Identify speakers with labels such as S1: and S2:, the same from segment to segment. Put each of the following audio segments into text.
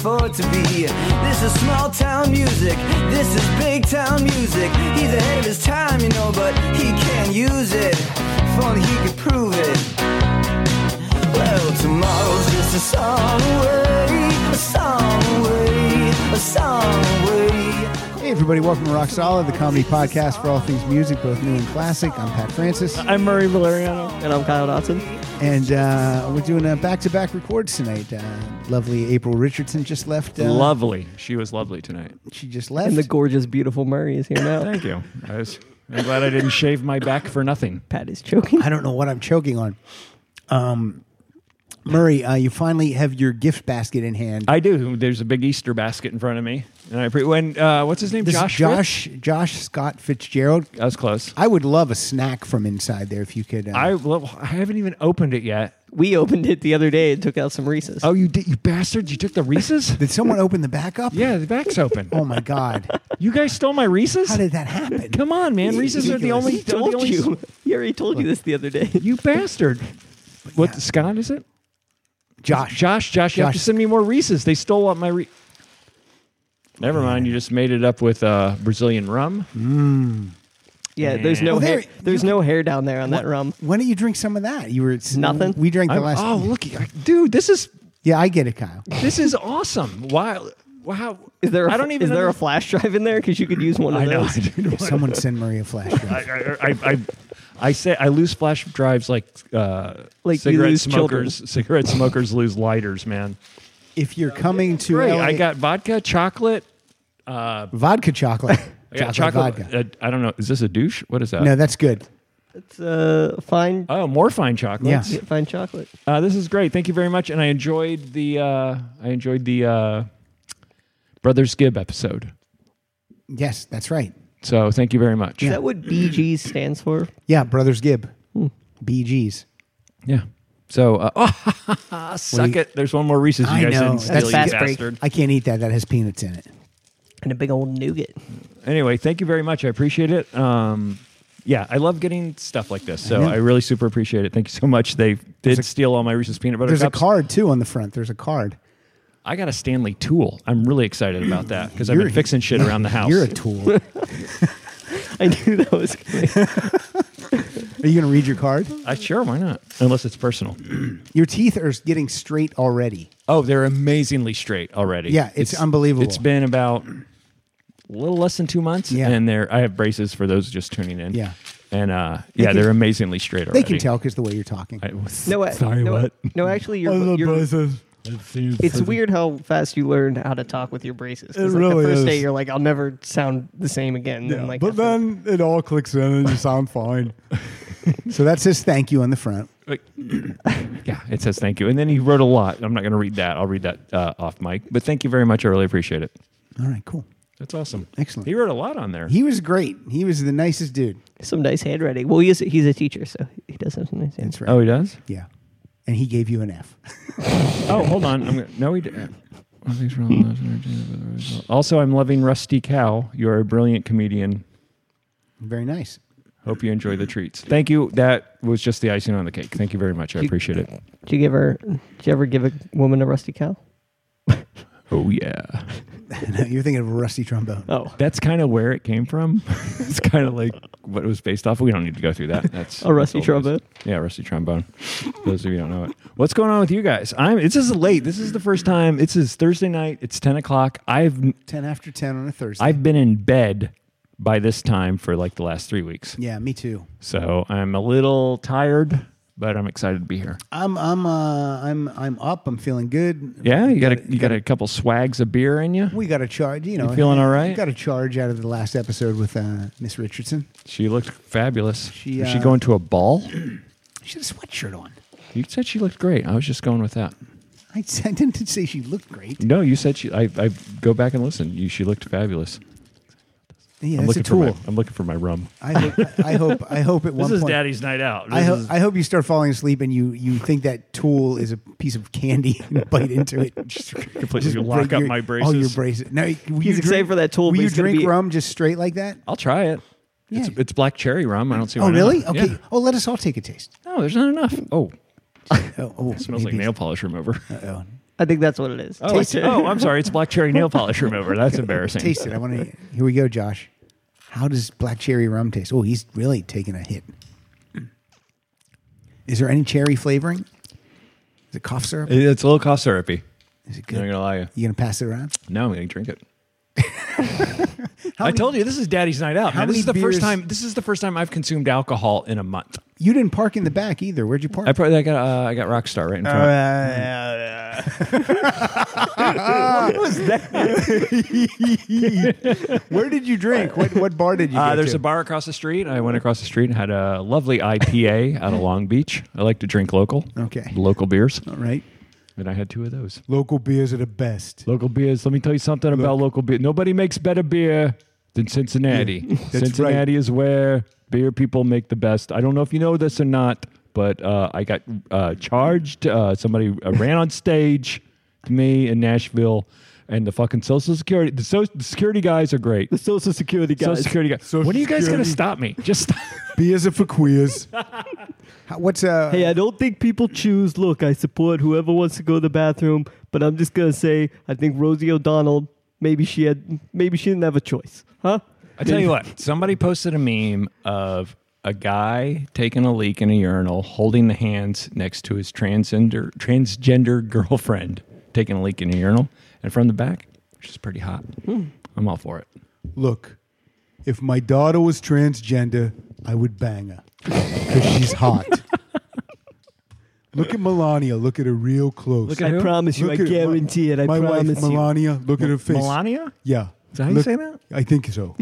S1: for it to be. This is small town music. This is big town music. He's ahead of his time, you know, but he can't use it. If only he could prove it. Well, tomorrow's just a song away, a song away, a song away.
S2: Hey, everybody, welcome to Rock Solid, the comedy podcast for all things music, both new and classic. I'm Pat Francis,
S3: I'm Murray Valeriano. And I'm Kyle Dotson.
S2: and uh, we're doing a back to back records tonight. Uh, lovely April Richardson just left. Uh,
S4: lovely. She was lovely tonight.
S2: She just left.
S3: And the gorgeous, beautiful Murray is here now.
S4: Thank you. I was, I'm glad I didn't shave my back for nothing.
S3: Pat is choking.
S2: I don't know what I'm choking on. Um, Murray, uh, you finally have your gift basket in hand.
S4: I do. There's a big Easter basket in front of me, and I pre- when uh, what's his name?
S2: This is
S4: Josh. Fritz?
S2: Josh, Josh Scott Fitzgerald.
S4: That was close.
S2: I would love a snack from inside there if you could. Uh,
S4: I well, I haven't even opened it yet.
S3: We opened it the other day and took out some Reese's.
S4: Oh, you did, you bastards! You took the Reese's.
S2: did someone open the back up?
S4: yeah, the back's open.
S2: Oh my God!
S4: You guys stole my Reese's.
S2: How did that happen?
S4: Come on, man. Reese's are the
S2: ridiculous.
S4: only.
S3: he told
S4: the only-
S3: you. He already told you this the other day.
S4: You bastard. What
S2: yeah.
S4: Scott is it?
S2: Josh,
S4: Josh, Josh, you have
S2: Josh.
S4: to send me more Reese's. They stole up my Re. Never mind. You just made it up with uh, Brazilian rum.
S3: Yeah, there's no
S2: Well, there-
S3: hair. There's no hair down there on that rum.
S2: Why don't you drink some of that? You were
S3: Nothing?
S2: We drank the
S4: I'm-
S2: last.
S4: oh, look, I- dude, this is
S2: Yeah, I get it, Kyle.
S4: this is awesome. Wow, wow.
S3: Is there? A,
S4: I don't even.
S3: Is there a
S4: under-
S3: flash drive in there? Because you could use one of
S4: I know.
S3: those.
S4: I, don't know.
S2: Someone send Murray a flash drive.
S4: I, I, I, I say I lose flash drives like uh,
S3: Like you
S4: cigarette
S3: lose children.
S4: smokers. Cigarette smokers lose lighters, man.
S2: If you're coming to
S4: Great.
S2: LA,
S4: I got vodka, chocolate.
S2: vodka chocolate.
S4: I got
S2: chocolate
S4: chocolate.
S2: vodka.
S4: uh, I don't know. Is this a douche? What is that?
S2: no, that's good.
S3: It's uh, fine.
S4: Oh, more fine chocolates.
S2: Yeah.
S3: Fine chocolate.
S4: Uh, this is great. Thank you very much. And I enjoyed the uh, I enjoyed the uh, Brothers Gibb episode.
S2: Yes, that's right.
S4: So thank you very much.
S3: Is that what BG stands for?
S2: Yeah, Brothers Gibb. BGs.
S4: Yeah. So, uh, suck
S2: you-
S4: it. There's one more Reese's you
S2: I
S4: guys
S2: know. That's
S4: didn't steal, you
S3: fast break.
S4: bastard.
S2: I can't eat that. That has peanuts in it.
S3: And a big old nougat.
S4: Anyway, thank you very much. I appreciate it. Um, yeah, I love getting stuff like this. So I, really super appreciate it. Thank you so much. They did steal all my Reese's peanut butter
S2: There's a
S4: cups.
S2: card too on the front. There's a card.
S4: I got a Stanley tool. I'm really excited about that because I've
S2: You're-
S4: been fixing shit around the house.
S2: You're a tool. Are
S3: I knew that was. Coming.
S2: you going to read your card?
S4: I, sure, why not? Unless it's personal.
S2: Your teeth are getting straight already.
S4: Oh, they're amazingly straight already.
S2: Yeah, it's unbelievable.
S4: It's been about a little less than two months,
S2: Yeah.
S4: and they're I have braces for those just tuning in.
S2: Yeah.
S4: and uh, yeah,
S2: can-
S4: they're amazingly straight already.
S2: They can tell because the way you're talking.
S4: I,
S3: No, I-
S4: sorry,
S3: no,
S4: what?
S3: No, actually, you're. you're It's weird how fast you learn how to talk with your braces. 'Cause, like,
S5: It really
S3: the first day
S5: is.
S3: you're like, I'll never sound the same again.
S5: Yeah,
S3: And, like,
S5: but
S3: after-
S5: then it all clicks in and you sound fine.
S2: so that says thank you on the front.
S4: Like, yeah, it says thank you, and then he wrote a lot. I'm not going to read that. I'll read that uh, off mic. But thank you very much. I really appreciate it.
S2: All right, cool.
S4: That's awesome.
S2: Excellent.
S4: He wrote a lot on there.
S2: He was great. He was the nicest dude.
S3: some nice handwriting. Well, he is, he's a teacher, so he does have some nice
S2: That's
S3: handwriting.
S2: right.
S4: oh, he does.
S2: Yeah. And he gave you an F.
S4: Oh, hold on. I'm gonna, no, he didn't. Also, I'm loving Rusty Cow. You're a brilliant comedian.
S2: Very nice.
S4: Hope you enjoy the treats. Thank you. That was just the icing on the cake. Thank you very much. I appreciate it.
S3: Did you give her? Did you ever give a woman a rusty cow?
S4: Oh yeah.
S2: No, you're thinking of a rusty trombone.
S3: Oh,
S4: That's kind of where it came from. it's kind of like what it was based off. of. We don't need to go through that. That's
S3: A rusty
S4: that's old news.
S3: trombone.
S4: Yeah, rusty trombone. Those of you who don't know it. What's going on with you guys? I'm. This is late. This is the first time. It's is Thursday night. It's ten o'clock. I've
S2: 10 after 10 on a Thursday.
S4: I've been in bed by this time for like the last three weeks.
S2: yeah, me too.
S4: So I'm a little tired, but I'm excited to be here.
S2: I'm I'm uh, I'm I'm up. I'm feeling good.
S4: Yeah, you got a, you got a couple swags of beer in you.
S2: We got a charge. You know,
S4: You feeling all right?
S2: Got a charge out of the last episode with uh, Miss Richardson.
S4: She looked fabulous.
S2: She,
S4: She,
S2: uh,
S4: she going to a ball?
S2: She had a sweatshirt on.
S4: You said she looked great. I was just going with that.
S2: I, said- I didn't say she looked great.
S4: No, you said she. I, I go back and listen. You, she looked fabulous.
S2: Yeah,
S4: I'm
S2: that's a
S4: looking for my.
S2: tool.
S4: I'm looking for my rum.
S2: I hope, I hope I hope at one point.
S4: night out.
S2: I hope I hope you start falling asleep and you you think that tool is a piece of candy and bite into it. Just
S4: completely
S2: break your- All your braces. Now, will
S3: He's
S2: you
S3: excited
S2: drink-
S3: for that tool,
S2: Will
S3: but
S2: you
S3: he's gonna
S2: drink
S3: be-
S2: rum just straight like that?
S4: I'll try it. It's,
S2: Yeah.
S4: it's black cherry rum. I don't see.
S2: Oh,
S4: why not.
S2: really? Okay. Mm.
S4: Yeah.
S2: Oh, let us all take a taste.
S4: No, there's not enough. Oh,
S2: Oh, oh
S4: smells like nail polish remover.
S2: Oh,
S3: I think that's what it is.
S4: Oh, it's- oh, I'm sorry. It's black cherry nail polish remover. That's embarrassing.
S2: Taste it. I want to. Here we go, Josh. How does black cherry rum taste? Oh, he's really taking a hit. Is there any cherry flavoring? Is it cough syrup?
S4: It- It's a little cough syrupy.
S2: Is it
S4: I'm not
S2: good?
S4: gonna lie. to you.
S2: You gonna pass it around?
S4: No, I'm gonna drink it. I told you this is Daddy's night out.
S2: How
S4: Man. This
S2: many
S4: is the
S2: beers-
S4: first time. This is the first time I've consumed alcohol in a month.
S2: You didn't park in the back either. Where'd you park?
S4: I probably I got uh, I got Rockstar right in front.
S5: Uh,
S2: Where did you drink? What what bar did you?
S4: Uh,
S2: go
S4: there's
S2: to?
S4: a bar across the street. I went across the street and had a lovely IPA out of Long Beach. I like to drink local.
S2: Okay.
S4: Local beers.
S2: All right.
S4: And I had two of those.
S5: Local beers are the best.
S4: Local beers. Let me tell you something about local beer. Nobody makes better beer than Cincinnati. Cincinnati is where beer people make the best. I don't know if you know this or not, but uh, I got uh, charged. Uh, somebody uh, ran on stage to me in Nashville, and the fucking social security. The, so, the security guys are great.
S6: The Social Security guys.
S4: Social security guys.
S5: Social
S4: when are you guys going to
S5: Security.
S4: stop me? Just stop.
S5: Beers are for queers.
S2: How, what's uh?
S6: Hey, I don't think people choose. Look, I support whoever wants to go to the bathroom, but I'm just gonna say I think Rosie O'Donnell. Maybe she had. Maybe she didn't have a choice, huh?
S4: I tell you what, somebody posted a meme of a guy taking a leak in a urinal, holding the hands next to his transgender transgender girlfriend, taking a leak in a urinal, and from the back, she's pretty hot. I'm all for it.
S5: Look, if my daughter was transgender, I would bang her because she's hot. look at Melania. Look at her real close.
S4: Look at
S6: I
S4: who?
S6: promise you.
S5: Look
S6: I
S5: at my-
S6: guarantee it. I
S5: my
S6: promise
S5: wife,
S6: you.
S5: Melania. Look at her face.
S4: Melania?
S5: Yeah.
S4: Is that how you
S5: Look-
S4: say that?
S5: I think so.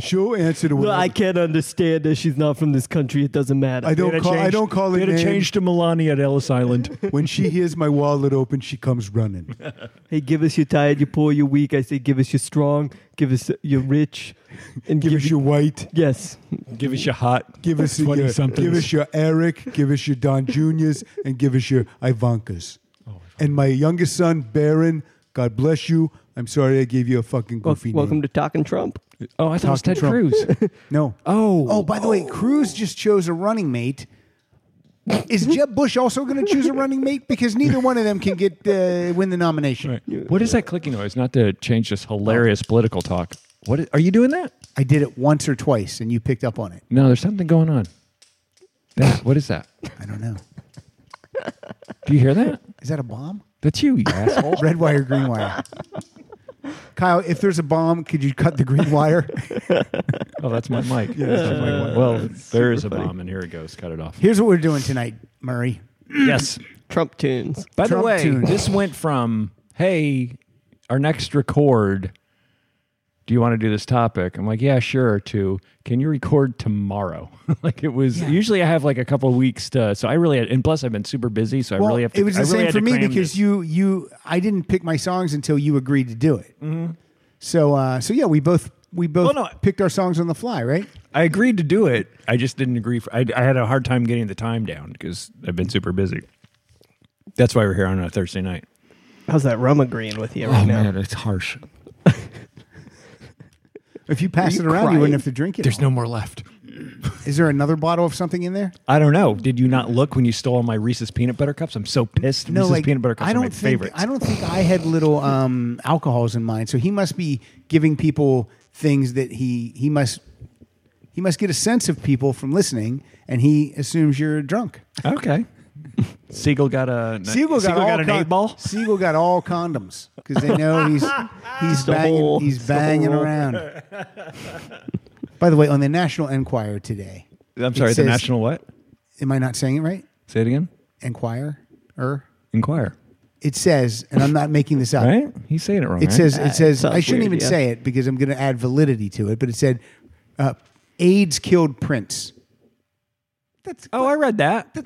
S5: She'll answer to
S6: Well,
S5: whatever-
S6: I can't understand that she's not from this country. It doesn't matter.
S5: I don't call. I don't call it.
S4: They'd
S5: names.
S4: have changed to Melania at Ellis Island.
S5: When she hears my wallet open, she comes running.
S6: Hey, give us your tired, your poor, your weak. I say, give us your strong, give us your rich, and
S5: Give us your white.
S6: yes.
S4: Give us your hot.
S5: Give us your,
S4: 20-somethings.
S5: give us your Eric. Give us your Don Juniors, and give us your Ivankas.
S4: Oh,
S5: and my youngest son, Baron. God bless you. I'm sorry I gave you a fucking
S6: Wel-
S5: goofy
S6: welcome
S5: name.
S6: to Talking Trump.
S4: Oh, I thought it was Ted
S5: Talking Trump.
S4: Cruz.
S5: no.
S4: Oh,
S2: Oh, by the way, Cruz just chose a running mate. Is Jeb Bush also going to choose a running mate? Because neither one of them can get uh, win the nomination.
S4: what is that clicking noise? Not to change this hilarious political talk. What is, are you doing that?
S2: I did it once or twice, and you picked up on it.
S4: No, there's something going on. That what is that?
S2: I don't know.
S4: Do you hear that?
S2: Is that a bomb?
S4: That's you, you asshole.
S2: Red wire, green wire. Kyle, if there's a bomb, could you cut the green wire?
S4: Oh, that's my mic. well, there is a bomb, and here it goes. Cut it off.
S2: Here's what we're doing tonight, Murray.
S4: yes.
S6: Trump tunes.
S4: By
S2: Trump
S4: the way,
S2: tune.
S4: this went from hey, our next record. Do you want to do this topic? I'm like, yeah, sure. To can you record tomorrow? like it was. Usually, I have like a couple of weeks to. So I really, had, and plus, I've been super busy. So I really have. To,
S2: it was the
S4: I really
S2: same
S4: had
S2: for
S4: to
S2: me
S4: cram
S2: because
S4: this.
S2: you you I didn't pick my songs until you agreed to do it. So uh, so yeah, we both we both
S4: Mm-hmm. Well, no.
S2: picked our songs on the fly, right?
S4: I agreed to do it. I just didn't agree. For, I, I had a hard time getting the time down because I've been super busy. That's why we're here on a Thursday night.
S3: How's that rum agreeing with you right now?
S4: Oh, it's harsh.
S2: If you pass
S3: you
S2: it around, you
S3: crying?
S2: wouldn't have to drink it.
S4: There's
S2: all.
S4: no more left.
S2: Is there another bottle of something in there?
S4: I don't know. Did you not look when you stole my Reese's peanut butter cups? I'm so pissed. Reese's peanut butter cups
S2: I don't
S4: are my
S2: think
S4: favorite.
S2: I don't think I had little um, alcohols in mind. So he must be giving people things that he he must he must get a sense of people from listening, and he assumes you're drunk.
S4: Okay. Siegel got a
S2: Uh, Siegel got, all
S4: an
S2: con-
S4: eight ball.
S2: Siegel got all condoms because they know he's he's
S6: the
S2: banging
S6: whole-
S2: he's
S6: it's the
S2: banging
S6: whole-
S2: around. By the way, on the National Enquirer today,
S4: I'm
S2: it
S4: sorry. the
S2: says-
S4: national what?
S2: Am I not saying it right?
S4: Say it again.
S2: Enquirer, er.
S4: Inquire.
S2: It says, and I'm not making this up.
S4: Right? He's saying Uh, it wrong.
S2: It
S4: right?
S2: says it says
S6: Uh, sounds
S2: I shouldn't
S6: weird,
S2: even
S6: yeah.
S2: say it because I'm going to add validity to it. But it said uh, AIDS killed Prince. That's
S4: Oh, I read that.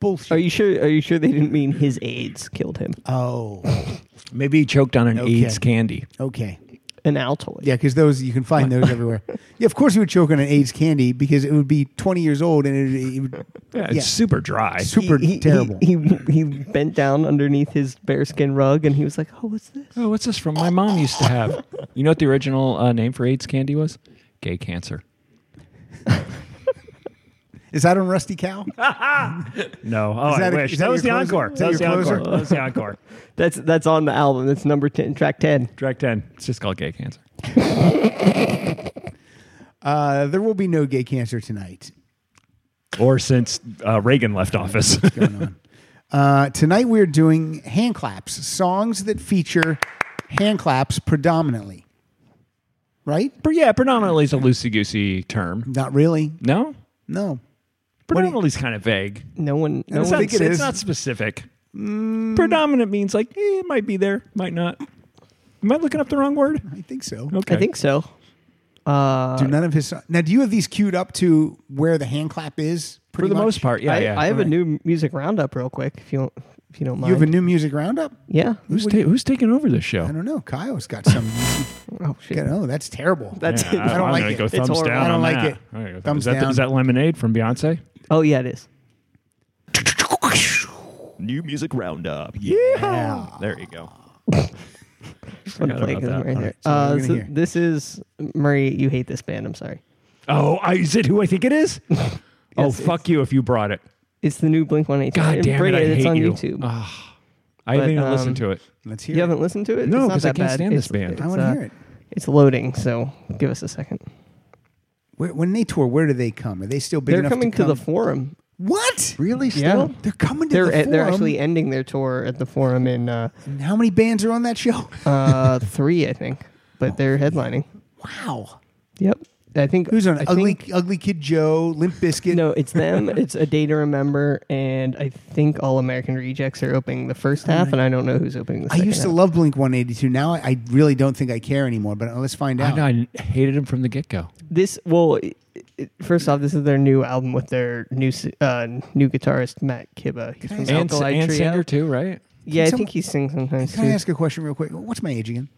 S2: bullshit.
S6: Are
S2: You-
S6: you sure? Are you sure they didn't mean his aides killed him?
S2: oh,
S4: Maybe he choked on an
S2: Okay.
S4: AIDS candy.
S2: okay.
S6: An Altoid.
S2: Yeah, because those you can find those everywhere. Yeah, of course you would choke on an AIDS candy because it would be 20 years old and it, it would
S4: Yeah, it's
S2: Yeah.
S4: super dry.
S2: super terrible.
S6: He, he he bent down underneath his bearskin rug and he was like, "Oh, what's this?"
S4: Oh, what's this from? My mom used to have. You know what the original uh, name for AIDS candy was? Gay cancer.
S2: Is that on Rusty Cow?
S4: No. Oh, I
S2: that a-
S4: wish.
S2: is
S4: that,
S2: that
S4: was the
S2: your closer?
S4: encore.
S2: Is
S4: That
S2: that
S4: was the
S2: your
S4: encore.
S2: closer?
S4: That was the encore.
S3: That's that's on the album. That's number ten, track ten.
S4: Track 10. It's just called Gay Cancer.
S2: Uh, there will be no gay cancer tonight.
S4: Or since uh, Reagan left office.
S2: Uh, tonight we're doing hand claps, songs that feature hand claps predominantly. Right?
S4: But yeah, predominantly is a loosey goosey term.
S2: Not really.
S4: No?
S2: No.
S4: Predominantly is kind of vague.
S3: No one, no
S2: Is
S4: It's,
S2: that-
S3: one.
S4: not,
S2: think it
S4: it's
S2: is.
S4: not specific. Mm. Predominant means like, eh, it might be there, might not. Am I looking up the wrong word?
S2: I think so.
S4: Okay.
S3: I think so. Uh,
S2: Do none of his now? Do you have these queued up to where the hand clap is?
S4: For
S2: pretty
S4: the
S2: much?
S4: most part, yeah.
S3: I,
S4: yeah.
S3: I have
S4: All
S3: a
S4: right.
S3: new music roundup real quick. If you don't, if you don't
S2: you
S3: mind.
S2: have a new music roundup.
S3: yeah.
S4: Who's, ta- who's taking over this show?
S2: I don't know. Kyle's got some.
S3: Oh shit.
S2: oh, that's terrible.
S3: That's
S4: Yeah,
S2: I don't
S4: I'm
S2: like
S4: gonna
S2: it.
S4: Go
S2: It's
S4: thumbs
S3: horrible.
S4: down.
S2: I don't
S4: on
S2: like
S4: that.
S2: it.
S4: All right, go thumbs
S2: Thumbs
S4: is, that the-
S2: down.
S4: is that Lemonade from Beyonce?
S3: Oh yeah, it is.
S4: New music roundup. Yeah. There you go.
S3: I'm gonna play
S4: about
S3: this
S4: that. All
S3: right here.
S4: right,
S2: what are
S3: Uh,
S2: we gonna
S3: so
S2: hear?
S3: this is Murray. You hate this band. I'm sorry.
S4: Oh, I, is it who I think it is? oh, fuck you if you brought it.
S3: It's the new Blink One Eight.
S4: God damn
S3: Bring
S4: it, I
S3: It's
S4: hate
S3: on
S4: you. Ah,
S3: YouTube.
S2: Oh,
S4: I haven't even listened
S3: um,
S4: to it.
S2: Let's hear.
S3: you
S2: it.
S3: haven't listened to it?
S4: No,
S3: It's not
S4: 'cause I
S3: that
S4: can't
S3: bad.
S4: stand this
S3: It's-
S4: band. I
S2: I
S3: it's,
S2: want to
S3: uh,
S2: hear it.
S3: It's loading, so give us a second.
S2: Where, when they tour, where do they come? Are they still big
S3: They're
S2: enough
S3: coming
S2: to,
S3: to,
S2: come?
S3: the forum.
S2: what?
S7: Really?
S3: Yeah.
S7: They're coming to
S3: They're e,
S7: the
S3: they're
S7: forum?
S3: actually ending their tour at the forum in uh,
S2: How many bands are on that show?
S3: uh, three, I think. But they're headlining.
S2: Wow.
S3: Yep. I think
S2: Oh, Who's on?
S3: I
S2: it? Ugly,
S3: think-
S2: Ugly Kid Joe, Limp Biscuit.
S3: no, it's them. It's a day to remember, and I think All American Rejects are opening the first half, and I don't know who's opening the
S2: Oh I
S3: second.
S2: used to
S3: half.
S2: love Blink 182. Now I, I really don't think I care anymore. But uh, let's find out.
S4: I, I hated him from the get go.
S3: this. Well, it, it, first off, this is their new album with their new s- uh, new guitarist Matt Kibba. He's from
S2: I-
S4: And,
S3: Alkali
S4: and
S3: Trio.
S4: singer too, right?
S3: Yeah, I
S2: Can
S3: think he sings sometimes
S2: Can I
S3: too.
S2: ask a question real quick? What's my age again?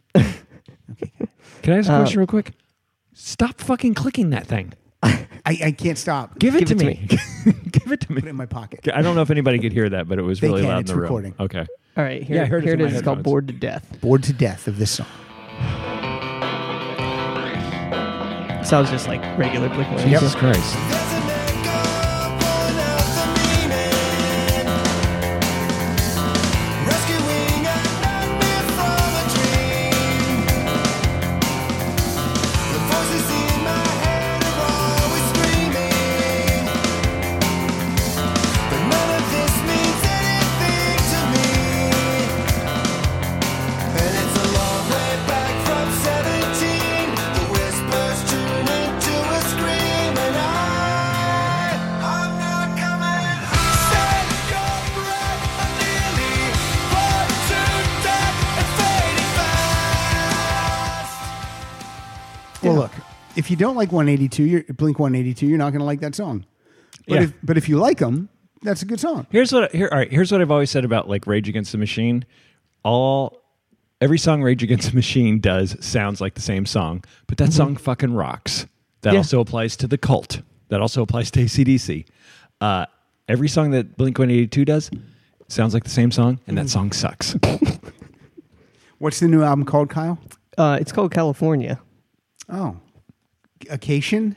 S4: Can I ask a
S3: Uh,
S4: question real quick? Stop fucking clicking that thing.
S2: I, I can't stop.
S4: Give it,
S3: Give
S4: to,
S3: it to
S4: me. Give it to
S2: Put it
S4: me.
S2: in my pocket.
S4: I don't know if anybody could hear that, but it was
S2: They
S4: really
S2: can,
S4: loud
S2: it's
S4: in the
S2: recording.
S4: room. Okay.
S3: All right, here,
S4: Yeah, I heard it
S3: here it
S4: in my
S3: is. It's called
S4: headphones.
S3: Bored to Death.
S2: Bored to death of this song.
S3: Sounds just like regular Blink One.
S4: Jesus Christ.
S2: Well, look, if you don't like 182, you're, Blink 182, you're not going to like that song. But,
S4: Yeah.
S2: if, but if you like them, that's a good song.
S4: Here's what here all right, here's what I've always said about like Rage Against the Machine. All every song Rage Against the Machine does sounds like the same song, but that song fucking rocks. That
S3: Yeah.
S4: also applies to the cult. That also applies to ACDC. Uh, every song that Blink 182 does sounds like the same song, and that song sucks.
S2: What's the new album called, Kyle?
S3: Uh, it's called California.
S2: Oh, Acation?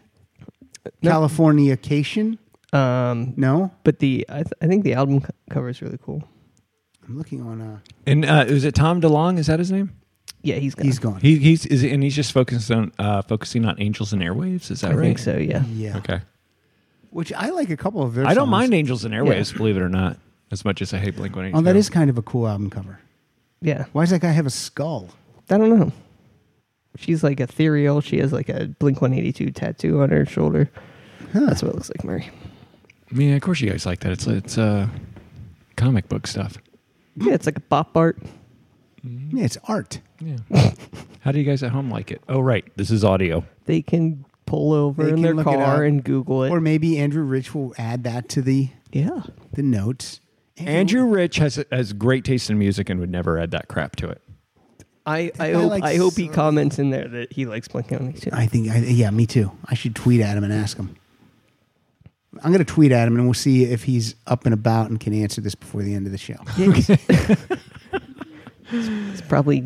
S4: Uh,
S2: California Cation?
S3: Um,
S2: No,
S3: but the I, th- I think the album co- cover is really cool.
S2: I'm looking on. Uh,
S4: and uh, is it Tom DeLong? Is that his name?
S3: Yeah, he's gone.
S2: he's gone.
S4: He, he's is and he's just focused on uh, focusing on angels and airwaves. Is that
S3: I
S4: right?
S3: think so. Yeah.
S2: yeah,
S4: Okay.
S2: which I like a couple of their.
S4: I don't
S2: songs.
S4: mind angels and airwaves, believe it or not, as much as I hate Blink One Eighty Two.
S2: Oh, that is kind of a cool album cover.
S3: Yeah.
S2: Why does that guy have a skull?
S3: I don't know. She's like ethereal. She has like a Blink 182 tattoo on her shoulder. That's what it looks like, Murray.
S4: I mean, of course you guys like that. It's it's uh, comic book stuff.
S3: Yeah, it's like a pop art.
S2: Yeah, it's art.
S4: Yeah. How do you guys at home like it? Oh, right. This is audio.
S3: They can pull over
S2: They
S3: in
S2: can
S3: their
S2: look it up.
S3: car and Google it.
S2: Or maybe Andrew Rich will add that to the
S3: yeah.
S2: the notes.
S4: Andrew Rich has has great taste in music and would never add that crap to it.
S3: I, I
S2: guy
S3: hope
S2: likes-
S3: I hope he comments in there that he likes Blink 182.
S2: I think, I, yeah, me too. I should tweet at him and ask him. I'm going to tweet at him and we'll see if he's up and about and can answer this before the end of the show.
S3: Yeah, he's- he's probably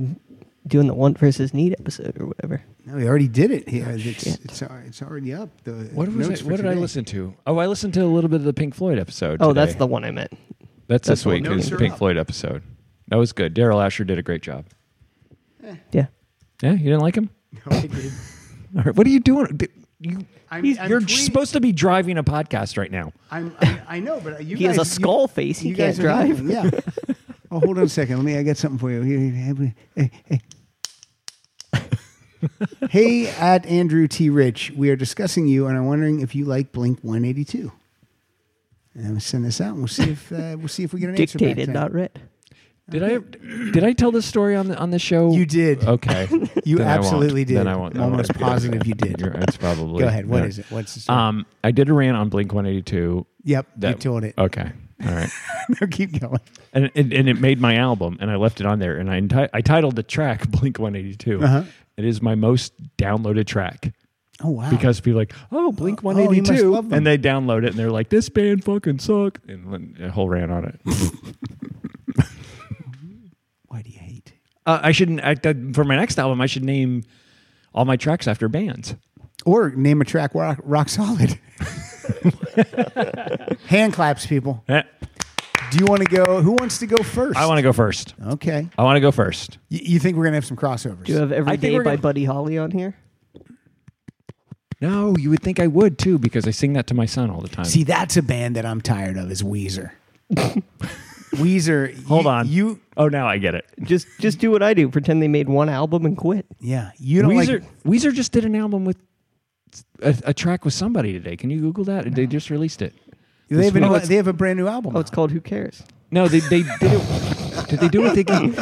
S3: doing the want versus need episode or whatever.
S2: No, we already did it. Yeah, it's,
S3: Oh, shit.
S2: it's, al- it's already up. The
S4: What, was
S2: notes
S4: I,
S2: for
S4: what did I
S2: today.
S4: listen to? Oh, I listened to a little bit of the Pink Floyd episode.
S3: Oh, that's
S4: today.
S3: the one I meant.
S4: that's,
S3: that's
S4: this
S3: the
S4: week.
S2: one.
S4: Is
S2: Notes
S4: the
S2: are
S4: Pink
S2: up.
S4: Floyd episode. That was good. Daryl Asher did a great job.
S3: Yeah.
S4: Yeah, you didn't like him?
S2: No, I did.
S4: All right, what are you doing? Th- You,
S2: I'm-
S4: he's-
S2: I'm
S4: you're
S2: tweeting.
S4: supposed to be driving a podcast right now.
S2: I'm, I, I know, but you
S3: He
S2: guys,
S3: has a skull face. He
S2: you
S3: can't
S2: guys are
S3: drive.
S2: helping, Yeah. oh, hold on a second. Let me. I got something for you. Here, here, Hey, hey. hey, at Andrew T. Rich, we are discussing you and are wondering if you like Blink 182. And I'm gonna send this out, and we'll see if uh, we'll see if we get an
S3: Dictated,
S2: answer back.
S3: not read.
S4: Did I did I tell this story on the on the show?
S2: You did.
S4: Okay.
S2: You
S4: Then I won't.
S2: absolutely did.
S4: Then I won't.
S2: I'm
S4: I won't.
S2: almost positive you did.
S4: You're- It's probably.
S2: Go ahead. What
S4: yeah.
S2: is it? What's the story?
S4: Um, I did a rant on Blink 182.
S2: yep, you
S4: that-
S2: told it.
S4: Okay. All right.
S2: No, keep going.
S4: and it, and it made my album, and I left it on there, and I enti- I titled the track Blink One Eighty Two.
S2: Uh-huh.
S4: It is my most downloaded track
S2: Oh wow!
S4: because people are like, oh, Blink
S2: Oh,
S4: One Eighty
S2: you must
S4: Two,
S2: love them.
S4: and they download it, and they're like, this band fucking sucked, and then a whole rant on it.
S2: why do you hate?
S4: uh, I shouldn't. I, that, for my next album, I should name all my tracks after bands.
S2: Or name a track rock, rock solid. Hand claps, people.
S4: Eh,
S2: Do you want to go? Who wants to go first?
S4: I want to go first.
S2: to. Okay.
S4: I want to go first.
S2: You, you think we're gonna have some crossovers?
S3: Do you have
S4: I
S3: Every
S4: think
S3: Day
S4: we're
S3: by
S4: gonna-
S3: Buddy Holly on here?
S4: No, you would think I would too because I sing that to my son all the time.
S2: See, that's a band that I'm tired of is Weezer. Weezer.
S4: Hold
S2: you-
S4: on.
S2: You.
S4: oh, now I get it.
S3: Just just do what I do. Pretend they made one album and quit.
S2: Yeah. You don't
S4: Weezer
S2: like.
S4: Weezer just did an album with a, a track with somebody today. Can you Google that? They just released it.
S2: They have, a
S4: This
S2: new,
S4: week.
S2: they have a brand new album.
S3: Oh, it's called Who Cares?
S4: No, they they did it. Did they do it again?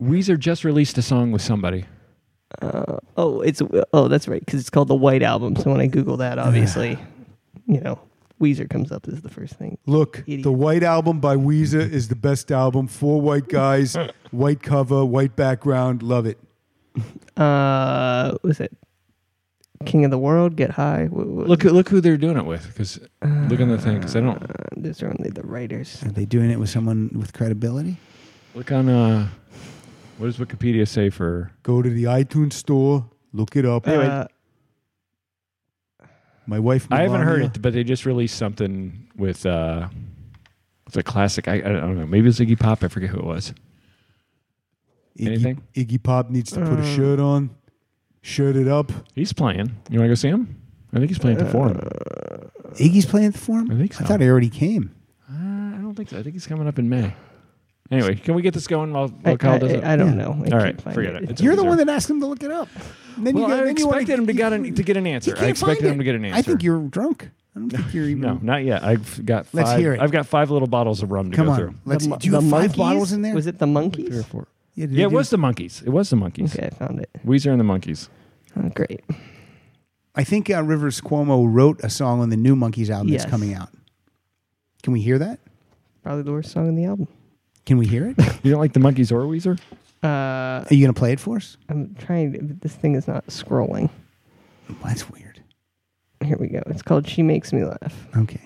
S4: Weezer just released a song with somebody.
S3: Oh, it's oh, that's right, because it's called the White Album. So when I Google that, obviously, you know, Weezer comes up as the first thing.
S5: Look,
S3: Idiot.
S5: the White Album by Weezer is the best album. Four white guys, white cover, white background. Love it.
S3: Uh, was it King of the World? Get High. Look,
S4: Look look who they're doing it with. Because look on the thing. Because I don't
S3: these are only the writers.
S2: Are they doing it with someone with credibility?
S4: look on. Uh, what does Wikipedia say for?
S5: Go to the iTunes store, look it up.
S3: Uh,
S5: My wife.
S4: I haven't heard
S5: Melania-
S4: it, but they just released something with. Uh, it's a classic. I, I don't know. Maybe it was Iggy Pop. I forget who it was.
S5: Iggy,
S4: Anything?
S5: Iggy Pop needs to put a
S3: Uh.
S5: shirt on, shirt it up.
S4: He's playing. You want to go see him? I think he's playing
S3: uh,
S4: at the Forum.
S2: Iggy's playing for him.
S4: I think so.
S2: I thought he already came.
S4: Uh, I don't think so. I think he's coming up in May. Anyway, can we get this going while,
S3: I,
S4: while Kyle does
S3: I-
S4: it?
S3: I don't
S2: Yeah.
S3: know. I
S4: All
S3: can't
S4: right,
S3: find
S4: forget it. It's
S2: You're the
S4: Weezer.
S2: one that asked him to look it up. And then
S4: Well,
S2: you go,
S4: I
S2: then you wanna-
S4: expected him to get an, to get an
S2: He
S4: answer. I
S2: can't
S4: expected
S2: find
S4: him
S2: it.
S4: to get an answer.
S2: I think you're drunk. I don't think you're even.
S4: no, not yet. I've got five.
S2: Let's hear it.
S4: I've got five little bottles of rum to
S2: Come
S4: go
S2: on.
S4: through.
S2: Let's.
S3: mo-
S2: do you have five
S3: Monkees?
S2: bottles in there?
S3: Was it the
S4: Three or
S3: monkeys?
S4: four.
S2: Yeah, did
S4: Yeah,
S2: they
S4: it
S2: do-
S4: was the monkeys. It was the monkeys.
S3: Okay, I found it.
S4: Weezer and the monkeys.
S3: Oh, great.
S2: I think uh, Rivers Cuomo wrote a song on the new Monkeys album
S3: Yes.
S2: that's coming out. Can we hear that?
S3: Probably the worst song on the album.
S2: Can we hear it? Are
S4: You don't like the monkeys or Weezer?
S3: Uh,
S2: you going to play it for us?
S3: I'm trying. To, this thing is not scrolling.
S2: That's weird.
S3: Here we go. It's called She Makes Me Laugh.
S2: Okay.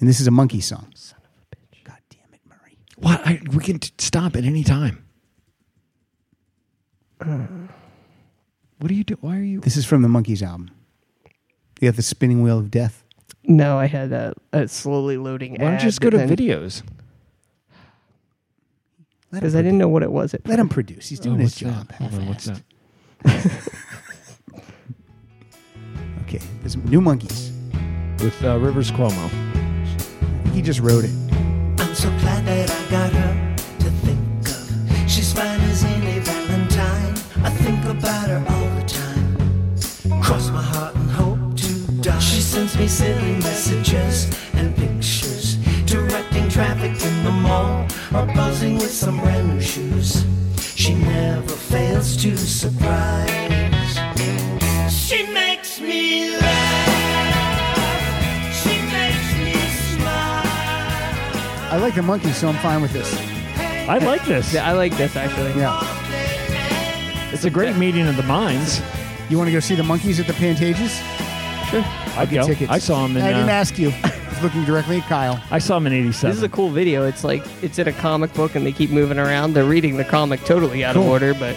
S2: And this is a monkey song. Son of a bitch. God damn it, Murray.
S4: What? I, we can t- stop at any time. Uh. What are you doing? Why are you?
S2: This is from the Monkeys album. You got the spinning wheel of death.
S3: No, I had a, a slowly loading.
S4: Why don't you just go to videos?
S2: Let
S3: Because I didn't know what it was. At
S2: Let him
S3: first.
S2: produce. He's doing
S4: Oh,
S2: his
S4: what's
S2: job.
S4: that? Hold on, what's that?
S2: Okay. This new Monkeys.
S4: With uh, Rivers Cuomo.
S2: He just wrote it.
S8: I'm so glad that I got her to think of. She's fine as any Valentine. I think about her all the time. Cross my heart and hope to die. She sends me silly messages and pictures, directing traffic in the mall or buzzing with some brand new shoes. She never fails to surprise. She makes me laugh. She makes me smile.
S2: I like the Monkeys, so I'm fine with this.
S4: I like this.
S3: I like this actually.
S2: Yeah.
S4: It's a great meeting of the minds.
S2: You want to go see the Monkeys at the Pantages?
S4: I'd
S2: Get
S4: go.
S2: tickets.
S4: I saw him in.
S2: I didn't
S4: uh,
S2: ask you. looking directly at Kyle.
S4: I saw him in
S3: This is a
S4: '87.
S3: cool video. It's like it's in a comic book and they keep moving around. They're reading the comic totally out of
S2: Cool.
S3: order, but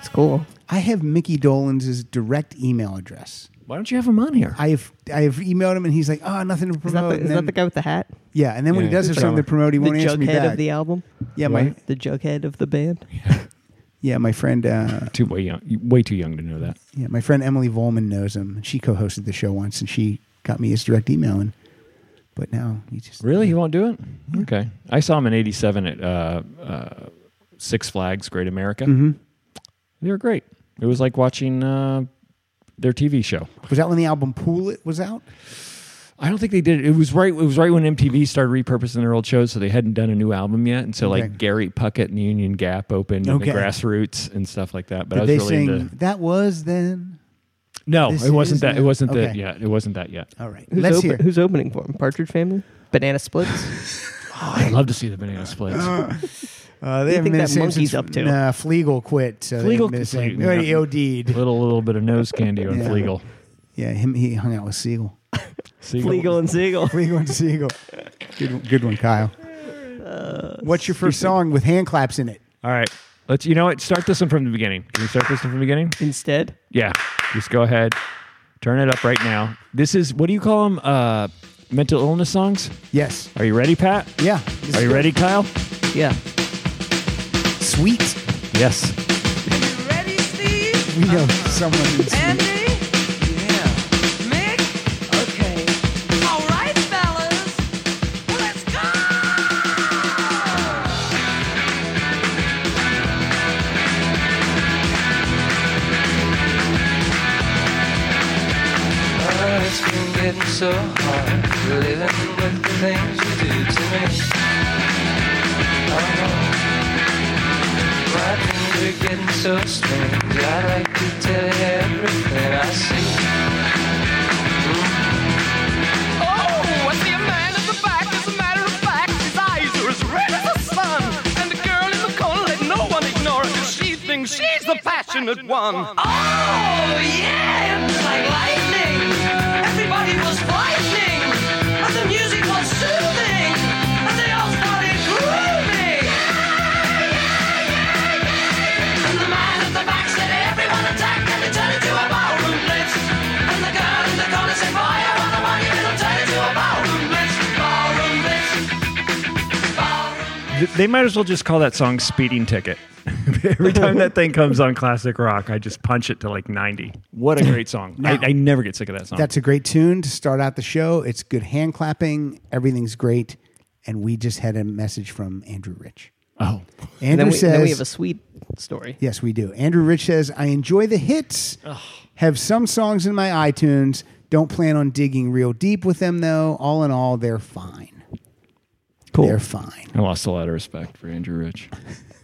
S3: it's cool.
S2: I have Mickey Dolan's direct email address.
S4: Why don't you have him on here?
S2: I have I have emailed him and he's like, oh, nothing to
S3: Is that
S2: promote.
S3: the,
S2: And
S3: is
S2: then-
S3: that the guy with the hat?
S2: Yeah, and then when he
S4: Yeah.
S2: does have
S4: The
S2: something to
S4: drummer.
S2: promote, he
S3: The
S2: won't answer me
S3: jughead
S2: back.
S3: of the album?
S2: yeah, my
S3: The jughead of the band?
S2: yeah, my friend uh,
S4: too way young, way too young to know that.
S2: yeah, my friend Emily Volman knows him. She co-hosted the show once, and she got me his direct email. And but now he just
S4: Really, he won't do it. Okay, I saw him in '87 at uh, uh, Six Flags Great America.
S2: Mhm.
S4: They were great. It was like watching uh, their TV show.
S2: was that when the album Pool It was out.
S4: I don't think they did. It It was right. It was right when MTV started repurposing their old shows, so they hadn't done a new album yet. And so, like
S2: Okay.
S4: Gary Puckett and the Union Gap opened, and the
S2: Okay.
S4: Grassroots and stuff like that. But I
S2: Did
S4: was
S2: they
S4: really
S2: sing
S4: into.
S2: that was then?
S4: No,
S2: This
S4: it wasn't
S2: Is
S4: that.
S2: Now?
S4: It wasn't that
S2: Okay.
S4: yet. It wasn't that yet.
S2: All right,
S3: Who's,
S2: let's
S3: open-
S2: hear.
S6: Who's opening for him?
S3: Partridge Family? Banana Splits?
S4: I'd love to see the Banana Splits.
S2: Uh, they
S3: you
S2: haven't
S3: think
S2: been the
S3: that
S2: same
S3: monkey's
S2: since-
S3: up to?
S2: Nah, Flegel quit. So they
S4: Flegel-
S2: haven't been the same.
S4: Flegel-
S2: They already OD'd.
S4: little little bit of nose candy on
S2: Yeah.
S4: Flegel.
S2: Yeah, him. He hung out with Siegel.
S4: Siegel.
S6: Flegel and Siegel.
S2: Flegel and Siegel. Good, good one, Kyle. Uh, What's your first song with hand claps in it?
S4: All right, let's. You know what? Start this one from the beginning. Can you start this one from the beginning?
S3: Instead?
S4: Yeah, just go ahead. Turn it up right now. This is what do you call them? Uh, mental illness songs.
S2: Yes.
S4: Are you ready, Pat?
S2: Yeah.
S4: Are you ready, Kyle?
S3: Yeah.
S2: Sweet.
S4: Yes.
S2: We know someone who's sweet.
S9: Oh, it's been getting so hard living with the things you do to me. Oh, my dreams are getting so strange. I'd like to tell you everything I see.
S10: Oh, I see a man at the back. As a matter of fact, his eyes are as red as the sun. And the girl in the corner, let no one ignore her, 'cause she thinks she's the passionate one.
S8: Oh, yeah, it was like lightning. Everybody was frightening, but the music was soothing, and they all started grooving. And the man at the back said, everyone attack, and they turned into a ballroom blitz. And the girl in the corner said, boy, I want the money, it'll turn into a ballroom blitz, ballroom blitz, ballroom
S4: Th- They might as well just call that song "Speeding Ticket." Every time that thing comes on classic rock, I just punch it to like ninety. What a great song! I, I never get sick of that song.
S2: That's a great tune to start out the show. It's good hand clapping. Everything's great. And we just had a message from Andrew Rich.
S4: oh,
S2: Andrew
S3: And then we,
S2: says,
S3: then we have a sweet story.
S2: Yes, we do. Andrew Rich says, I enjoy the hits, have some songs in my iTunes. Don't plan on digging real deep with them, though. All in all, they're fine.
S3: Cool.
S2: They're fine.
S4: I lost a lot of respect for Andrew Rich.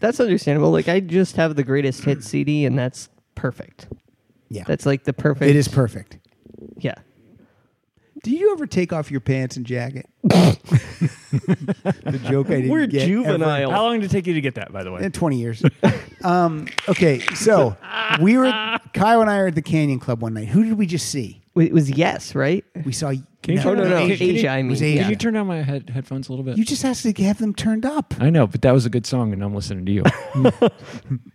S3: That's understandable. Like, I just have the greatest hit CD, and that's perfect.
S2: Yeah.
S3: That's like the perfect.
S2: it is perfect.
S3: Yeah.
S2: Do you ever take off your pants and jacket? the joke I didn't
S6: We're
S2: get ever.
S6: juvenile.
S4: How long did it take you to get that, by the way?
S2: In 20 years. um, okay, so we were, Kyle and I are at the Canyon Club one night. Who did we just see?
S3: It was yes, right?
S2: We saw.
S4: Can you turn
S3: no,
S4: down-
S3: no,
S4: can- can you-
S3: Asia, I mean,
S4: was Asia.
S3: yeah.
S4: Can you turn down my head, headphones a little bit?
S2: You just asked to have them turned up.
S4: I know, but that was a good song, and I'm listening to you.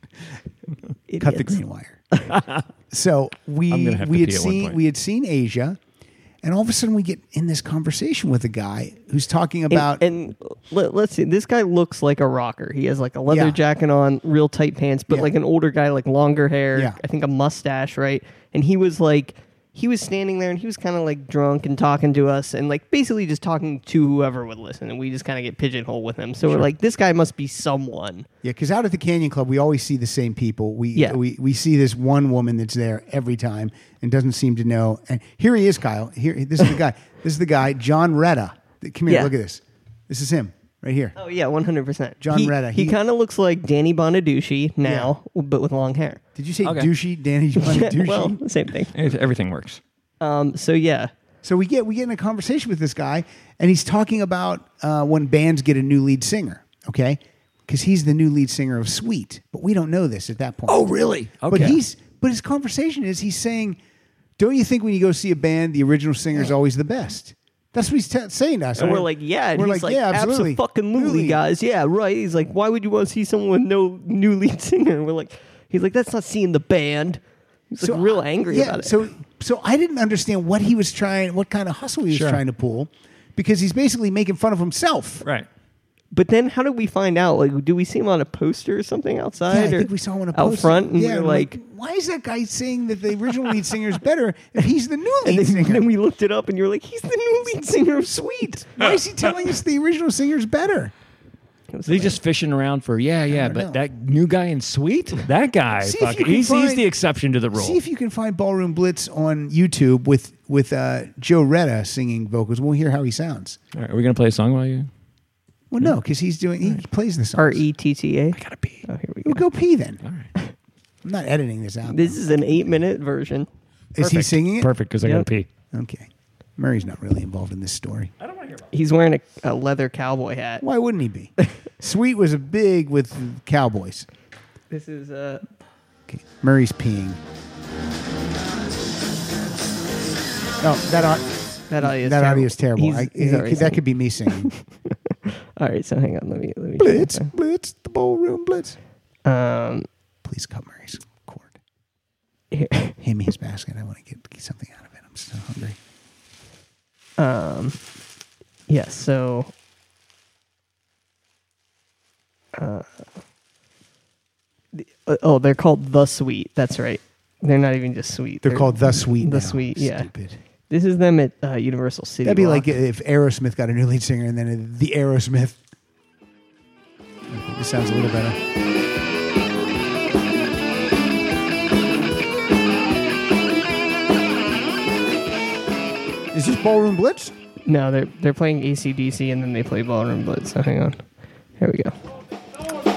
S2: Cut the
S3: Idiots.
S2: green wire. so we
S4: I'm gonna have
S2: we had
S4: to pee at one
S2: seen
S4: point.
S2: we had seen Asia, and all of a sudden we get in this conversation with a guy who's talking
S3: And-
S2: about
S3: and, let, us see this guy looks like a rocker he has like a leather
S2: Yeah.
S3: jacket on real tight pants but
S2: Yeah.
S3: like an older guy like longer hair
S2: Yeah.
S3: i think a mustache right and he was like he was standing there and he was kind of like drunk and talking to us and like basically just talking to whoever would listen and we just kind of get pigeonholed with him so we're like this guy must be someone
S2: yeah, because out at the Canyon Club we always see the same people. We
S3: Yeah.
S2: we we see this one woman that's there every time and doesn't seem to know. And here he is, Kyle. Here this is the guy. This is the guy, John Retta. Come here,
S3: Yeah.
S2: look at this. This is him right here.
S3: oh yeah 100%
S2: John
S3: he,
S2: Retta,
S3: he,
S2: he-
S3: kind of looks like danny bonaducci now but with long hair
S2: Did you say douchey, Danny douchey?
S3: well same thing
S4: It- Everything works.
S3: um, so yeah
S2: So we get we get in a conversation with this guy, and he's talking about uh, when bands get a new lead singer, okay? Because he's the new lead singer of Sweet, but we don't know this at that point. Oh, really? But
S4: Okay.
S2: he's but his conversation is he's saying, "Don't you think when you go see a band, the original singer is always the best?" That's what he's t- saying to us.
S3: And we're like, yeah. And
S2: we're
S3: he's
S2: like, yeah, absolutely.
S3: fucking
S2: Absolutely.
S3: Lulu, guys. Yeah, right. He's like, why would you want to see someone with no new lead singer? And we're like, he's like, that's not seeing the band. He's like real angry
S2: yeah,
S3: about it.
S2: So so I didn't understand what he was trying, what kind of hustle he was
S4: Sure.
S2: trying to pull, because he's basically making fun of himself.
S4: Right.
S3: but then how did we find out? Like, do we see him on a poster or something
S2: Yeah,
S3: outside?
S2: I
S3: or
S2: think we saw one up
S3: out front, and
S2: yeah,
S3: we
S2: I'm
S3: were like,
S2: why is that guy saying that the original lead singer is better if he's the new lead
S3: and then,
S2: singer?
S3: then we looked it up, and you were like, he's the new lead singer of Sweet.
S2: Why is he telling us the original singer's better?
S4: They just fishing around for yeah, yeah,
S2: don't
S4: but
S2: know.
S4: that new guy in sweet, that guy,
S2: See if
S4: fuck,
S2: you can
S4: he's, he's
S2: find-
S4: the exception to the rule.
S2: See if you can find Ballroom Blitz on YouTube with with uh, Joe Retta singing vocals. We'll hear how he sounds.
S4: All right, are we gonna play a song while you?
S2: Well, no, because he's doing he plays the songs.
S3: R E T T A.
S4: Gotta be.
S3: Oh, here we
S2: Well, go
S3: go.
S2: pee then.
S4: All right,
S2: I'm not editing this out.
S3: This is an eight-minute version.
S2: is he singing it?
S4: perfect because I gotta
S3: Yep.
S4: pee.
S2: Okay. Murray's not really involved in this story.
S3: He's wearing a, a leather cowboy hat.
S2: Why wouldn't he be? Sweet was a big with cowboys.
S3: This is uh,
S2: Okay. Murray's peeing. Oh, that au-
S3: that audio.
S2: that audio is terrible.
S3: He's-
S2: I,
S3: he's
S2: it-
S3: already
S2: that
S3: singing.
S2: could be me singing.
S3: All right, so hang on. Let me let me.
S2: blitz, blitz, the ballroom blitz.
S3: Um,
S2: Please cut Murray's cord.
S3: here,
S2: Hand me his basket. I want to get, get something out of it. I'm so hungry.
S3: um, yeah. So, uh, uh, the- uh, oh, they're called the Sweet. That's right. They're not even just Sweet.
S2: They're called the sweet.
S3: The
S2: now.
S3: Sweet, yeah.
S2: Stupid.
S3: This is them at uh, Universal City.
S2: That'd be
S3: Walk.
S2: like if Aerosmith got a new lead singer and then the Aerosmith. Okay, This sounds a little better. Is this Ballroom Blitz?
S3: no, they're they're playing ACDC and then they play Ballroom Blitz. So hang on. Here we go.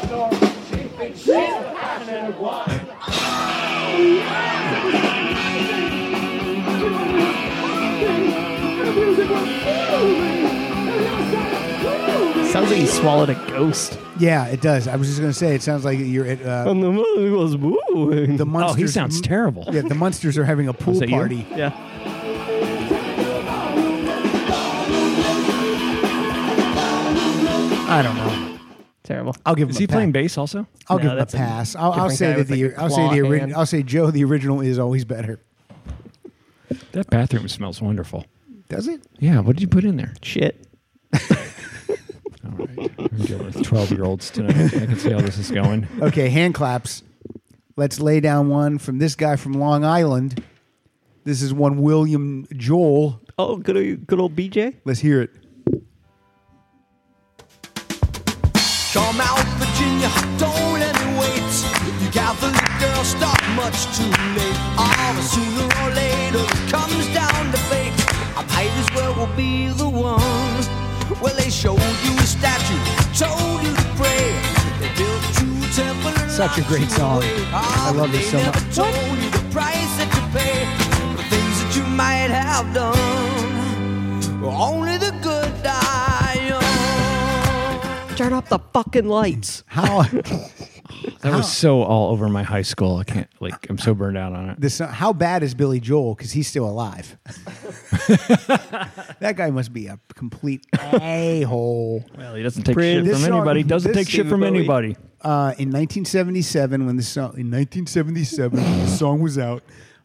S3: Sounds like he swallowed a ghost.
S2: Yeah, it does. I was just gonna say it sounds like you're at uh,
S3: the money was moving.
S2: the
S4: Oh,
S2: monsters.
S4: he sounds terrible.
S2: Mm-hmm. Yeah, the monsters are having a pool
S4: that you?
S2: party.
S3: Yeah.
S2: I don't know.
S3: Terrible.
S2: I'll give.
S4: Is
S2: him
S4: he
S2: a pa-
S4: playing bass also?
S2: I'll
S3: No,
S2: give him a
S3: that's a
S2: pass. I'll, I'll
S3: different
S2: say
S3: guy
S2: that
S3: with,
S2: the.
S3: like, a
S2: I'll say
S3: claw
S2: the
S3: hand.
S2: original. I'll say Joe. The original is always better.
S4: That bathroom smells wonderful.
S2: Does it?
S4: Yeah, what did you put in there?
S3: Shit.
S4: All right, we're gonna deal with twelve-year-olds tonight. I can see how this is going.
S2: Okay, hand claps. Let's lay down one from this guy from Long Island. This is one William Joel.
S3: Oh, good old, good old BJ.
S2: Let's hear it.
S9: Come out, Virginia, don't let me wait. You Catholic girls stop much too late. Oh, sooner or later it comes down to fate. I might as well will be the one. Well, they showed you a statue, told you to pray. They built two temple and
S2: Such a great
S9: locked you
S2: song.
S9: away.
S2: I
S9: Ah,
S2: love
S9: but
S2: this so
S9: they never
S2: much.
S9: Told you the price that you pay, the things that you might have done. Only the good die young.
S3: Turn up the fucking lights.
S2: How
S4: That was so all over my high school. I can't like. I'm so burned out on it.
S2: this? How bad is Billy Joel? Because he's still alive. that guy must be a complete a hole.
S4: Well, he doesn't take
S3: Prince-
S4: shit
S2: This
S4: from
S2: song-
S4: anybody. Doesn't
S2: this
S4: take shit
S3: David
S4: from
S3: Bowie.
S4: anybody.
S2: Uh, in 1977, when the song in 1977 when the song was out,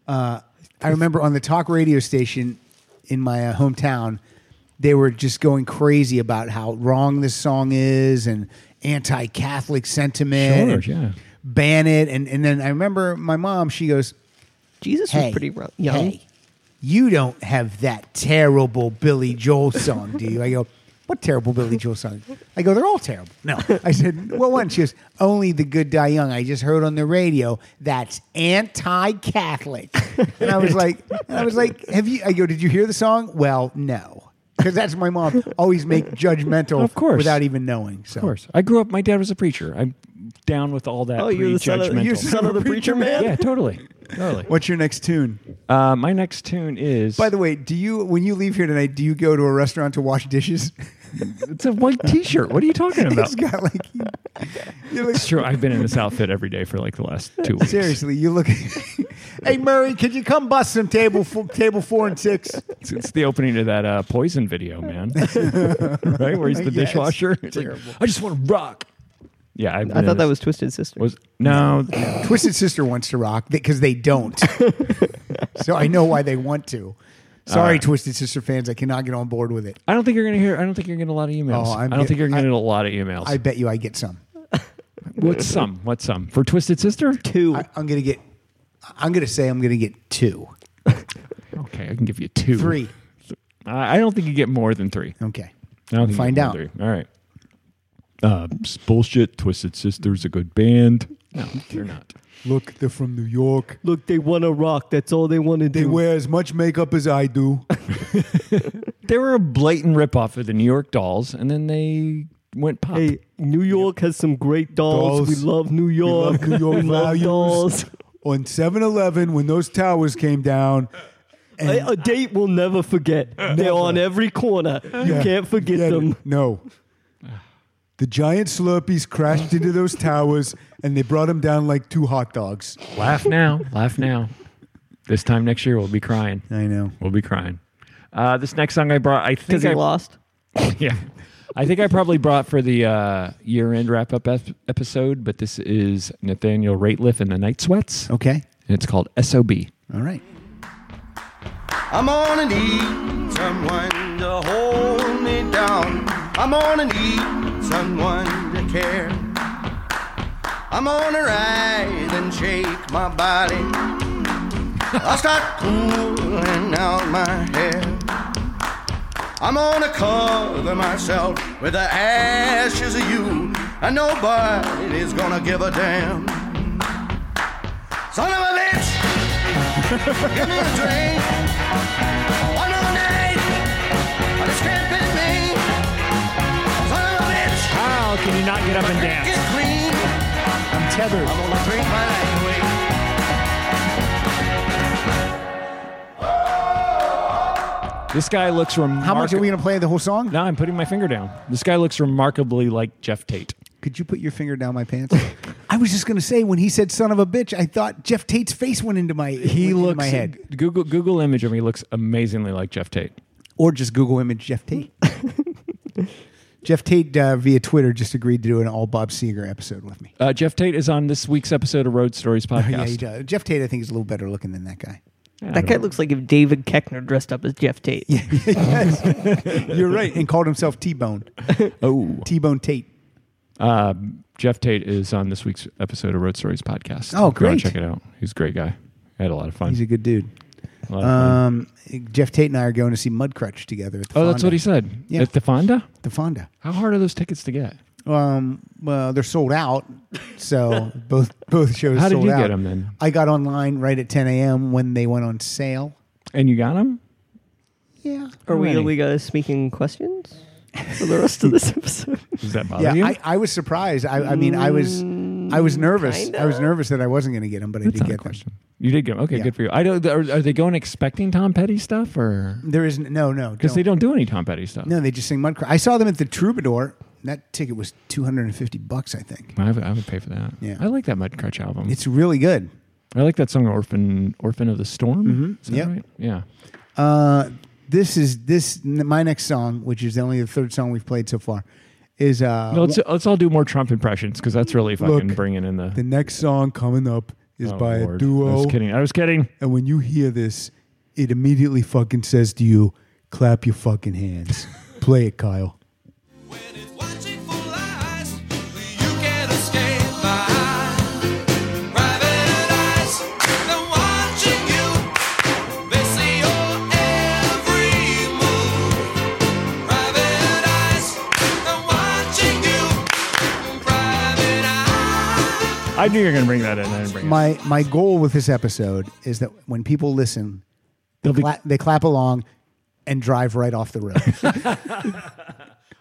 S2: uh, I remember on the talk radio station in my uh, hometown, they were just going crazy about how wrong this song is and anti-Catholic sentiment.
S4: Sure,
S2: and
S4: yeah.
S2: Ban it, and and then I remember my mom. She goes,
S3: Jesus
S2: "Hey,
S3: was pretty ro- young.
S2: hey, you don't have that terrible Billy Joel song, do you?" I go, "What terrible Billy Joel song?" I go, "They're all terrible." No, I said, "Well, one." She goes, "Only the good die young." I just heard on the radio that's anti-Catholic, and I was like, and I was like, "Have you?" I go, "Did you hear the song?" Well, no. Because that's my mom. Always make judgmental,
S4: Of course.
S2: without even knowing. So.
S4: Of course. I grew up. My dad was a preacher. I'm down with all that.
S3: Oh, you're the son of,
S4: prejudgmental.
S3: you're the son of the preacher man.
S4: yeah, totally, totally.
S2: What's your next tune?
S4: Uh, my next tune is.
S2: By the way, do you when you leave here tonight, do you go to a restaurant to wash dishes?
S4: it's a white T-shirt. What are you talking about?
S2: It's got like
S4: It's true. I've been in this outfit every day for like the last two weeks.
S2: Seriously, you look. hey Murray, could you come bust some table four, table four and six?
S4: It's, it's the opening to that uh, poison video, man. right? Where he's the
S2: Yeah, it's
S4: dishwasher. It's like,
S2: terrible.
S4: I just want to rock. Yeah, I've been
S3: I
S4: in
S3: thought that
S4: this-
S3: was Twisted Sister.
S4: was no.
S2: Twisted Sister wants to rock because they don't. so I know why they want to. Sorry, Twisted Sister fans, I cannot get on board with it.
S4: I don't think you're gonna hear. I don't think you're gonna get a lot of emails.
S2: Oh,
S4: I
S2: I'm
S4: don't think
S2: get-
S4: you're gonna
S2: I-
S4: get a lot of emails.
S2: I bet you I get some.
S4: What's some? What's some for Twisted Sister?
S3: two.
S2: I, I'm gonna get. I'm gonna say I'm gonna get two,
S4: Okay, I can give you two,
S2: three.
S4: I, I don't think you get more than three.
S2: Okay.
S4: I don't think
S2: Find
S4: you get
S2: out.
S4: more than Three. All right. Uh, it's bullshit. Twisted Sister's a good band. No, they're not.
S5: Look, they're from New York.
S6: Look, they want to rock. That's all they want to
S5: They
S6: do.
S5: wear as much makeup as I do.
S4: They were a blatant ripoff of the New York Dolls, and then they went pop.
S6: hey, New York has some great dolls.
S5: Dolls.
S6: We love New York.
S5: New York
S6: We love
S5: values.
S6: dolls.
S5: On 7 Eleven, when those towers came down,
S6: A, a date we'll never forget. They're on every corner. You
S5: Yeah.
S6: can't forget
S5: Yeah,
S6: them.
S5: No. The giant Slurpees crashed into those towers and they brought them down like two hot dogs.
S4: Laugh now. Laugh now. This time next year, we'll be crying.
S2: I know.
S4: We'll be crying. Uh, this next song I brought, I think
S3: Because he
S4: I
S3: lost.
S4: yeah. I think I probably brought for the uh, year-end wrap-up ep- episode, but this is Nathaniel Rateliff and the Night Sweats, and
S2: Okay.
S4: it's called SOB.
S2: All right.
S9: I'm gonna need someone to hold me down. I'm gonna need someone to care. I'm gonna rise and shake my body. I'll start pulling out my hair. I'm gonna cover myself with the ashes of you, and nobody's gonna give a damn. Son of a bitch! Give me a drink! One more night, I just can't fit me. Son of a bitch,
S4: How can you not get up and
S9: get clean.
S2: I'm tethered.
S9: I'm gonna drink my life away.
S4: This guy looks remarkable.
S2: How much are we gonna play the whole song?
S4: Now I'm putting my finger down. This guy looks remarkably like Jeff Tate.
S2: Could you put your finger down my pants? I was just gonna say when he said "son of a bitch," I thought Jeff Tate's face went into my
S4: He
S2: went into
S4: looks
S2: my head,
S4: Google Google image of him. He looks amazingly like Jeff Tate.
S2: or just Google image Jeff Tate. Jeff Tate uh, via Twitter just agreed to do an all Bob Seger episode with me.
S4: Uh, Jeff Tate is on this week's episode of Road Stories podcast.
S2: Oh, Yeah, he does. Jeff Tate, I think, is a little better looking than that guy.
S3: That guy looks like if David Keckner dressed up as Jeff Tate. Yeah.
S2: You're right, and called himself T Bone,
S4: Oh,
S2: T Bone Tate.
S4: uh, Jeff Tate is on this week's episode of Road Stories podcast.
S2: Oh,
S4: Go out
S2: great.
S4: and check it out. He's a great guy. I had a lot of fun.
S2: He's a good dude.
S4: A lot of fun.
S2: Um, Jeff Tate and I are going to see Mudcrutch together. At the
S4: oh, that's
S2: Fonda.
S4: what he said.
S2: Yeah.
S4: At the Fonda.
S2: The Fonda.
S4: How hard are those tickets to get?
S2: Um, well, they're sold out. So both both shows.
S4: How did
S2: sold
S4: you
S2: out.
S4: get 'em then?
S2: I got online right at 10 a.m. when they went on sale.
S4: And you got them?
S2: Yeah.
S3: Are we
S4: Alrighty.
S3: only uh, speaking questions for the rest of this episode?
S4: Does that bother
S2: Yeah,
S4: you?
S2: I, I was surprised. I, I mean, I was,
S3: Hmm,
S2: I
S3: Mm,
S2: was nervous. I was nervous that I wasn't going to get them, but I
S4: That's
S2: did
S4: not a
S2: get them.
S4: question. You did get 'em. Okay,
S2: Yeah.
S4: good for you. I don't. Are, are they going expecting Tom Petty stuff or?
S2: There is n- no, no,
S4: Because they don't do any Tom Petty stuff.
S2: No, they just sing Mudcrutch. I saw them at the Troubadour. That ticket was 250 bucks, I think.
S4: I would, I would pay for that.
S2: Yeah.
S4: I like that Mudcrutch album.
S2: It's really good.
S4: I like that song "Orphan Orphan of the Storm." Mm-hmm. Is that
S2: Yep.
S4: right? Yeah.
S2: Uh, this is this n- my next song, which is only the third song we've played so far. Is uh,
S4: No, let's let's all do more Trump impressions because that's really fucking
S5: Look,
S4: bringing in the.
S5: The next song coming up is
S4: Oh,
S5: by
S4: Lord.
S5: a duo.
S4: I was kidding. I was kidding.
S5: And when you hear this, it immediately fucking says to you, clap your fucking hands. Play it, Kyle.
S8: When it's watching for lies, you can't escape my private eyes. They're watching you. They see your every move. Private eyes. They're watching you. Private eyes.
S4: I knew you were gonna bring that in. I didn't bring it.
S2: my my goal with this episode is that when people listen, they, cla- they clap along and drive right off the road.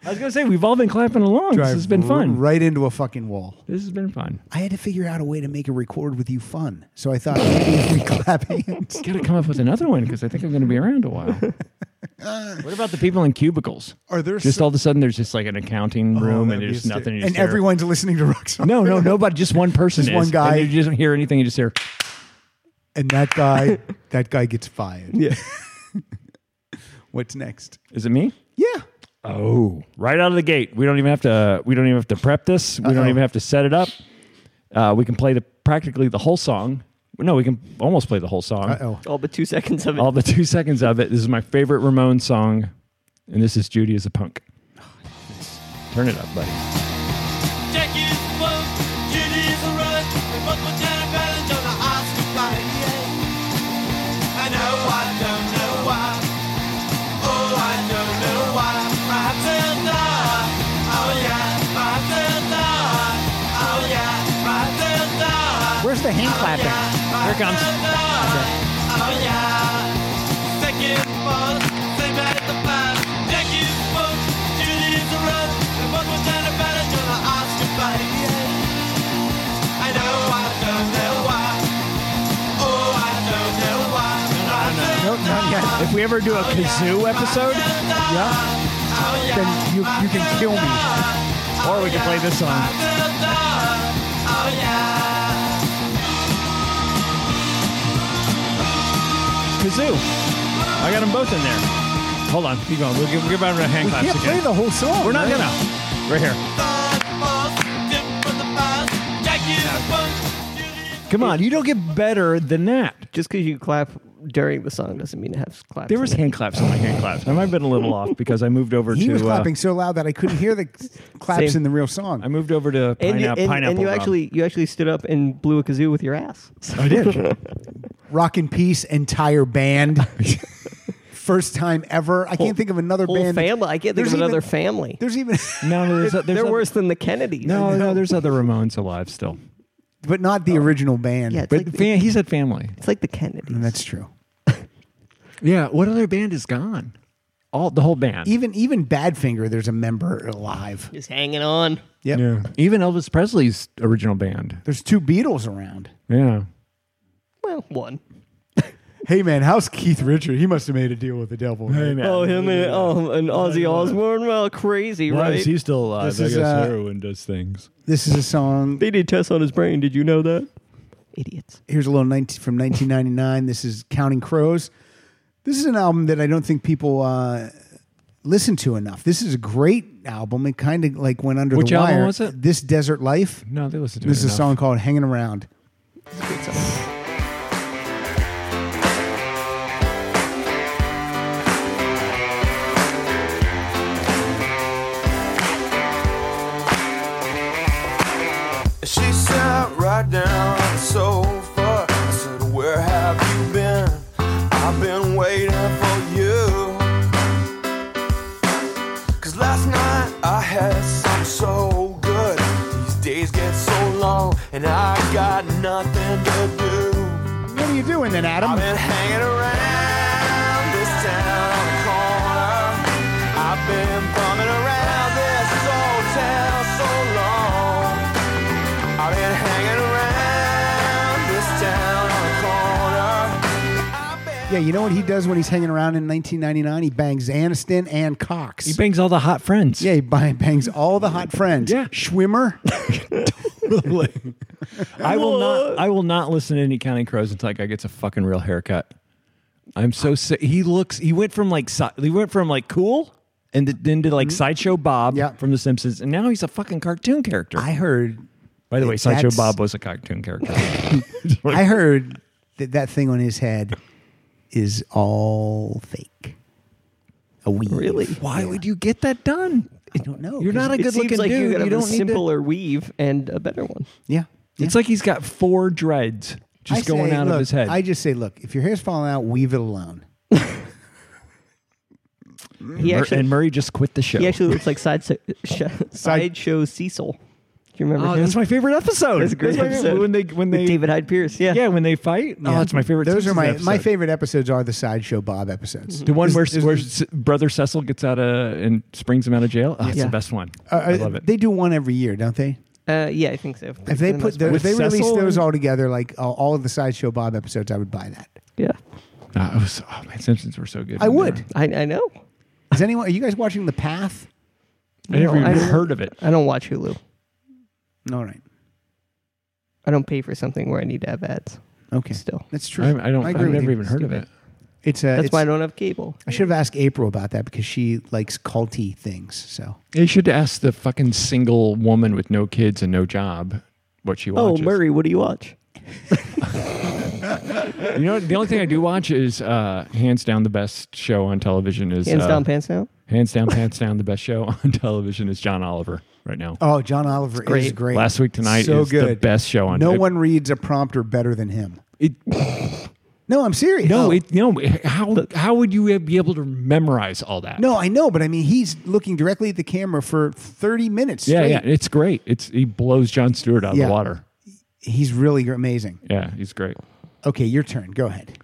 S4: I was gonna say we've all been clapping along. This has been fun.
S2: Right into a fucking wall.
S4: This has been fun.
S2: I had to figure out a way to make a record with you fun, so I thought maybe if we clap hands.
S4: Got to come up with another one because I think I'm gonna be around a while. What about the people in cubicles?
S5: Are there
S4: just
S5: some-
S4: all of a sudden there's just like an accounting room
S5: that'd
S4: and
S5: be
S4: there's
S5: hyster-
S4: nothing you're just
S2: and
S4: there.
S2: everyone's listening to Rockstar.
S4: No, no, nobody. Just one person.
S2: Just one
S4: is.
S2: guy.
S4: And you just don't hear anything. You just hear.
S5: and that guy, that guy gets fired.
S6: Yeah.
S5: What's next?
S4: Is it me?
S5: Yeah.
S4: Oh, right out of the gate. We don't even have to. We don't even have to prep this. We don't even have to set it up. Uh, we can play the practically the whole song. No, we can almost play the whole song.
S2: oh.
S3: All but two seconds of it.
S4: All the two seconds of it. This is my favorite Ramon song, and this is Judy as a punk. Turn it up, buddy.
S8: Jackie's bunk, Judy's a runt, and what will Janet Balance on the Oscar party? I know I don't know why. Oh, I don't know why. Perhaps they'll die. Oh yeah, perhaps they'll die. Oh yeah, perhaps they'll die.
S2: Where's the hand clapping?
S8: Here comes. Oh yeah. Second boss, same as the past. Jackie's boat, Julie's a run. And what was that about it? You're the Oscar body. I know I don't know why. Oh, I don't know why.
S2: No, not yet.
S4: If we ever do a
S8: Oh,
S4: kazoo episode,
S2: Yeah. Then you, you can kill me.
S4: or we can play this song.
S8: oh,
S4: Kazoo. I got them both in there. Hold on, keep going. We'll give, we'll give out a hand claps
S2: Yeah, play
S4: again.
S2: the whole song.
S4: We're not
S2: right?
S4: gonna. Right here. Come on, you don't get better than that.
S3: Just because you clap during the song doesn't mean it has claps.
S4: There
S3: in
S4: was
S3: it.
S4: hand claps on my hand claps. I might have been a little off because I moved over
S2: He
S4: to.
S2: was
S4: uh,
S2: clapping so loud that I couldn't hear the claps
S3: Same.
S2: in the real song.
S4: I moved over to
S3: and you,
S4: pineapple.
S3: and,
S4: pineapple
S3: and you
S4: Rob.
S3: actually you actually stood up and blew a kazoo with your ass.
S4: I did.
S2: Rock in Peace, entire band. First time ever. I can't think of another
S3: Whole
S2: band.
S3: family. I can't think
S2: There's
S3: of another
S2: even-
S3: family.
S2: There's even,
S4: No, there's, there's
S3: They're
S4: other-
S3: worse than the Kennedys.
S4: No, no, there's other Ramones alive still.
S2: but not the original band.
S3: Yeah, it's
S4: But
S3: like, the,
S4: fam- he said family.
S3: it's like the Kennedys.
S2: And that's true.
S4: Yeah. What other band is gone? All the whole band.
S2: Even even Badfinger, there's a member alive.
S3: Just hanging on.
S2: Yep.
S4: yeah. Even Elvis Presley's original band.
S2: There's two Beatles around.
S4: Yeah.
S3: Well, one.
S5: Hey man, how's Keith Richard? He must have made a deal with the devil. Hey
S3: Oh, him and,
S6: um,
S3: oh, and Ozzy Osbourne. Well, crazy, right?
S4: still alive?
S2: This I is, guess uh,
S4: heroin does things.
S2: This is a song.
S6: They did tests on his brain. Did you know that?
S3: Idiots.
S2: Here's a little 19, from 1999. This is Counting Crows. This is an album that I don't think people uh, listen to enough. This is a great album. It kind of like went under
S4: Which
S2: the
S4: album
S2: wire.
S4: was it?
S2: This Desert Life.
S4: No, they listen to
S2: This is
S4: it
S2: a
S4: enough.
S2: song called Hanging Around.
S9: She sat right down on the sofa. I said, Where have you been? I've been waiting for you. Cause last night I had some so good. These days get so long, and I got nothing to do.
S2: What are you doing then,
S9: I've
S2: Adam?
S9: been hanging around this town on the corner. I've been bumming around this hotel so long. I've been hanging around this town on the corner. I've been-
S2: Yeah, you know what he does when he's hanging around in 1999? He bangs Aniston and Cox.
S4: He bangs all the hot friends.
S2: yeah, he bi- bangs all the hot friends.
S4: Yeah.
S2: Schwimmer.
S4: I will not. I will not listen to any Counting Crows until that guy gets a fucking real haircut. I'm so sick. He looks. He went from like si- he went from like cool and th- then to like sideshow Bob
S2: Yeah.
S4: from The Simpsons, and now he's a fucking cartoon character.
S2: I heard
S4: By the way,
S2: That's-
S4: sideshow Bob was a cartoon character.
S2: I heard that that thing on his head is all fake. A weave.
S3: Really?
S4: Why would you get that done?
S2: I don't know.
S4: You're not a
S3: It
S4: good
S3: seems
S4: looking
S3: like
S4: dude.
S3: you
S4: You,
S3: could have
S4: don't
S3: a
S4: need to-
S3: simpler weave and a better one.
S2: Yeah.
S4: It's like he's got four dreads just
S2: I
S4: going
S2: say,
S4: out
S2: look,
S4: of his head.
S2: I just say, look, if your hair's falling out, weave it alone.
S3: He
S4: Mur-
S3: actually
S4: and Murray just quit the show.
S3: he actually looks like side sh- sideshow Cecil. Do you remember
S4: oh,
S3: him?
S4: that's my favorite episode.
S3: That's a great
S4: my favorite-
S3: episode.
S4: When they when
S3: With
S4: they
S3: David Hyde Pierce. Yeah.
S4: yeah when they fight. Oh,
S2: Yeah.
S4: that's my favorite.
S2: Those are
S4: Simpsons
S2: my my
S4: episode.
S2: favorite episodes. Are the sideshow Bob episodes?
S4: The one
S2: Is-
S4: where,
S2: is-
S4: where S- brother Cecil gets out of and springs him out of jail. Oh, it's
S3: Yeah.
S4: the best one.
S2: uh,
S4: I love it.
S2: They do one every year, don't they?
S3: Uh, yeah, I think so. for
S2: If they
S3: the
S2: put
S3: most
S2: the,
S3: part.
S2: if they
S4: With
S2: release
S4: Cecil
S2: those
S4: and-
S2: all together, like all all of the sideshow Bob episodes, I would buy that.
S3: yeah.
S4: Uh, it was, oh man, Simpsons were so good.
S2: I
S4: when they
S2: would.
S4: were-
S3: I, I know.
S2: Is anyone? Are you guys watching The Path?
S4: I never
S3: No,
S4: even
S3: I don't-
S4: heard of it.
S3: I don't watch Hulu.
S2: All right.
S3: I don't pay for something where I need to have ads.
S2: Okay.
S3: Still,
S2: That's true.
S4: I, I don't.
S2: I
S4: I
S2: agree
S4: have
S2: with
S4: never
S2: you.
S4: even heard of it.
S2: It's a.
S3: that's
S2: it's-
S3: why I don't have cable.
S2: I should have asked April about that because she likes culty things. So
S4: You should ask the fucking single woman with no kids and no job what she
S3: Oh,
S4: watches.
S3: Murray, what do you watch?
S4: You know, the only thing I do watch is uh, hands down the best show on television is
S3: Hands
S4: uh,
S3: down, pants down.
S4: hands down pants down the best show on television is John Oliver right now.
S2: oh, John Oliver is
S3: great.
S2: great.
S4: Last week tonight
S2: So
S4: is the
S2: good.
S4: best show on.
S2: no
S4: it-
S2: one reads a prompter better than him.
S4: It,
S2: No, I'm serious.
S5: Oh.
S4: no, it, no. How how would you be able to memorize all that?
S2: No, I know, but I mean, he's looking directly at the camera for 30 minutes.
S4: Yeah,
S2: straight.
S4: yeah. It's great. It's he blows John Stewart out of
S2: Yeah.
S4: the water.
S2: He's really amazing.
S4: Yeah, he's great.
S2: Okay, your turn. Go ahead.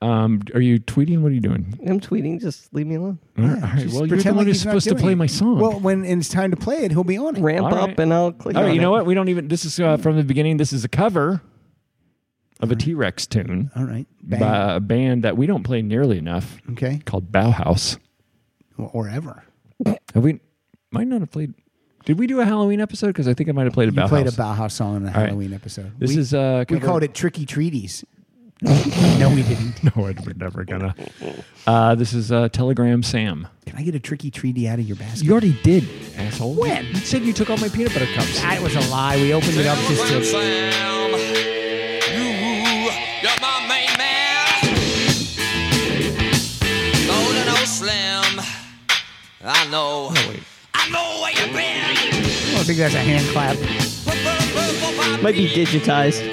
S4: Um, are you tweeting? What are you doing?
S3: I'm tweeting. Just leave me alone.
S4: All right. all right.
S2: Just
S4: Well, you're
S2: pretend
S4: the one
S2: like
S4: who's
S2: he's not
S4: supposed to
S2: doing
S4: play
S2: it.
S4: my song.
S2: Well, when it's time to play it, he'll be on it.
S3: Ramp
S4: All
S3: up,
S4: right.
S3: and I'll click.
S4: All right,
S3: on
S4: you know
S3: it.
S4: what? We don't even. This is uh, from the beginning. This is a cover of a T Rex tune
S2: All right. Bang.
S4: by a band that we don't play nearly enough
S2: Okay.
S4: called Bauhaus.
S2: Or ever.
S4: Have we? Might not have played. Did we do a Halloween episode? Because I think I might have played a
S2: You
S4: Bauhaus.
S2: played a Bauhaus song in the
S4: right.
S2: Halloween episode.
S4: This
S2: we,
S4: is uh,
S2: we
S4: cover-
S2: called it Tricky Treaties. no, we didn't.
S4: No, we're never gonna. Uh, this is uh, Telegram Sam.
S2: Can I get a tricky treaty out of your basket?
S4: You already did, asshole.
S2: When?
S4: You said you took all my peanut butter cups.
S2: that was a lie. We opened it up just to.
S8: Sam, you, you're my main man. Golden old Slim, I know.
S2: Oh,
S8: I know where you've been.
S2: I don't think that's a hand clap.
S3: Might be digitized.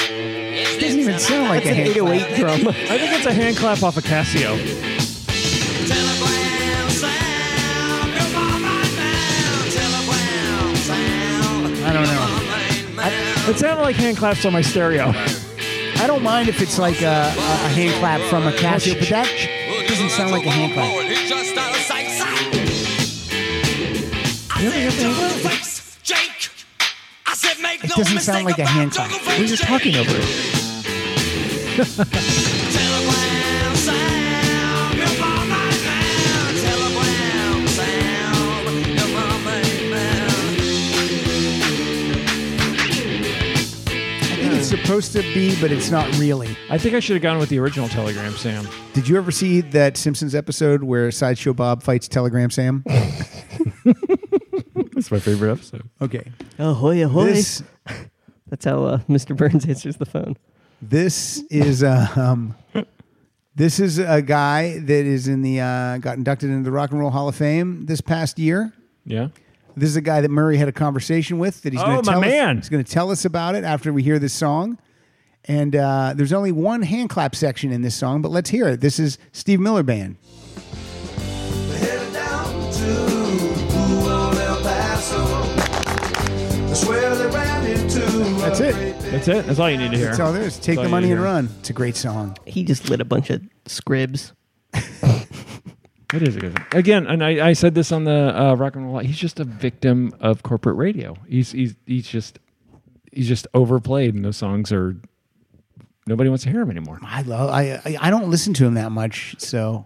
S2: doesn't even sound like a hand clap.
S3: 808 drum.
S4: I think it's a hand clap off a Casio.
S2: I don't know.
S4: It sounded like hand claps on my stereo.
S2: I don't mind if it's like a, a, a hand clap from a Casio, but that doesn't sound like a hand clap.
S8: He's just out of sight, sight. I said, "Jungle Face, Jake. I said, make
S2: It
S8: no
S2: doesn't
S8: mistake
S2: sound like a
S8: about
S2: hand clap.
S8: Jungle
S2: We
S8: Face
S2: were
S8: Jake."
S2: talking over it.
S8: Telegram sound, you're my main man. Telegram sound, you're my main man.
S2: I think it's supposed to be, but it's not really.
S4: I think I should have gone with the original Telegram Sam.
S2: Did you ever see that Simpsons episode where Sideshow Bob fights Telegram Sam?
S4: That's my favorite episode.
S2: Okay.
S3: Ahoy, ahoy.
S2: This
S3: That's how uh, Mr. Burns answers the phone.
S2: this is uh, um this is a guy that is in the uh, got inducted into the Rock and Roll Hall of Fame this past year.
S4: Yeah.
S2: This is a guy that Murray had a conversation with that he's
S4: Oh,
S2: going to
S4: my
S2: tell
S4: man.
S2: Us, he's going to tell us about it after we hear this song. And uh, there's only one hand clap section in this song, but let's hear it. This is Steve Miller Band.
S9: Headed down to Pueblo, El Paso. That's where they ran into.
S2: That's it.
S4: That's it. That's all you need to hear.
S2: That's all there is. Take
S4: all
S2: the
S4: you
S2: money
S4: need
S2: and
S4: to hear.
S2: run. It's a great song.
S3: He just lit a bunch of scribs.
S4: It is a good thing. Again, and I, I said this on the uh, Rock and Roll. He's just a victim of corporate radio. He's he's he's just he's just overplayed, and those songs are nobody wants to hear him anymore.
S2: I love. I I, I don't listen to him that much, so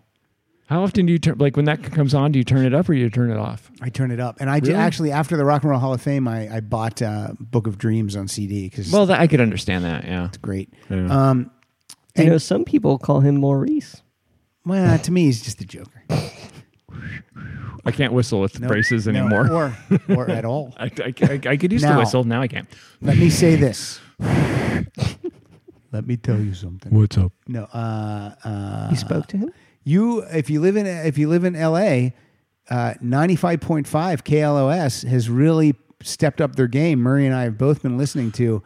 S4: How often do you turn like when that comes on? Do you turn it up or you turn it off?
S2: I turn it up. And I did-
S4: Really?
S2: actually after the Rock and Roll Hall of Fame, I I bought uh, Book of Dreams on CD because
S4: Well, that, I could understand that. Yeah,
S2: great.
S4: Yeah.
S2: Um,
S3: You
S2: And-
S3: know, some people call him Maurice.
S2: well, to me, he's just the Joker.
S4: I can't whistle with
S2: No,
S4: braces
S2: no,
S4: anymore.
S2: or or at all.
S4: I, I, I, I could used
S2: Now.
S4: to whistle. Now I can't.
S2: Let me say this.
S5: Let me tell you something.
S4: What's up?
S2: No, uh, uh,
S3: You spoke to him?
S2: you if you live in if you live in L.A., uh, ninety five point five KLOS has really stepped up their game. Murray and I have both been listening to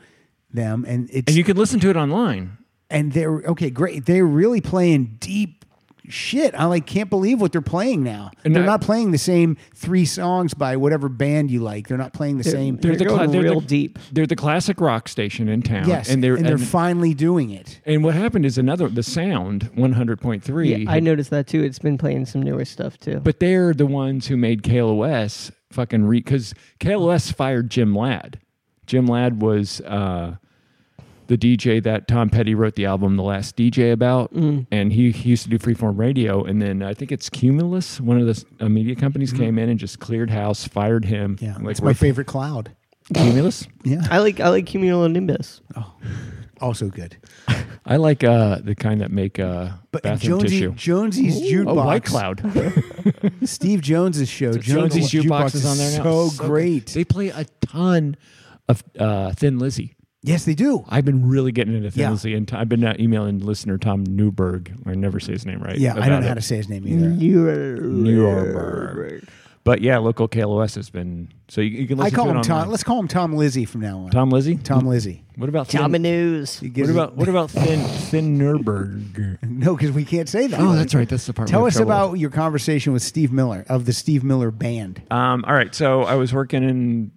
S2: them, and it's
S4: And
S2: and,
S4: you can listen to it online.
S2: they're okay, great. They're really playing deep shit. I like can't believe what they're playing now.
S4: And
S2: they're
S4: I-
S2: not playing the same three songs by whatever band you like. They're not playing the same.
S3: They're,
S4: the cla-
S3: going
S4: they're the-
S3: real deep.
S4: They're the classic rock station in town.
S2: yes,
S4: and they're and,
S2: finally doing it.
S4: and what happened is another the sound one hundred point three.
S3: Yeah, I noticed that too. It's been playing some newer stuff too.
S4: But they're the ones who made KLOS fucking re because KLOS fired Jim Ladd. Jim Ladd was uh, the DJ that Tom Petty wrote the album The Last DJ about,
S2: Mm.
S4: and he, he used to do freeform radio. And then I think it's Cumulus, one of the s- uh, media companies, came in and just cleared house, fired him.
S2: Mm-hmm. Yeah,
S4: like
S2: it's
S4: we're-
S2: my favorite cloud.
S4: Cumulus.
S3: I like I like cumulonimbus.
S2: Also good.
S4: I like uh, the kind that make uh,
S2: But
S4: bathroom
S2: Jonesy,
S4: tissue.
S2: Jonesy's jukebox.
S4: oh, White Cloud.
S2: Steve Jones's show.
S4: Jonesy's jukebox is on there now.
S2: So,
S4: It's good.
S2: great.
S4: They play a ton of uh, Thin Lizzy.
S2: yes, they do.
S4: I've been really getting into Thin
S2: Yeah.
S4: Lizzy, and i I've been uh, emailing listener Tom Newberg. I never say his name right.
S2: Yeah, I don't
S4: about
S2: know
S4: it. Mm-hmm.
S2: how to say his name either.
S4: Newberg. But yeah, local KLOS has been so you, you can
S2: I
S4: listen
S2: call
S4: to it
S2: him
S4: online.
S2: Tom. Let's call him Tom Lizzy from now on.
S4: Tom Lizzy.
S2: Tom Lizzy.
S4: What about Thin?
S3: Tommy News.
S4: what about what about Thin Thin Nurberg?
S2: No, because we can't say that.
S4: Oh, that's right. That's the part. we
S2: Tell
S4: have
S2: us
S4: trouble with.
S2: about your conversation with Steve Miller of the Steve Miller Band.
S4: Um, all right, so I was working in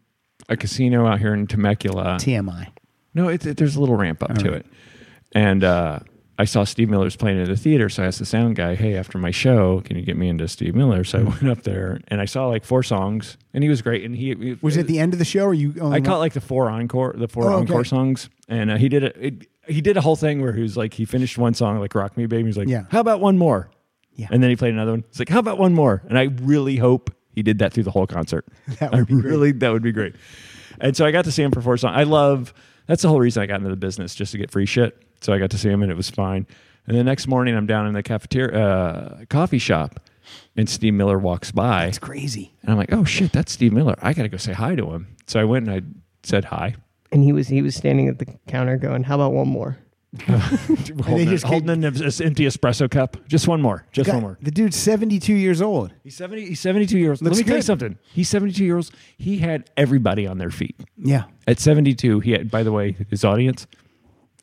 S4: a casino out here in Temecula.
S2: TMI.
S4: No, it, it- there's a little ramp up to it. And uh, I saw Steve Miller's playing at the theater, so I asked the sound guy, "Hey, after my show, can you get me into Steve Miller?" So I went up there and I saw like four songs, and he was great. And he he-
S2: Was it the end of the show? Or you? Only
S4: Uh, I caught like the four encore, the four
S2: Oh, okay.
S4: encore songs, and uh, he did a, it. He did a whole thing where he was like, he finished one song like "Rock Me, Baby." He was like,
S2: Yeah.
S4: how about one more?"
S2: Yeah.
S4: And then he played another one. He's like, "How about one more?" And I really hope he did that through the whole concert.
S2: That
S4: I
S2: would be great.
S4: really that would be great. And so I got to see him for four songs. I love that's the whole reason I got into the business just to get free shit. So I got to see him and it was fine. And the next morning I'm down in the cafeteria uh, coffee shop, and Steve Miller walks by.
S2: It's crazy.
S4: And I'm like, oh shit, that's Steve Miller. I gotta go say hi to him. So I went and I said hi.
S3: And he was he was standing at the counter going, "How about one more?"
S4: holding
S2: just
S4: holding an es- empty espresso cup. Just one more. Just
S2: God,
S4: one more.
S2: The dude's seventy-two years old.
S4: He's 70, he's 72 years old. Let
S2: Looks
S4: me tell you
S2: good.
S4: something. He's 72 years old. He had everybody on their feet.
S2: Yeah,
S4: At 72, he had, by the way, his audience,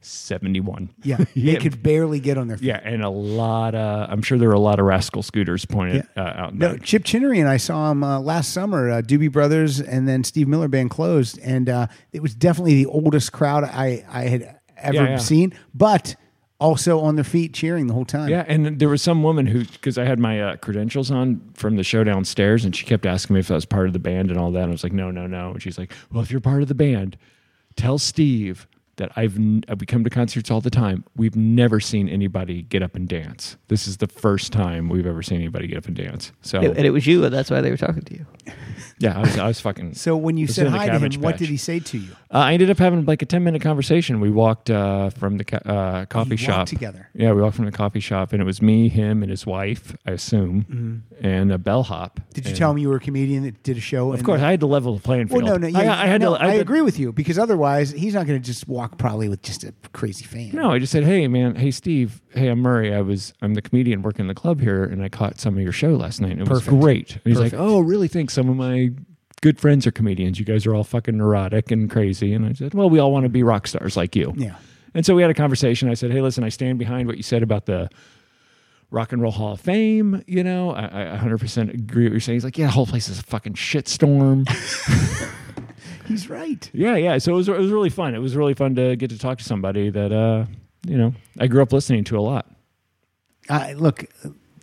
S4: 71.
S2: yeah.
S4: He
S2: They
S4: had-
S2: could barely get on their feet.
S4: Yeah, and a lot of, I'm sure there were a lot of rascal scooters pointed
S2: Yeah.
S4: uh, out. in
S2: No,
S4: back.
S2: Chip Chinnery and I saw him uh, last summer. Uh, Doobie Brothers and then Steve Miller Band closed, and uh, it was definitely the oldest crowd I I had ever
S4: Yeah, yeah.
S2: seen. But also on their feet cheering the whole time.
S4: Yeah, and then there was some woman who, because I had my uh, credentials on from the show downstairs, and she kept asking me if I was part of the band and all that. And I was like, no, no, no. And she's like, well, if you're part of the band, tell Steve that I've n- uh, we come to concerts all the time. We've never seen anybody get up and dance. This is the first time we've ever seen anybody get up and dance. So
S3: And it- and it was you. That's why they were talking to you.
S4: yeah, I was, I was fucking.
S2: So when you
S4: It's
S2: said
S4: in the
S2: hi to him,
S4: cabbage
S2: what
S4: patch.
S2: did he say to you?
S4: Uh, I ended up having like a 10 minute conversation. We walked uh, from the ca- uh, coffee
S2: walked
S4: shop.
S2: together.
S4: Yeah, we walked from the coffee shop, and it was me, him, and his wife, I assume, and a bellhop.
S2: Mm-hmm. Did you
S4: And-
S2: tell him you were a comedian that did a show?
S4: Of course, I had to level the playing
S2: Well,
S4: field.
S2: no, no, yeah,
S4: I, I had
S2: no,
S4: to.
S2: I,
S4: had to-
S2: agree with you because otherwise he's not going to just walk probably with just a crazy fan.
S4: No, I just said, "Hey, man. Hey, Steve. Hey, I'm Murray. I was I'm the comedian working the club here, and I caught some of your show last night. and It was
S2: Perfect.
S4: great." And he's like,
S2: Perfect.
S4: "Oh, really? Thanks. Some of my good friends are comedians. You guys are all fucking neurotic and crazy." And I said, "Well, we all want to be rock stars like you."
S2: Yeah.
S4: And so we had a conversation. I said, "Hey, listen, I stand behind what you said about the." Rock and Roll Hall of Fame, you know, I, I 100% agree with what you're saying. He's like, yeah, the whole place is a fucking shitstorm.
S2: He's right.
S4: Yeah, yeah. So it was it was really fun. It was really fun to get to talk to somebody that uh, you know, I grew up listening to a lot.
S2: I Uh, look,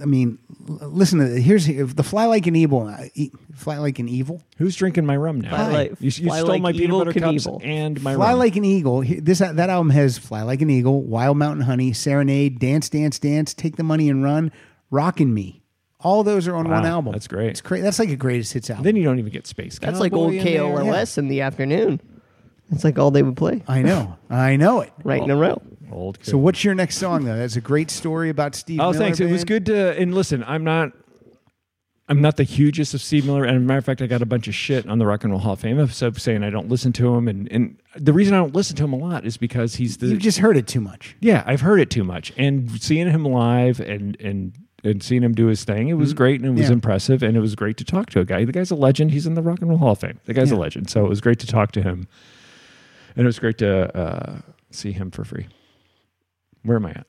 S2: I mean, l- listen to here's the fly like an evil, uh, e- fly like an evil,
S4: Who's drinking my rum now?
S3: Fly like-
S4: you, you
S3: fly
S4: stole
S3: like
S4: my peanut
S3: evil
S4: butter cups
S3: Knievel.
S4: and my
S2: fly
S4: rum.
S2: like an eagle. He- This uh, that album has fly like an eagle, wild mountain honey, serenade, dance, dance, dance, take the money and run, rockin' me. All those are on
S4: Wow,
S2: one album.
S4: that's great.
S2: It's cra- That's like a greatest hits album.
S4: then you don't even get space.
S3: That's like old
S4: Cowboy in there.
S3: KOLS in the afternoon. That's like all they would play
S2: I know, I know it.
S3: right in a row.
S4: Old.
S2: So what's your next song though? That's a great story about Steve.
S4: Oh,
S2: Miller
S4: thanks. It was
S2: Band.
S4: good to. And listen, I'm not. I'm not the hugest of Steve Miller, and as a matter of fact, I got a bunch of shit on the Rock and Roll Hall of Fame episode saying I don't listen to him, and and the reason I don't listen to him a lot is because he's the
S2: You've just heard it too much.
S4: Yeah, I've heard it too much, and seeing him live and and and seeing him do his thing, it was great and it was
S2: Mm-hmm. Yeah.
S4: impressive, and it was great to talk to a guy. The guy's a legend. He's in the Rock and Roll Hall of Fame. The guy's a
S2: Yeah.
S4: legend, so it was great to talk to him, and it was great to uh, see him for free. Where am I at?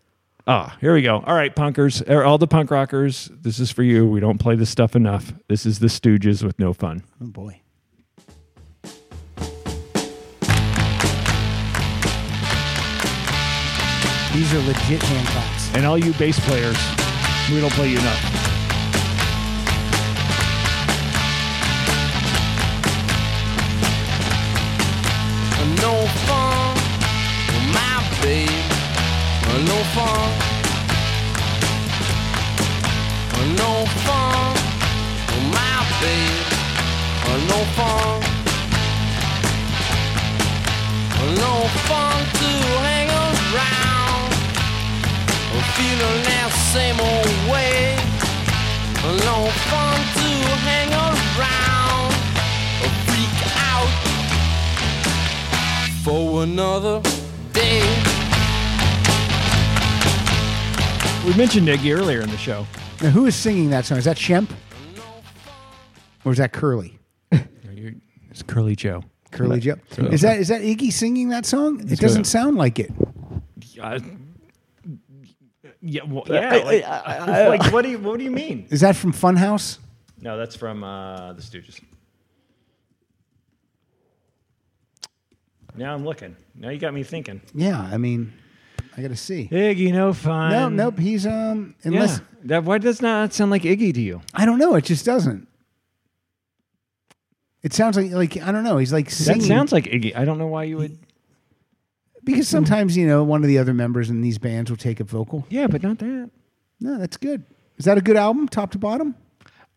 S4: Ah, here we go. All right, punkers, er, all the punk rockers, this is for you. We don't play this stuff enough. This is the Stooges with no fun.
S2: Oh boy. These are legit Hancocks.
S4: And all you bass players, we don't play you enough.
S9: no fun. My
S8: fun. No fun. My babe. No fun. No fun to hang around. Feeling that same old way. No fun to hang around. Freak out for another day.
S4: We mentioned Iggy earlier in the show.
S2: Now, who is singing that song? Is that Shemp? Or is that Curly?
S4: It's Curly Joe.
S2: Curly Joe. Is that is that Iggy singing that song? It doesn't sound like it.
S4: Uh, yeah, well, yeah. Like, like, what do you what do you mean?
S2: Is that from Funhouse?
S4: No, that's from uh, the Stooges. Now I'm looking. Now you got me thinking.
S2: Yeah, I mean, I gotta see.
S4: Iggy, no fun.
S2: No, nope. He's um.
S4: Yeah.
S2: Unless
S4: That why does not sound like Iggy to you?
S2: I don't know. It just doesn't. It sounds like like I don't know. He's like
S4: That
S2: singing.
S4: sounds like Iggy. I don't know why you would.
S2: because sometimes you know one of the other members in these bands will take a vocal.
S4: Yeah, but not that.
S2: No, that's good. Is that a good album, top to bottom?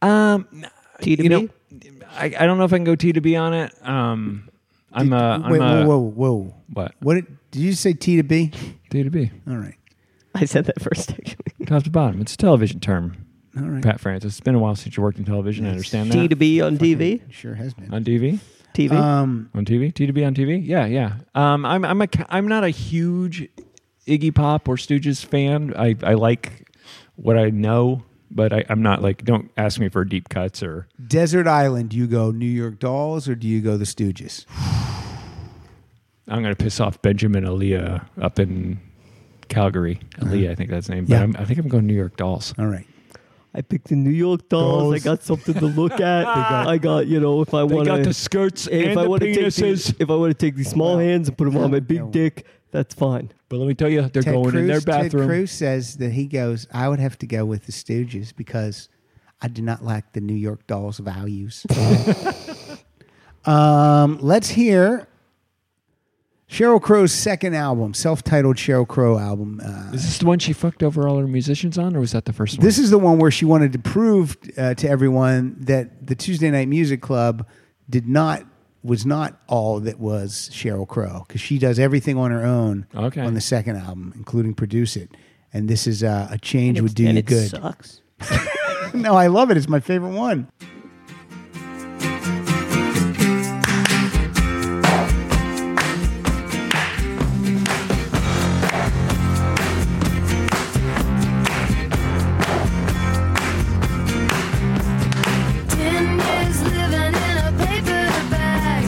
S4: Um,
S3: T to
S4: you know,
S3: B?
S4: I, I don't know if I can go T to B on it. Um, I'm a I'm
S2: Wait, whoa,
S4: a
S2: whoa, whoa.
S4: what
S2: What did, did you say? T to B.
S4: T to B
S2: All right,
S3: I said that first, actually.
S4: top to bottom. It's a television term.
S2: all right.
S4: Pat Francis. It's been a while since you worked in television. I understand that
S3: T to B on TV.
S2: Sure has been.
S4: on TV.
S3: TV.
S2: Um,
S4: on TV, T to B on TV. Yeah, yeah. Um, I'm I'm a ca- I'm not a huge Iggy Pop or Stooges fan. I I like what I know, but I, I'm not like don't ask me for deep cuts or
S2: Desert Island. Do you go New York Dolls or do you go The Stooges?
S4: I'm gonna piss off Benjamin Aaliyah up in Calgary. Aaliyah, I think that's his name.
S2: Uh-huh. Yeah. Uh,
S4: But I'm, I think I'm going New York Dolls.
S2: All right.
S6: I picked the New York dolls. I
S2: Dolls.
S6: got something to look at. I got, you know, if I want
S2: uh,
S6: to,
S4: skirts
S6: if I want to take these, if I want to take these small hands and put them on my
S2: Yeah.
S6: big dick, that's fine.
S4: but let me tell you, they're
S2: Ted
S4: going
S2: Cruz,
S4: in their
S2: Ted
S4: bathroom.
S2: Cruz says that he goes, I would have to go with the Stooges because I do not like the New York Dolls values. um, let's hear Cheryl Crow's second album, self titled Cheryl Crow album. Uh,
S4: Is this the one she fucked over all her musicians on, or was that the first one?
S2: this is the one where she wanted to prove uh, to everyone that the Tuesday Night Music Club did not. Was not all that was Cheryl Crow because she does everything on her own
S4: Okay.
S2: on the second album, including produce it. And this is uh, a change would do
S3: and
S2: you
S3: it
S2: good.
S3: sucks.
S2: No, I love it. It's my favorite one.
S10: Ten years living in a paper bag.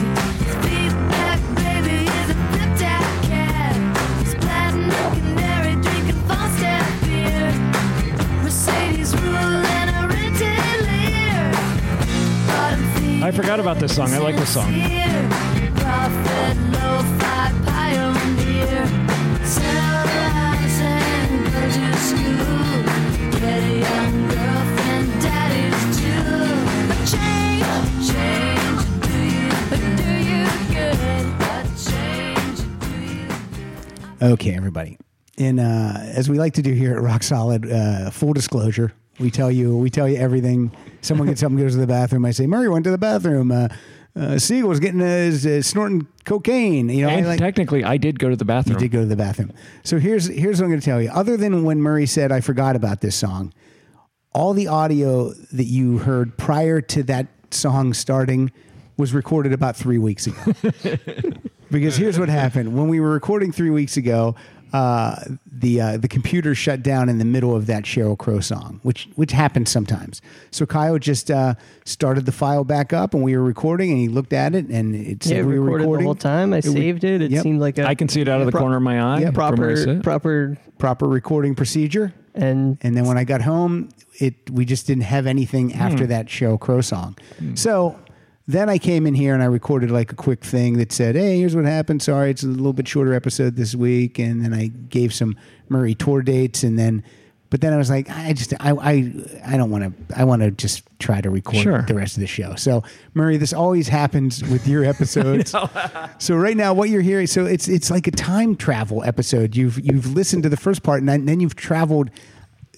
S10: Feedback baby is a flip-tap cat. He's platinum canary drinking Falstaff beer. Mercedes ruling a rentier. Bottom feeder
S4: I forgot about this song. I like this song.
S10: sincere. Prophet, lo-fi pioneer. Sunrise and budget school. Get a young girlfriend, daddy's jewel. A change, change, do you, do you good? A change, do you
S2: Okay, everybody. And uh, as we like to do here at Rock Solid, uh, full disclosure, we tell you we tell you everything. Someone gets up and goes to the bathroom. I say, Murray went to the bathroom. Uh, uh, Siegel's getting his uh, snorting cocaine. You know, I
S4: and
S2: like,
S4: technically, I did go to the bathroom.
S2: did go to the bathroom. So here's here's what I'm going to tell you. Other than when Murray said I forgot about this song, all the audio that you heard prior to that song starting was recorded about three weeks ago. because here's what happened when we were recording three weeks ago. Uh, the uh, the computer shut down in the middle of that Cheryl Crow song, which which happens sometimes. So Kyle just uh, started the file back up, and we were recording, and he looked at it, and it said
S3: Yeah,
S2: we
S3: we
S2: were
S3: recorded
S2: recording
S3: the whole time. I
S2: was-
S3: saved it. It
S2: yep.
S3: seemed like a
S4: I can see it out of the
S3: Pro-
S4: corner of my eye. from where I
S3: proper,
S4: sit.
S3: proper,
S2: proper recording procedure.
S3: and
S2: And then when I got home, it we just didn't have anything after that Cheryl Crow song. So then I came in here and I recorded like a quick thing that said, "Hey, here's what happened. Sorry, it's a little bit shorter episode this week." And then I gave some Murray tour dates, and then But then I was like, I just, I, I, I don't want to. I want to just try to record
S4: Sure.
S2: the rest of the show. So, Murray, this always happens with your episodes. so right now, what you're hearing, so it's it's like a time travel episode. You've you've listened to the first part, and then, then you've traveled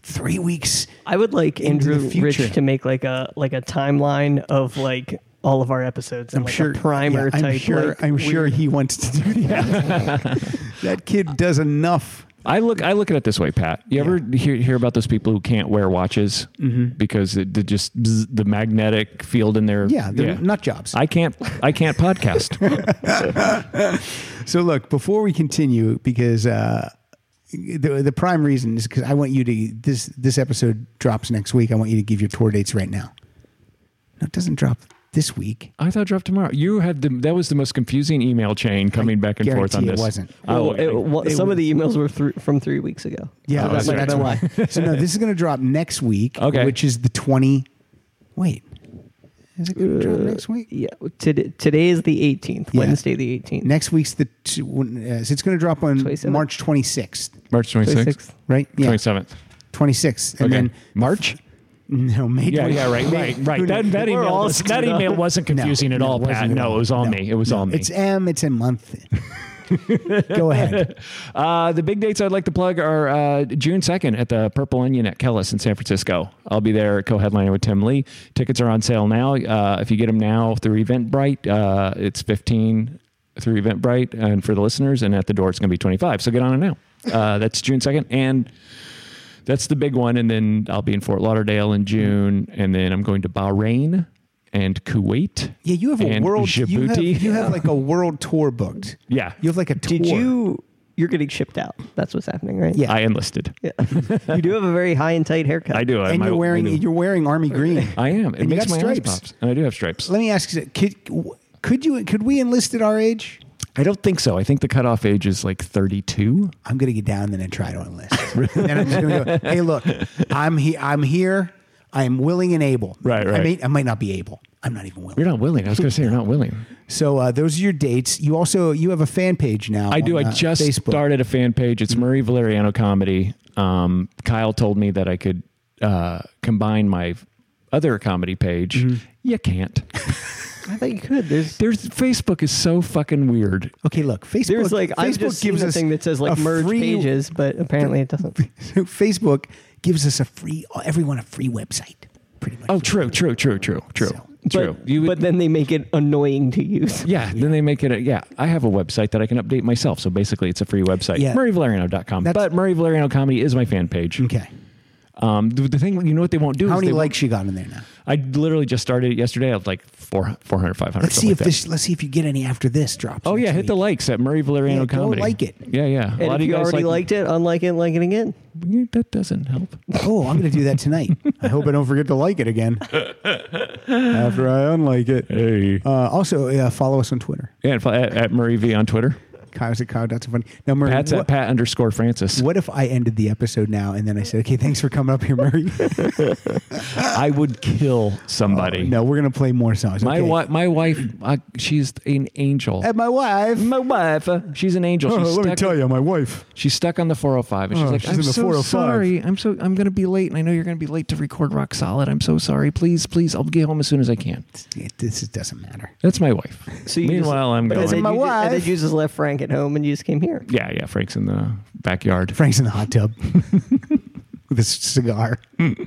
S2: three weeks.
S3: I would like
S2: Into the
S3: Andrew
S2: future.
S3: Rich to make like a like a timeline of like all of our episodes. And
S2: I'm
S3: like
S2: sure
S3: a primer
S2: yeah, I'm
S3: type.
S2: sure.
S3: like,
S2: I'm
S3: weird-
S2: sure he wants to do that. that kid does enough.
S4: I look I look at it this way, Pat. You ever hear, hear about those people who can't wear watches
S2: Mm-hmm.
S4: because it, they just bzz, the magnetic field in their
S2: Yeah, they're nut jobs.
S4: I can't I can't podcast.
S2: So look, before we continue, because uh, the the prime reason is because I want you to this this episode drops next week. I want you to give your tour dates right now. No, it doesn't drop this week.
S4: I thought drop tomorrow. You had the that was the most confusing email chain coming back and forth on
S2: guarantee it
S4: this.
S2: wasn't.
S4: Oh,
S3: Well, it- well,
S2: it
S3: some of the emails were thr- from three weeks ago.
S2: Yeah,
S3: so that
S2: so
S3: might have
S2: that's
S3: been
S2: why. so no, this is going to drop next week.
S4: Oh, Okay.
S2: which is the twenty. Wait, is it
S4: Uh,
S2: going to drop next week?
S3: Yeah, today, today is the 18th,
S2: Yeah.
S3: Wednesday the 18th.
S2: Next week's the two, when- uh, so it's going to drop on
S3: 27th.
S2: March twenty sixth,
S4: March twenty sixth,
S3: 26th.
S2: right?
S4: twenty seventh.
S2: twenty sixth, and
S4: Okay,
S2: then
S4: March.
S2: no May.
S4: Yeah,
S2: 20
S4: yeah, right,
S2: May-
S4: right, right.
S2: who
S4: That,
S2: knew?
S4: that
S3: We're
S4: email
S3: all
S4: was, that
S3: screwed up.
S4: email wasn't
S2: No,
S4: confusing at
S2: no,
S4: all,
S2: it wasn't
S4: Pat.
S2: at
S4: No,
S2: all.
S4: it was all
S2: No,
S4: me. It was
S2: no.
S4: all me.
S2: It's M. It's a month. Go ahead.
S4: Uh, the big dates I'd like to plug are uh, June 2nd at the Purple Onion at Kellis in San Francisco. I'll be there co headlining with Tim Lee. Tickets are on sale now. Uh, if you get them now through Eventbrite, uh, it's 15 through Eventbrite. And for the listeners, and at the door, it's going to be 25. So get on it now. Uh, that's June 2nd. And that's the big one. And then I'll be in Fort Lauderdale in June. And then I'm going to Bahrain and Kuwait.
S2: Yeah, you have a
S4: and
S2: world.
S4: Djibouti.
S2: You have, you have like a world tour booked.
S4: Yeah.
S2: you have like a tour.
S3: Did you? You're getting shipped out. That's what's happening, right?
S2: Yeah.
S4: I enlisted.
S3: Yeah. you do have a very high and tight haircut.
S4: I do. I-
S2: And
S4: my-
S2: you're wearing
S4: I do.
S2: you're wearing army green.
S4: I am. It
S2: And you
S4: makes
S2: got
S4: my
S2: stripes.
S4: eyes pop. And I do have stripes.
S2: Let me ask you: could, could you could we enlist at our age?
S4: I don't think so. I think the cutoff age is like 32.
S2: I'm gonna get down and then try to enlist. and I'm just gonna go. Hey, look, I'm he, I'm here. I am willing and able.
S4: Right,
S2: I
S4: right.
S2: may, I might not be able. I'm not even willing.
S4: You're not willing. I was going to say you're not willing.
S2: So uh, those are your dates. You also you have a fan page now.
S4: I do.
S2: on,
S4: I
S2: uh,
S4: just
S2: Facebook.
S4: started a fan page. It's Murray Valeriano comedy. Um, Kyle told me that I could uh, combine my other comedy page.
S2: Mm-hmm.
S4: You can't.
S3: I thought you could. There's
S4: There's Facebook is so fucking weird.
S2: Okay, look, Facebook.
S3: there's like
S2: Facebook
S3: I've just seen
S2: gives
S3: a
S2: us
S3: thing that says
S2: a
S3: like merge
S2: free-
S3: pages, but apparently it doesn't.
S2: Facebook gives us a free everyone a free website, pretty much.
S4: Oh, true, true, true, true, true,
S2: So-
S4: true.
S3: But, but then they make it annoying to use.
S4: yeah, then they make it. A, yeah, I have a website that I can update myself. So basically, it's a free website.
S2: Yeah.
S4: MurrayValeriano.com.
S2: That's-
S4: But Murray Valeriano comedy is my fan page.
S2: Okay.
S4: Um, the, the thing you know what they won't do.
S2: How
S4: is
S2: many
S4: they won't-
S2: likes you got in there now?
S4: I literally just started it yesterday. I have like 400, 400 500.
S2: Let's see
S4: something
S2: if
S4: like
S2: this. Let's see if you get any after this drops.
S4: that. Oh,
S2: next
S4: yeah. Hit the
S2: week.
S4: likes at Murray Valeriano
S2: Yeah, go
S4: Comedy.
S2: like it.
S4: Yeah, yeah.
S3: And if you
S4: guys
S3: already
S4: like-
S3: liked it, unlike it, like it again.
S4: Yeah, That doesn't help.
S2: Oh, I'm going to do that tonight. I hope I don't forget to like it again.
S5: After I unlike it.
S4: Hey.
S2: Uh, also, uh, follow us on Twitter.
S4: Yeah, and fo- at, at Murray V on Twitter.
S2: Kyle's at Kyle. That's funny. Now, Murray,
S4: Pat's
S2: what,
S4: at Pat underscore Francis.
S2: what if I ended the episode now and then I said, "Okay, thanks for coming up here, Murray."
S4: I would kill somebody.
S2: Oh, no, we're going to play more songs. okay.
S4: My, wi- my wife, uh, she's an angel.
S2: And my wife.
S4: My wife, uh, she's an angel.
S5: Oh,
S4: she's
S5: let me
S4: stuck
S5: tell
S4: in-
S5: you, my wife.
S4: She's stuck on the 405, and she's
S5: Oh,
S4: like,
S5: she's
S4: "I'm
S5: in the
S4: so
S5: 405.
S4: sorry. I'm so I'm gonna be late, and I know you're gonna be late to record Rock Solid. I'm so sorry. Please, please, I'll get home as soon as I can."
S2: It, this it doesn't matter.
S4: That's my wife.
S3: So you
S4: Meanwhile,
S3: just,
S4: I'm
S3: but
S4: going.
S3: Then
S2: My
S3: you ju- and
S2: wife.
S3: then you just left Frank at home and you just came here.
S4: Yeah, yeah. Frank's in the backyard.
S2: Frank's in the hot tub with a cigar.
S4: I am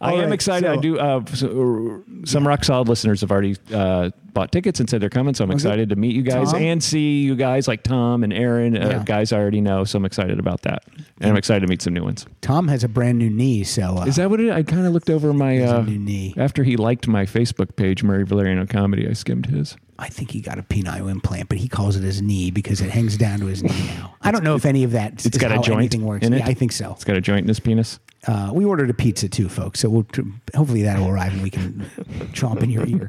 S2: right,
S4: excited.
S2: so-
S4: I do. Uh, so, uh, some rock solid listeners have already uh, bought tickets and said they're coming, so I'm excited to meet you guys
S2: Tom?
S4: and see you guys like Tom and Aaron, uh,
S2: Yeah.
S4: guys I already know. So I'm excited about that, and I'm excited to meet some new ones.
S2: Tom has a brand new knee, so uh,
S4: Is that what it? I kind of looked over my
S2: has a
S4: uh,
S2: new knee.
S4: after he liked my Facebook page, Murray Valeriano comedy. I skimmed his.
S2: I think he got a penile implant, but he calls it his knee because it hangs down to his knee now. I don't know if any of that
S4: It's
S2: is
S4: got a
S2: how
S4: joint
S2: anything works.
S4: in it?
S2: Yeah, I think so.
S4: It's got a joint in his penis.
S2: Uh, we ordered a pizza too, folks. So we'll tr- hopefully that'll arrive and we can chomp in your ear.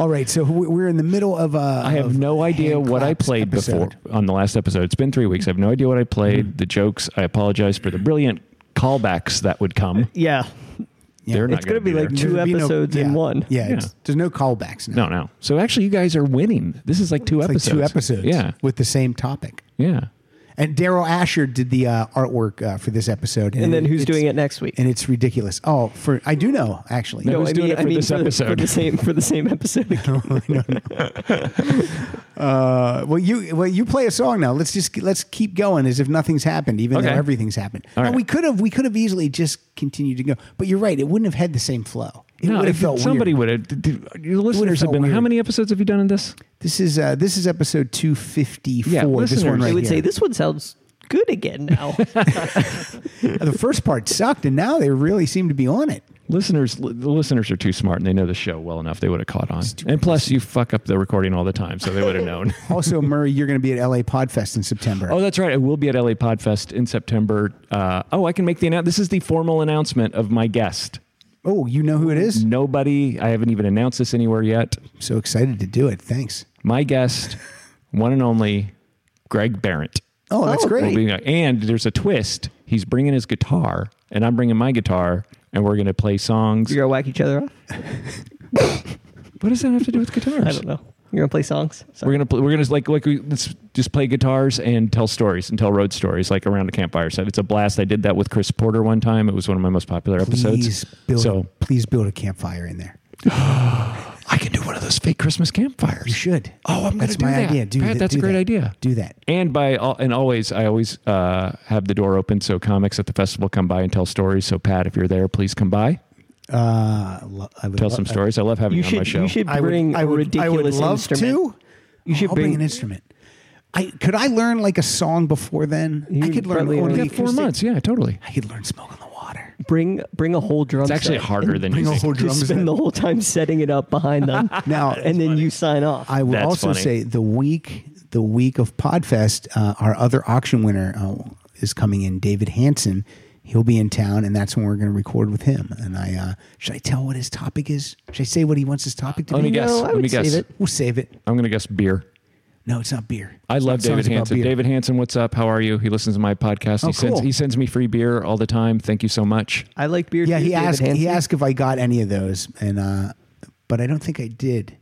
S2: All right, so we- we're in the middle of. Uh,
S4: I have
S2: of
S4: no idea
S2: hand
S4: what I
S2: claps
S4: played
S2: episode. Hmm.
S4: before on the last episode. It's been three weeks. I have no idea what I played. The jokes. I apologize for the brilliant callbacks that would come.
S3: Yeah.
S4: They're not
S3: It's going to be like
S4: there.
S3: two
S2: There'd be no-
S3: episodes
S2: yeah,
S3: in one.
S2: Yeah, it's-
S4: Yeah.
S2: there's no callbacks now.
S4: No, no. So actually, you guys are winning. This is like two
S2: it's like
S4: episodes.
S2: two episodes
S4: Yeah,
S2: with the same topic.
S4: yeah.
S2: And Daryl Asher did the uh, artwork uh, for this episode.
S3: And then who's
S2: it's-
S3: doing it next week?
S2: And it's ridiculous. Oh, for I do know actually.
S4: No, who's
S3: I
S4: doing
S3: mean,
S4: it
S3: I
S4: for
S3: mean,
S4: this
S3: for, the- for
S4: episode?
S3: the same for the same episode. again.
S2: Uh, well, you well you play a song now. Let's just let's keep going as if nothing's happened, even though
S4: Okay.
S2: everything's happened.
S4: All
S2: Now,
S4: right.
S2: we could have we could have easily just continued to go. But you're right; it wouldn't have had the same flow. It
S4: no,
S2: would have
S4: if
S2: felt
S4: somebody
S2: weird.
S4: would have. d- d- Your listeners have
S2: felt
S4: been. How
S2: weird.
S4: many episodes have you done in this?
S2: This is uh, this is episode two fifty four.
S4: Yeah,
S2: this one
S4: listeners,
S2: right
S3: I would
S2: here.
S3: say this one sounds good again now.
S2: the first part sucked, and now they really seem to be on it.
S4: Listeners, li- the listeners are too smart, and they know the show well enough. They would have caught on. And plus, you fuck up the recording all the time, so they would have known.
S2: Also, Murray, you're going to be at LA Podfest in September.
S4: Oh, that's right. I will be at LA Podfest in September. Uh, oh, I can make the announcement. This is the formal announcement of my guest.
S2: oh, you know who it is?
S4: Nobody, I haven't even announced this anywhere yet.
S2: So excited to do it. Thanks.
S4: My guest, one and only, Greg Barrett.
S2: Oh, that's
S3: Oh,
S2: great.
S4: Will be- and there's a twist. He's bringing his guitar, and I'm bringing my guitar, and we're going to play songs.
S3: You're gonna whack each other off.
S4: What does that have to do with guitars?
S3: I don't know. You're gonna play songs.
S4: We're
S3: Sorry.
S4: gonna play, we're gonna like like we, let's just play guitars and tell stories and tell road stories like around a campfire. So it's a blast. I did that with Chris Porter one time. It was one of my most popular
S2: Please
S4: episodes.
S2: build,
S4: so
S2: please build a campfire in there.
S4: I can do one of those fake Christmas
S2: You
S4: campfires.
S2: should.
S4: Oh, I'm gonna
S2: That's
S4: do
S2: my
S4: that.
S2: idea. Do
S4: Pat,
S2: th-
S4: that's a
S2: do
S4: great
S2: that.
S4: idea.
S2: Do that.
S4: And by all, and always, I always uh, have the door open so comics at the festival come by and tell stories. So Pat, if you're there, please come by,
S2: Uh, lo- I would
S4: tell
S2: lo-
S4: some stories. I love having
S3: You
S4: you on my
S3: should
S4: show.
S3: you should
S2: I would,
S3: bring
S2: I would,
S3: a ridiculous
S2: I would love
S3: instrument.
S2: to. Oh,
S3: You should
S2: I'll bring,
S3: bring-
S2: an instrument. I could I learn like a song before then. I
S3: would
S2: could learn.
S3: probably
S2: only
S3: learn-
S4: Yeah,
S3: You
S4: four
S2: acoustic-
S4: months. Yeah, totally.
S2: I could learn "Smoke on the Water."
S3: Bring bring a whole drum.
S4: It's actually
S3: set
S4: harder
S3: and
S4: than you think.
S3: Just spend the whole time setting it up behind them.
S2: Now-
S3: and then you sign off.
S2: I will
S4: That's
S2: also
S4: funny.
S2: say the week the week of Podfest, uh, our other auction winner uh, is coming in, David Hansen. He'll be in town, and that's when we're going to record with him. And I uh, should I tell what his topic is? Should I say what he wants his topic to
S4: Let me
S2: be?
S4: guess.
S3: No, I
S4: Let
S3: would
S4: me guess.
S3: save it.
S2: We'll save it.
S4: I'm gonna guess beer.
S2: No, it's not beer.
S4: I love
S2: Songs
S4: David
S2: about
S4: Hansen.
S2: beer.
S4: David Hansen, what's up? How are you? He listens to my podcast.
S2: Oh,
S4: he sends
S2: cool.
S4: he sends me free beer all the time. Thank you so much.
S3: I like beer.
S2: Yeah,
S3: too,
S2: he
S3: David
S2: asked. He
S3: Hansen.
S2: asked if I got any of those, and uh, but I don't think I did.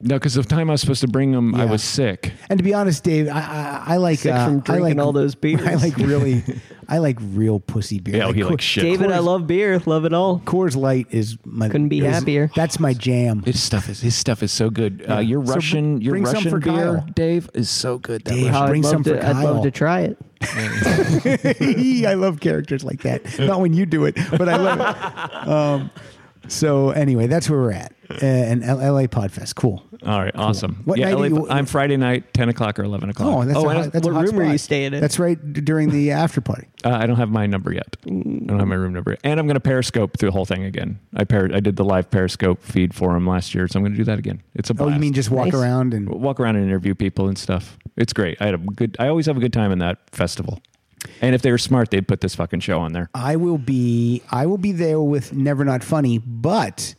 S4: No, because the time I was supposed to bring him, I
S2: Yeah.
S4: was sick.
S2: And to be honest, Dave, I I, I like
S3: Sick
S2: uh, I
S3: from
S2: like
S3: drinking all those beers.
S2: I like really, I like real pussy beer.
S4: Yeah, he
S2: Coor-
S4: likes shit.
S3: David, I
S2: Coors-
S3: love beer. Love it all.
S2: Coors Light is my
S3: Couldn't be
S2: is-
S3: happier.
S2: That's my jam.
S4: His stuff is his stuff is so good. Uh, your
S2: So
S4: Russian
S2: br-
S4: your
S2: bring some
S4: Russian
S2: for
S4: beer,
S2: Kyle.
S4: Dave, is so good. That
S2: Dave,
S4: Russian-
S3: How
S2: bring
S3: I'd,
S2: some
S3: love
S2: for
S3: to, I'd
S2: Kyle.
S3: love to try it.
S2: I love characters like that. Not when you do it, but I love it. Um, so anyway, that's where we're at. Uh, and L- LA Podfest, cool.
S4: All right, awesome.
S2: What
S4: yeah,
S2: night
S4: LA
S2: do you-
S4: I'm Friday night, ten o'clock or eleven o'clock.
S2: Oh, that's a
S4: and
S2: hot, that's a
S3: what
S2: hot
S3: room are you
S2: spot.
S3: staying in?
S2: That's right d- during the after party.
S4: Uh, I don't have my number yet. I don't have my room number, and I'm going to Periscope through the whole thing again. I par- I did the live Periscope feed for him last year, so I'm going to do that again. It's a
S2: Oh,
S4: blast.
S2: you mean just walk
S3: Nice.
S2: around and
S4: walk around and interview people and stuff. It's great. I had a good. I always have a good time in that festival. And if they were smart, they'd put this fucking show on there.
S2: I will be I will be there with Never Not Funny, but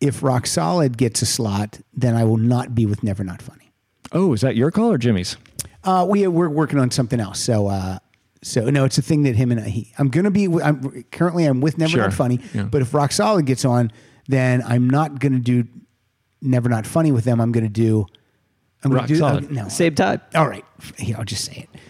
S2: if Rock Solid gets a slot, then I will not be with Never Not Funny.
S4: Oh, is that your call or Jimmy's?
S2: Uh, we we're working on something else, so uh, so no, it's a thing that him and I, he. I'm gonna be. wi- I'm currently I'm with Never
S4: Sure.
S2: Not Funny,
S4: Yeah.
S2: but if Rock Solid gets on, then I'm not gonna do Never Not Funny with them. I'm gonna do. I'm gonna
S4: Rock
S2: do,
S4: Solid.
S2: I'm- no,
S3: Same time.
S2: all right, here, I'll just say it.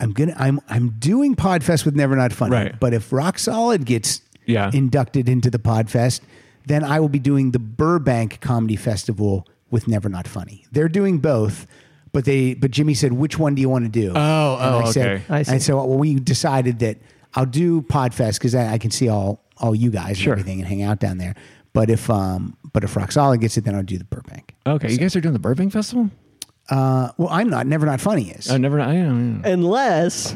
S2: I'm gonna I'm I'm doing Podfest with Never Not Funny.
S4: Right.
S2: But if Rock Solid gets
S4: Yeah.
S2: inducted into the Podfest, then I will be doing the Burbank Comedy Festival with Never Not Funny. They're doing both, but they but Jimmy said, which one do you want to do?
S4: Oh,
S2: and
S4: oh,
S2: I Said,
S4: okay.
S3: I see.
S2: And so well, we decided that I'll do Podfest because I, I can see all all you guys
S4: Sure.
S2: and everything and hang out down there. But if um but if Rock Solid gets it, then I'll do the Burbank.
S4: Okay, you guys are doing the Burbank Festival?
S2: Uh, well, I'm not. Never Not Funny is.
S4: I never. I don't know.
S3: Unless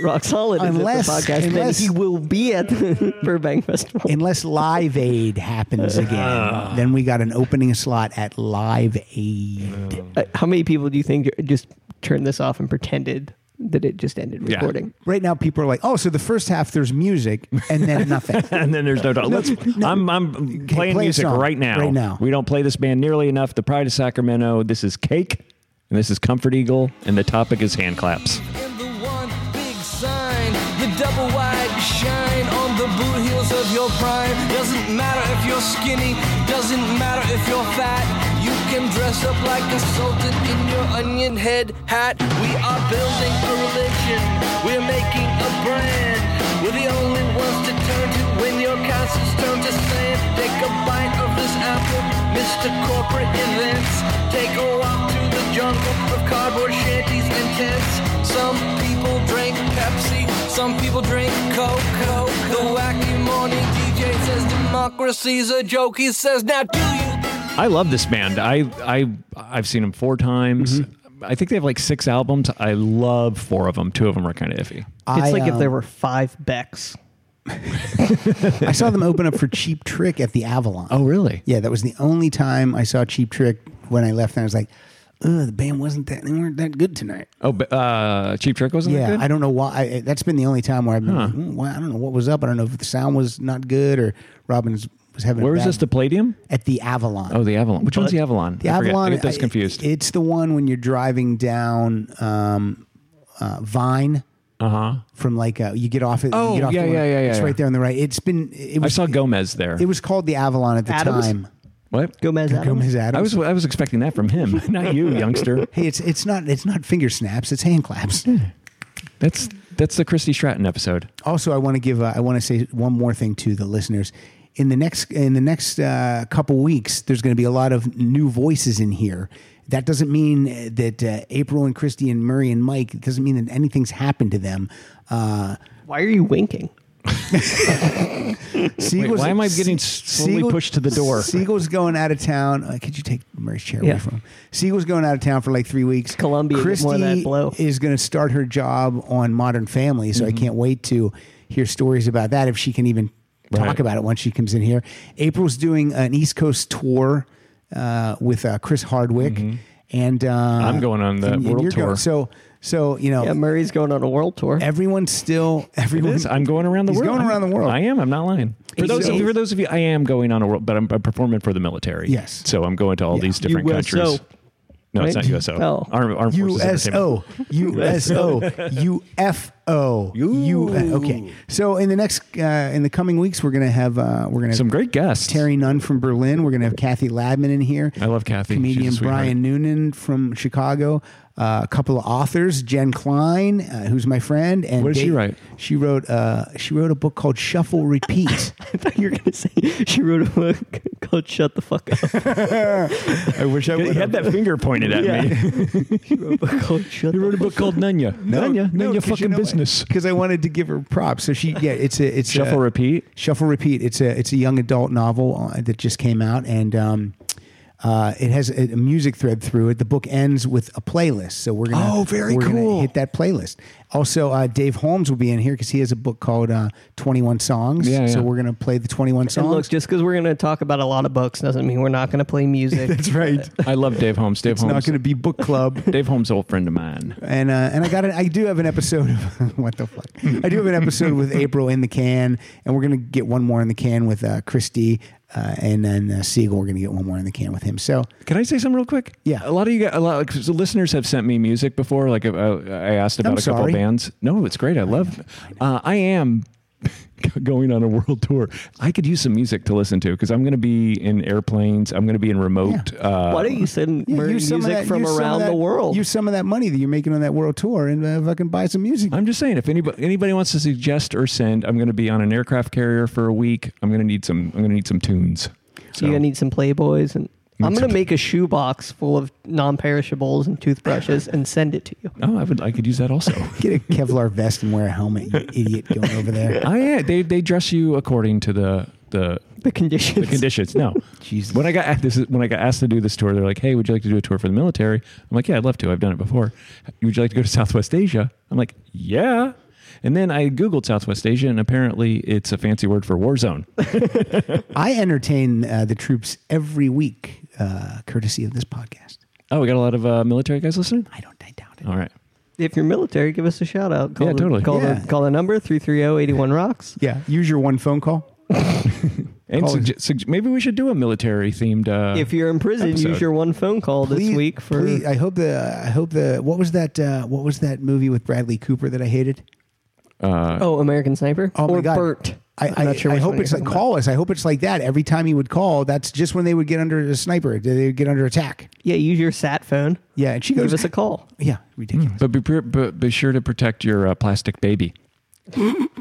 S3: Rock Solid is
S2: Unless-
S3: at the podcast,
S2: unless-
S3: then he will be at the Burbank Festival.
S2: unless Live Aid happens again,
S4: Ah.
S2: then we got an opening slot at Live Aid.
S3: Uh, How many people do you think just turned this off and pretended that it just ended
S4: Yeah.
S3: recording?
S2: Right now, people are like, "Oh, so the first half there's music and then nothing."
S4: And then there's no. Let's, I'm I'm playing
S2: play a
S4: music
S2: song
S4: right now.
S2: right now.
S4: We don't play this band nearly enough. The Pride of Sacramento. This is Cake, and this is Comfort Eagle, and the topic is hand claps.
S9: in the one big sign. The double wide shine on the boot heels of your prime. Doesn't matter if you're skinny, doesn't matter if you're fat. You him dress up like a sultan in your onion head hat. We are building a religion. We're making a brand. We're the only ones to turn to when your castles turn to sand. Take a bite of this apple, Mr. Corporate Events. Take a walk through the jungle of cardboard shanties and tents. Some people drink Pepsi, some people drink Coke. The wacky morning DJ says democracy's a joke. He says, now do you?
S4: I love this band. I I I've seen them four times. I think they have like six albums. I love four of them. Two of them are kind of iffy.
S3: It's like if
S2: um,
S3: there were five Becks.
S2: I saw them open up for Cheap Trick at the Avalon.
S4: Oh, really?
S2: Yeah, that was the only time I saw Cheap Trick when I left. And I was like, Ugh, the band wasn't that, they weren't that good tonight.
S4: Oh, but, uh, Cheap Trick wasn't that
S2: Yeah,
S4: good?
S2: I don't know why. I, that's been the only time where I've been,
S4: Huh.
S2: like, "Hmm, why- I don't know what was up. I don't know if the sound was not good or Robbins was having. a
S4: Where was
S2: bad-
S4: this? The Palladium?
S2: At the Avalon.
S4: Oh, the Avalon. Which one's the Avalon?
S2: The
S4: I forget.
S2: Avalon.
S4: I get those
S2: I-
S4: confused.
S2: it's the one when you're driving down um, uh, Vine.
S4: Uh huh.
S2: From like uh, you get off it. you
S4: Oh,
S2: get off the
S4: yeah,
S2: one-
S4: yeah, yeah,
S2: It's
S4: yeah.
S2: right there on the right. It's been. It
S4: I
S2: was,
S4: saw Gomez there.
S2: It was called the Avalon at the
S3: Adams?
S2: time.
S4: what?
S3: Gomez Adams.
S2: Gomez Adams.
S4: I was I was expecting that from him, not you, youngster.
S2: Hey, it's it's not it's not finger snaps. It's hand claps.
S4: That's that's the Christy Stratton episode.
S2: also, I want to give uh, I want to say one more thing to the listeners. In the next in the next uh, couple weeks, there's going to be a lot of new voices in here. That doesn't mean uh, that uh, April and Christy and Murray and Mike. It doesn't mean that anything's happened to them. Uh,
S3: Why are you winking?
S2: Siegel's-
S4: why am I getting s- slowly pushed to the door?
S2: Siegel's going out of town. Uh, could you take Murray's chair
S3: Yeah.
S2: away from him? Siegel's going out of town for like three weeks.
S3: Columbia, get
S2: Christy
S3: more of that blow. Mm-hmm.
S2: is going to start her job on Modern Family, so I can't wait to hear stories about that if she can even talk
S4: Right.
S2: about it once she comes in here. April's doing an East Coast tour uh, with uh, Chris Hardwick, and uh,
S4: Mm-hmm. I'm going on the
S2: and- and
S4: world
S2: you're
S4: tour.
S2: Going, so, so you know,
S3: Yeah, Murray's going on a world tour.
S2: everyone's still everyone.
S4: Yes, I'm going around the
S2: He's
S4: world.
S2: going around the world.
S4: I am. I'm not lying. For
S3: He's
S4: those, of,
S3: so-
S4: for those of you, I am going on a world, but I'm, I'm performing for the military.
S2: Yes.
S4: So I'm going to all these different
S6: USO.
S4: countries. No, it's
S3: Right?
S4: not USO.
S3: Oh.
S4: Armed, Armed Forces Entertainment.
S2: USO, USO, UFO, U. Okay. So in the next, uh, in the coming weeks, we're gonna have uh, we're gonna
S4: Some
S2: have
S4: great guests.
S2: Terry Nunn from Berlin. We're gonna have Kathy Ladman in here.
S4: I love Kathy.
S2: Comedian
S4: She's a sweetheart.
S2: Brian Noonan from Chicago. Uh, a couple of authors, Jen Klein, uh, who's my friend, and
S4: What did she
S2: Dave-
S4: write?
S2: She wrote uh, she wrote a book called Shuffle Repeat.
S3: I thought you were going to say she wrote a book called Shut the Fuck Up.
S4: I wish I would. had that finger pointed at me.
S3: she wrote a book called Shut
S4: You
S3: the
S4: wrote a book called Nunya. Nunya. Nunya fucking business.
S2: Because I wanted to give her props. So she, yeah, it's a it's a-
S4: Shuffle repeat.
S2: Shuffle Repeat. It's a it's a young adult novel uh, that just came out, and um, uh, it has a, a music thread through it. The book ends with a playlist, so we're gonna
S4: Oh, very
S2: we're gonna
S4: cool.
S2: hit that playlist. Also, uh, Dave Holmes will be in here because he has a book called uh, Twenty One Songs.
S4: Yeah,
S2: So
S4: yeah.
S2: we're gonna play the Twenty One
S3: And
S2: songs.
S3: look, just because we're going to talk about a lot of books doesn't mean we're not going to play music.
S2: That's right.
S4: I love Dave Holmes. Dave
S2: It's
S4: Holmes.
S2: not gonna be book club.
S4: Dave Holmes, old friend of mine.
S2: and uh, and I got it. I do have an episode of what the fuck. I do have an episode with April in the can, and we're gonna get one more in the can with uh, Christy, uh, and then uh, Siegel. We're gonna get one more in the can with him. So
S4: Can I say something real quick?
S2: Yeah.
S4: a lot of you, guys, a lot like, so listeners have sent me music before. Like uh, I asked about
S2: I'm
S4: a couple
S2: sorry.
S4: of bands. No, it's great. I love. Uh, I am going on a world tour. I could use some music to listen to because I'm going to be in airplanes. I'm going to be in remote. Uh,
S3: Why don't you send
S2: Yeah,
S3: Murray
S2: use some of
S3: music
S2: that-
S3: from
S2: use some of
S3: around the
S2: that-
S3: world?
S2: Use some of that money that you're making on that world tour and uh, fucking buy some music.
S4: I'm just saying, if anybody anybody wants to suggest or send, I'm going to be on an aircraft carrier for a week. I'm going to need some. I'm going to need some tunes. So
S3: You're gonna need some Playboys, and I'm
S4: Need
S3: gonna
S4: some-
S3: make a shoebox full of non-perishables and toothbrushes and send it to you.
S4: oh, I would. I could use that also.
S2: Get a Kevlar vest and wear a helmet, you idiot going over there.
S4: I Oh, yeah, they they dress you according to the the
S3: The conditions.
S4: the conditions. No,
S2: Jesus.
S4: When I got this is when I got asked to do this tour, they're like, "Hey, would you like to do a tour for the military?" I'm like, "Yeah, I'd love to. I've done it before. Would you like to go to Southwest Asia?" I'm like, "Yeah." And then I googled Southwest Asia, and apparently it's a fancy word for war zone.
S2: I entertain uh, the troops every week, uh, courtesy of this podcast.
S4: oh, we got a lot of uh, military guys listening.
S2: I don't, I doubt it.
S4: All right,
S3: If you're military, give us a shout out. Call
S4: Yeah,
S3: the,
S4: totally.
S3: Call
S2: Yeah.
S3: the call the number 330-81 rocks.
S2: Yeah, use your one phone call.
S4: and
S2: Call-
S4: sugge- sugge- maybe we should do a military themed. Uh,
S3: If you're in prison,
S4: episode.
S3: use your one phone call this
S2: Please-
S3: week for.
S2: please- I hope the. I hope the. What was that? Uh, what was that movie with Bradley Cooper that I hated?
S3: oh, American Sniper
S2: Oh
S3: or
S2: my god,
S3: Bert.
S2: I, I,
S3: not sure
S2: I
S3: which
S2: hope
S3: one
S2: it's
S3: you're
S2: like
S3: talking about.
S2: call us. I hope it's like that. Every time he would call, that's just when they would get under a sniper. They would get under attack.
S3: Yeah, use your sat phone.
S2: Yeah, and she
S3: Give
S2: goes,
S3: us a call.
S2: yeah, ridiculous.
S4: But be, pre- but be sure to protect your uh, plastic baby.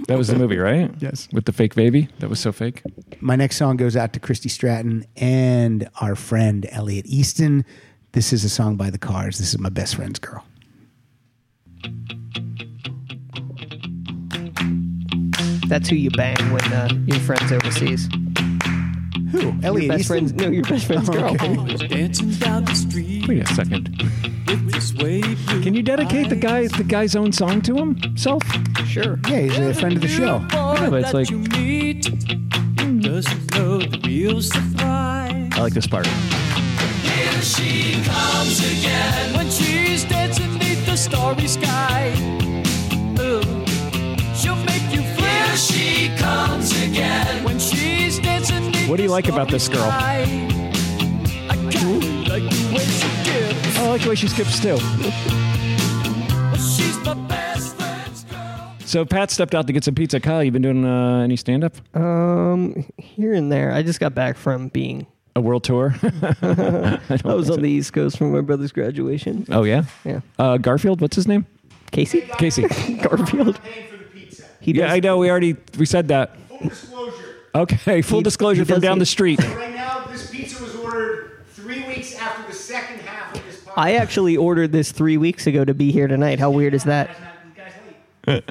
S4: that was the movie, right?
S2: Yes.
S4: With the fake baby. That was so fake.
S3: Mm.
S2: My next song goes out to Christy Stratton and our friend Elliot Easton. This is a song by The Cars. This is my best friend's girl.
S3: That's who you bang when uh, your friend's overseas.
S2: Who? Elliot
S3: Your best
S2: Easton. Oh,
S3: friend's no, your best friend's girl. Oh,
S11: Dancing down the street
S4: Wait a second.
S11: with this way blue
S4: Can you dedicate the guy the guy's own song to himself?
S3: Sure.
S2: Yeah, he's a friend of the show.
S11: boy
S4: Yeah, but it's
S11: that
S4: like-
S11: you meet doesn't know the real surprise.
S4: I like this part.
S11: Here she comes again when she's dancing neath the starry sky. Ooh, she'll make you feel she comes again when she's dancing. neath
S4: What do you
S11: the
S4: like about
S11: starry
S4: this girl?
S11: sky. I kinda like the way she gives.
S4: I like the way she skips too.
S11: She's my best friend's girl.
S4: So Pat stepped out to get some pizza. Kyle, you been doing uh, any stand up?
S3: Um, here and there. I just got back from being.
S4: A world tour?
S3: I was on the East Coast for my brother's graduation.
S4: oh yeah.
S3: Yeah.
S4: Uh, Garfield, what's his name?
S3: Casey
S4: Casey.
S3: Garfield. He does,
S4: Yeah, I know. We already we said that. Okay, full
S3: He-
S4: disclosure
S3: he
S4: from
S3: does
S4: down
S3: it.
S4: the street.
S2: Right now, this pizza was ordered three weeks after the second half of this podcast.
S3: I actually ordered this three weeks ago to be here tonight. How weird is that?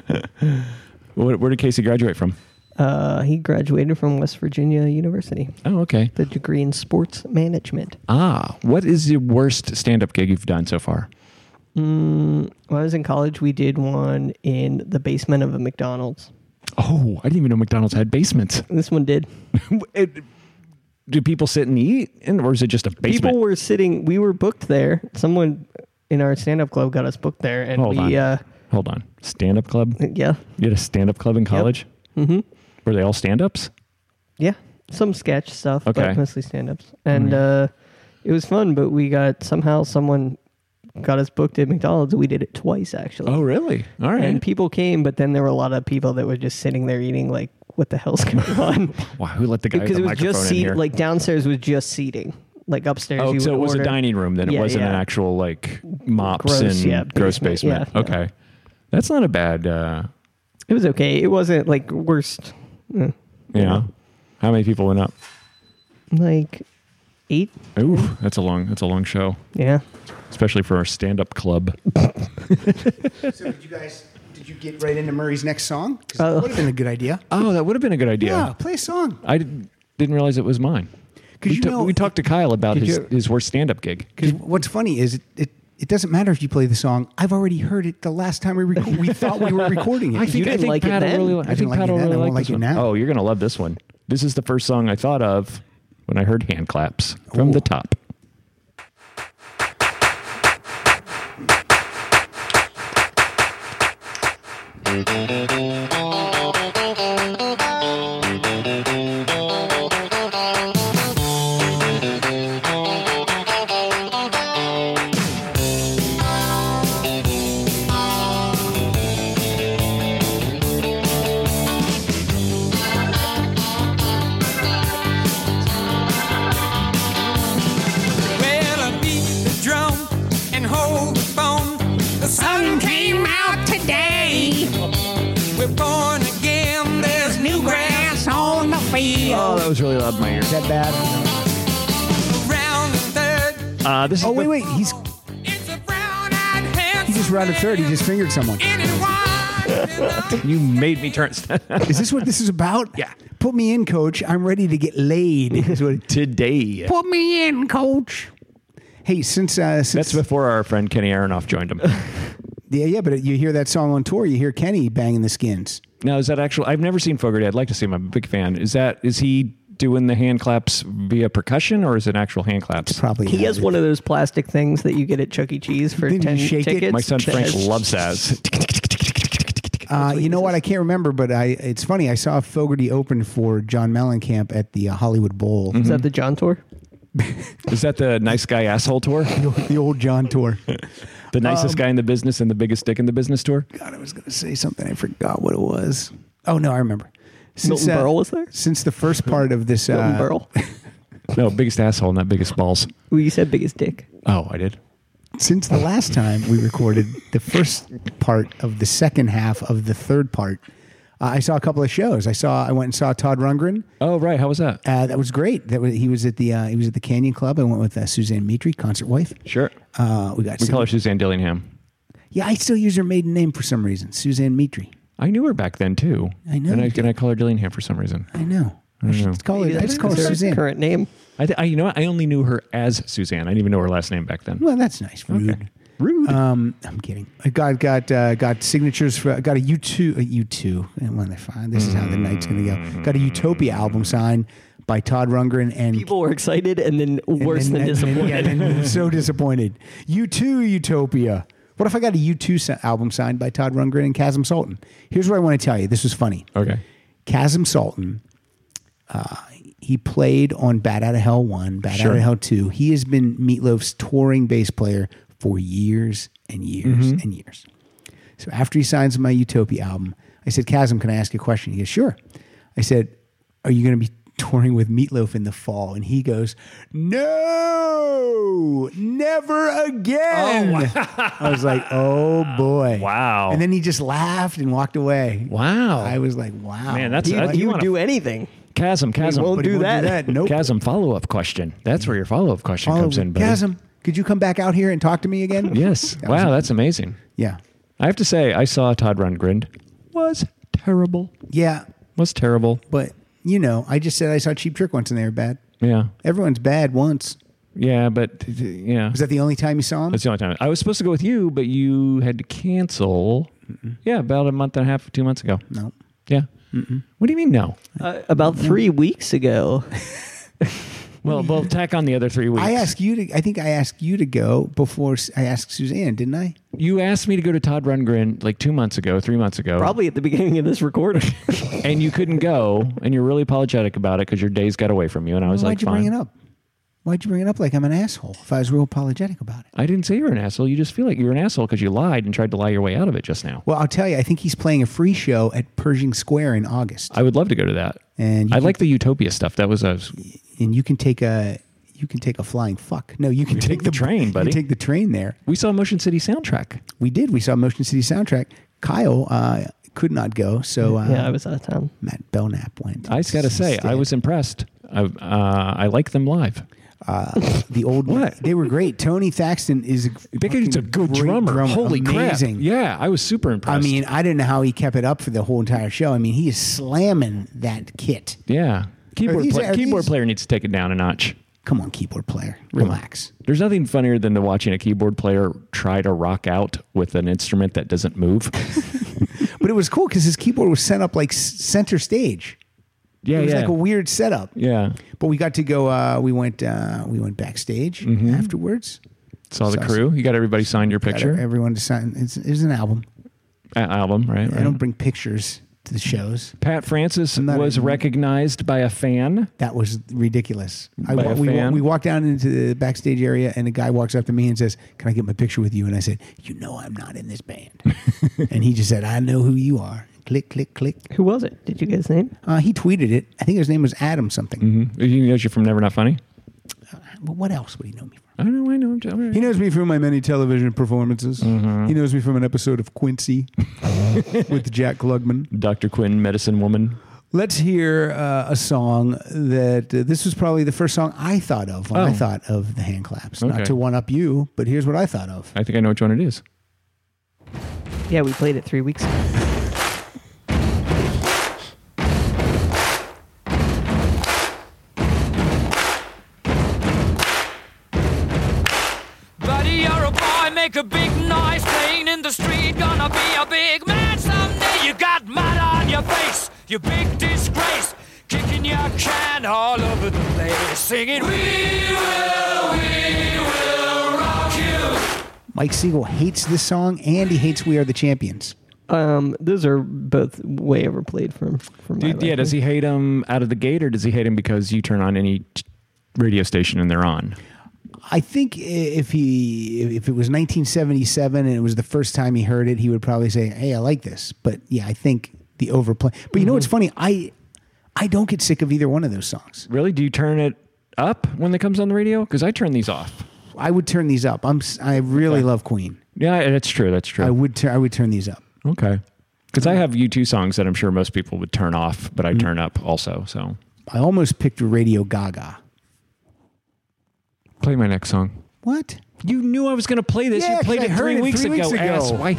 S4: Where, where did Casey graduate from?
S3: Uh, he graduated from West Virginia University,
S4: Oh, okay.
S3: the degree in sports management.
S4: Ah, what is the worst stand-up gig you've done so far?
S3: Mm, When I was in college, we did one in the basement of a McDonald's.
S4: Oh, I didn't even know McDonald's had basements.
S3: This one did.
S4: It- do people sit and eat, and or is it just a basement?
S3: People were sitting. We were booked there. Someone in our stand-up club got us booked there, and
S4: Hold on.
S3: we. Uh,
S4: Hold on, stand-up club.
S3: yeah,
S4: You had a stand-up club in college. Mm-hmm. Were they all stand-ups?
S3: yeah, some sketch stuff,
S4: Okay.
S3: but mostly stand-ups, and uh, it was fun. But we got somehow someone got us booked at McDonald's. We did it twice actually.
S4: Oh, really? All right.
S3: And people came, but then there were a lot of people that were just sitting there eating, like, what the hell's going on?
S4: wow, who let the guy with
S3: because
S4: the
S3: it was
S4: microphone
S3: just
S4: in
S3: seat,
S4: here?
S3: like downstairs was just seating, like upstairs.
S4: oh,
S3: you
S4: so
S3: would
S4: it was a
S3: order.
S4: dining room. Then it
S3: Yeah,
S4: wasn't an
S3: yeah.
S4: actual like mops
S3: Gross,
S4: and
S3: yeah,
S4: gross
S3: basement,
S4: basement.
S3: yeah, yeah.
S4: okay, that's not a bad. Uh,
S3: It was okay. It wasn't like worst,
S4: you know, how many people went up?
S3: like eight.
S4: Ooh, that's a long. That's a long show,
S3: Yeah,
S4: especially for our stand-up club.
S2: So did you guys? Did you get right into Murray's next song? 'Cause that would have been a good idea.
S4: Oh, that would have been a good idea.
S2: Yeah, play a song.
S4: I didn't, didn't realize it was mine.
S2: 'Cause
S4: we,
S2: you
S4: ta-
S2: know-
S4: we talked to Kyle about
S2: Did
S4: his,
S2: you-
S4: his worst stand up gig.
S2: Because what's funny is it, it it doesn't matter if you play the song. I've already heard it the last time we reco- we thought we were recording it.
S3: You didn't like it
S4: Pat will
S3: then?
S4: Really,
S3: I
S4: I,
S2: didn't
S4: think
S2: like
S4: Pat
S2: it
S4: will
S2: then,
S4: really
S2: I won't
S4: like
S2: like
S4: this
S2: it
S4: one.
S2: now.
S4: Oh, you're going to love this one. This is the first song I thought of when I heard hand claps from
S2: Ooh.
S4: the top.
S8: Well, I beat the drum and hold the phone. The sun came out today. We're born again. There's new grass on the field.
S4: Oh, that was really loud in my ear.
S2: Is that bad?
S8: Round and third.
S4: Uh, this
S2: Oh
S4: is the-
S2: wait, wait. He's
S8: It's a brown-eyed
S2: he just rounded third. He just fingered someone.
S8: Anyone?
S4: You made me turn.
S2: Is this what this is about?
S4: Yeah.
S2: Put me in, coach. I'm ready to get laid. is what-
S4: Today.
S2: Put me in, coach. Hey, since uh, since
S4: That's before our friend Kenny Aronoff joined him.
S2: yeah, yeah, but you hear that song on tour, you hear Kenny banging the skins.
S4: now, is that actual? I've never seen Fogerty. I'd like to see him. I'm a big fan. Is that? Is he doing the hand claps via percussion or is it actual hand claps?
S2: Probably
S3: he
S2: not.
S3: has one of those plastic things that you get at Chuck E. Cheese for
S2: Then you
S3: ten
S2: shake it.
S3: tickets.
S4: my son
S3: that
S4: Frank
S3: has-
S4: loves that.
S2: Uh, you know what? I can't remember, but I it's funny. I saw Fogerty open for John Mellencamp at the uh, Hollywood Bowl,
S3: Is that the John tour?
S4: Is that the nice guy asshole tour?
S2: the old John tour.
S4: The
S2: Um,
S4: nicest guy in the business and the biggest dick in the business tour?
S2: God, I was going to say something. I forgot what it was. Oh no, I remember. since
S3: Milton
S2: uh,
S3: Berle was there?
S2: since the first part of this.
S3: Milton
S2: Uh,
S3: Berle.
S4: No, biggest asshole, not biggest balls.
S3: Well, you said biggest dick.
S4: Oh, I did.
S2: Since the last time we recorded the first part of the second half of the third part, uh, I saw a couple of shows. I saw I went and saw Todd Rundgren.
S4: Oh, right. How was that?
S2: Uh, that was great. That was, he was at the uh, he was at the Canyon Club. I went with uh, Suzanne Mitri, concert wife.
S4: Sure.
S2: Uh, we got
S4: We
S2: Sid-
S4: call her Suzanne Dillingham.
S2: yeah. I still use her maiden name for some reason, Suzanne Mitri.
S4: I knew her back then too.
S2: I know
S4: And I,
S2: you did.
S4: and I call her Dillingham for some reason.
S2: I know. I should
S4: know.
S2: just call her.
S3: Maybe
S2: I
S3: that's
S2: just call her
S3: her
S2: Suzanne.
S3: Current name.
S4: I, th- I you know what? I only knew her as Suzanne. I didn't even know her last name back then.
S2: Well, that's nice. Rude.
S4: Rude.
S2: Um, I'm kidding. I got got uh, got signatures for. I got a U two a U two. And when they find this is how the night's gonna go. Got a Utopia album signed by Todd Rundgren and
S3: People were excited and then
S2: and
S3: worse
S2: then- and
S3: than
S2: then-
S3: disappointed.
S2: yeah, and then so disappointed. U two Utopia. What if I got a U two album signed by Todd Rundgren and Chasm Sultan? Here's what I want to tell you. This was funny.
S4: okay.
S2: Chasm Sultan. Uh, he played on Bad Out of Hell one, Bad Out
S4: Sure.
S2: of Hell two. He has been Meatloaf's touring bass player for years and years
S4: Mm-hmm.
S2: and years. So after he signs my Utopia album, I said, "Chasm, can I ask you a question?" He goes, "Sure." I said, "Are you going to be touring with Meatloaf in the fall?" And he goes, "No, never again." I was like, "Oh boy,
S4: Oh, Wow.
S2: And then he just laughed and walked away.
S4: Wow.
S2: I was like, "Wow,
S4: Oh. Man, that's-
S2: He-
S4: I-
S3: He, he
S4: you
S3: would
S4: wanna-
S3: do anything.
S4: Chasm, chasm.
S3: won't
S2: but he
S3: do
S2: won't
S3: that.
S2: Nope.
S4: Chasm follow up question. That's where your follow up question
S2: Follow-
S4: comes in, buddy.
S2: Chasm, could you come back out here and talk to me again?
S4: Yes.
S2: That was-
S4: wow, that's amazing.
S2: yeah.
S4: I have to say, I saw Todd Rundgren. Was terrible.
S2: Yeah.
S4: Was terrible.
S2: But, you know, I just said I saw Cheap Trick once and they were bad.
S4: Yeah.
S2: Everyone's bad once.
S4: Yeah, but yeah.
S2: Was that the only time you saw him?
S4: That's the only time. I was supposed to go with you, but you had to cancel. Yeah, about a month and a half, two months ago.
S2: no.
S4: Yeah. Mm-mm. What do you mean no?
S3: Uh, about three weeks ago,
S4: Well, we'll tack on the other three weeks.
S2: I asked you to, I think I asked you to go before s- I asked Suzanne, didn't I?
S4: you asked me to go to Todd Rundgren like two months ago, three months ago,
S3: probably at the beginning of this recording.
S4: and you couldn't go, and you're really apologetic about it because your days got away from you, and I was
S2: Why'd
S4: like,
S2: you
S4: fine.
S2: bring it up? Why'd you bring it up like I'm an asshole if I was real apologetic about it?
S4: I didn't say you're an asshole. You just feel like you're an asshole because you lied and tried to lie your way out of it just now.
S2: Well, I'll tell you, I think he's playing a free show at Pershing Square in August.
S4: I would love to go to that.
S2: And you
S4: I
S2: can-
S4: like the Utopia stuff. That was a
S2: and you can take a you can take a flying fuck. No, you can take,
S4: the train, buddy.
S2: You can take the train there.
S4: we saw Motion City soundtrack.
S2: We did. We saw Motion City soundtrack. Kyle uh, could not go, so uh,
S3: yeah, I was out of town.
S2: Matt Belknap went.
S4: I got to say, I
S2: instead.
S4: was impressed. I, uh, I like them live.
S2: uh, the old
S4: What?
S2: They were great. Tony Thaxton is a
S4: Biggie's a
S2: fucking
S4: good
S2: great
S4: drummer. Holy
S2: Amazing.
S4: crap! Yeah, I was super impressed.
S2: I mean, I didn't know how he kept it up for the whole entire show. I mean, he is slamming that kit.
S4: yeah. Keyboard,
S2: these-
S4: play-
S2: are
S4: keyboard
S2: these-
S4: player needs to take it down a notch.
S2: Come on, keyboard player, relax.
S4: There's nothing funnier than to watching a keyboard player try to rock out with an instrument that doesn't move.
S2: But it was cool because his keyboard was set up like s- center stage.
S4: yeah,
S2: It was
S4: yeah,
S2: like a weird setup.
S4: yeah.
S2: But we got to go. Uh, we went. Uh, we went backstage
S4: Mm-hmm.
S2: afterwards.
S4: Saw the
S2: Saw-
S4: crew. You got everybody signed your
S2: Got
S4: picture
S2: everyone to sign. It's, it was an album.
S4: A- album, right?
S2: I
S4: right.
S2: don't bring pictures to the shows.
S4: Pat Francis
S2: I'm not
S4: was
S2: a-
S4: recognized by a fan.
S2: That was ridiculous. I,
S4: By a
S2: we,
S4: fan?
S2: we walked down into the backstage area, and a guy walks up to me and says, "Can I get my picture with you?" And I said, "You know, I'm not in this band." and he just said, "I know who you are." Click, click, click.
S3: Who was it? Did you get his name?
S2: Uh, he tweeted it. I think his name was Adam something.
S4: Hmm. He knows you from Never Not Funny.
S2: Well, what else would he know me from?
S4: I know, I know. I'm just-
S5: He knows me from my many television performances. He knows me from an episode of Quincy with Jack Klugman.
S4: Dr. Quinn, Medicine Woman.
S2: Let's hear uh, a song that uh, this was probably the first song I thought of when I
S4: Oh.
S2: thought of the hand claps.
S4: Okay.
S2: Not to one up you, but here's what I thought of.
S4: I think I know which one it is.
S3: Yeah, we played it three weeks ago.
S11: Buddy, you're a boy, make a big noise playing in the street. Gonna be a big man someday. You got mud on your face, you big disgrace. Kicking your can all over the place, singing, We will, we will rock you.
S2: Mike Siegel hates this song and he hates We Are the Champions.
S3: Um, those are both way overplayed from from my
S4: yeah, does
S3: liking.
S4: he hate him out of the gate or does he hate him because you turn on any t- radio station and they're on?
S2: I think i- if he if it was 1977 and it was the first time
S4: Mm-hmm.
S2: he heard it, he would probably say, "Hey, I like this." But yeah, I think the overplay. But you know what's funny? I I don't get sick of either one of those songs.
S4: Really? Do you turn it up when it comes on the radio? Because I turn these off.
S2: I would turn these up. I'm s- I really love Queen.
S4: Yeah, that's true. That's true.
S2: I would tur- I would turn these up.
S4: Okay. Because I have U2 songs that I'm sure most people would turn off, but I turn up also. So
S2: I almost picked Radio Gaga.
S4: play my next song.
S2: What?
S4: You knew I was going to play this.
S2: Yeah,
S4: you played
S2: 'cause
S4: it
S2: I
S4: three
S2: turned it
S4: weeks
S2: three
S4: ago.
S2: weeks ago.
S4: Ass. Why?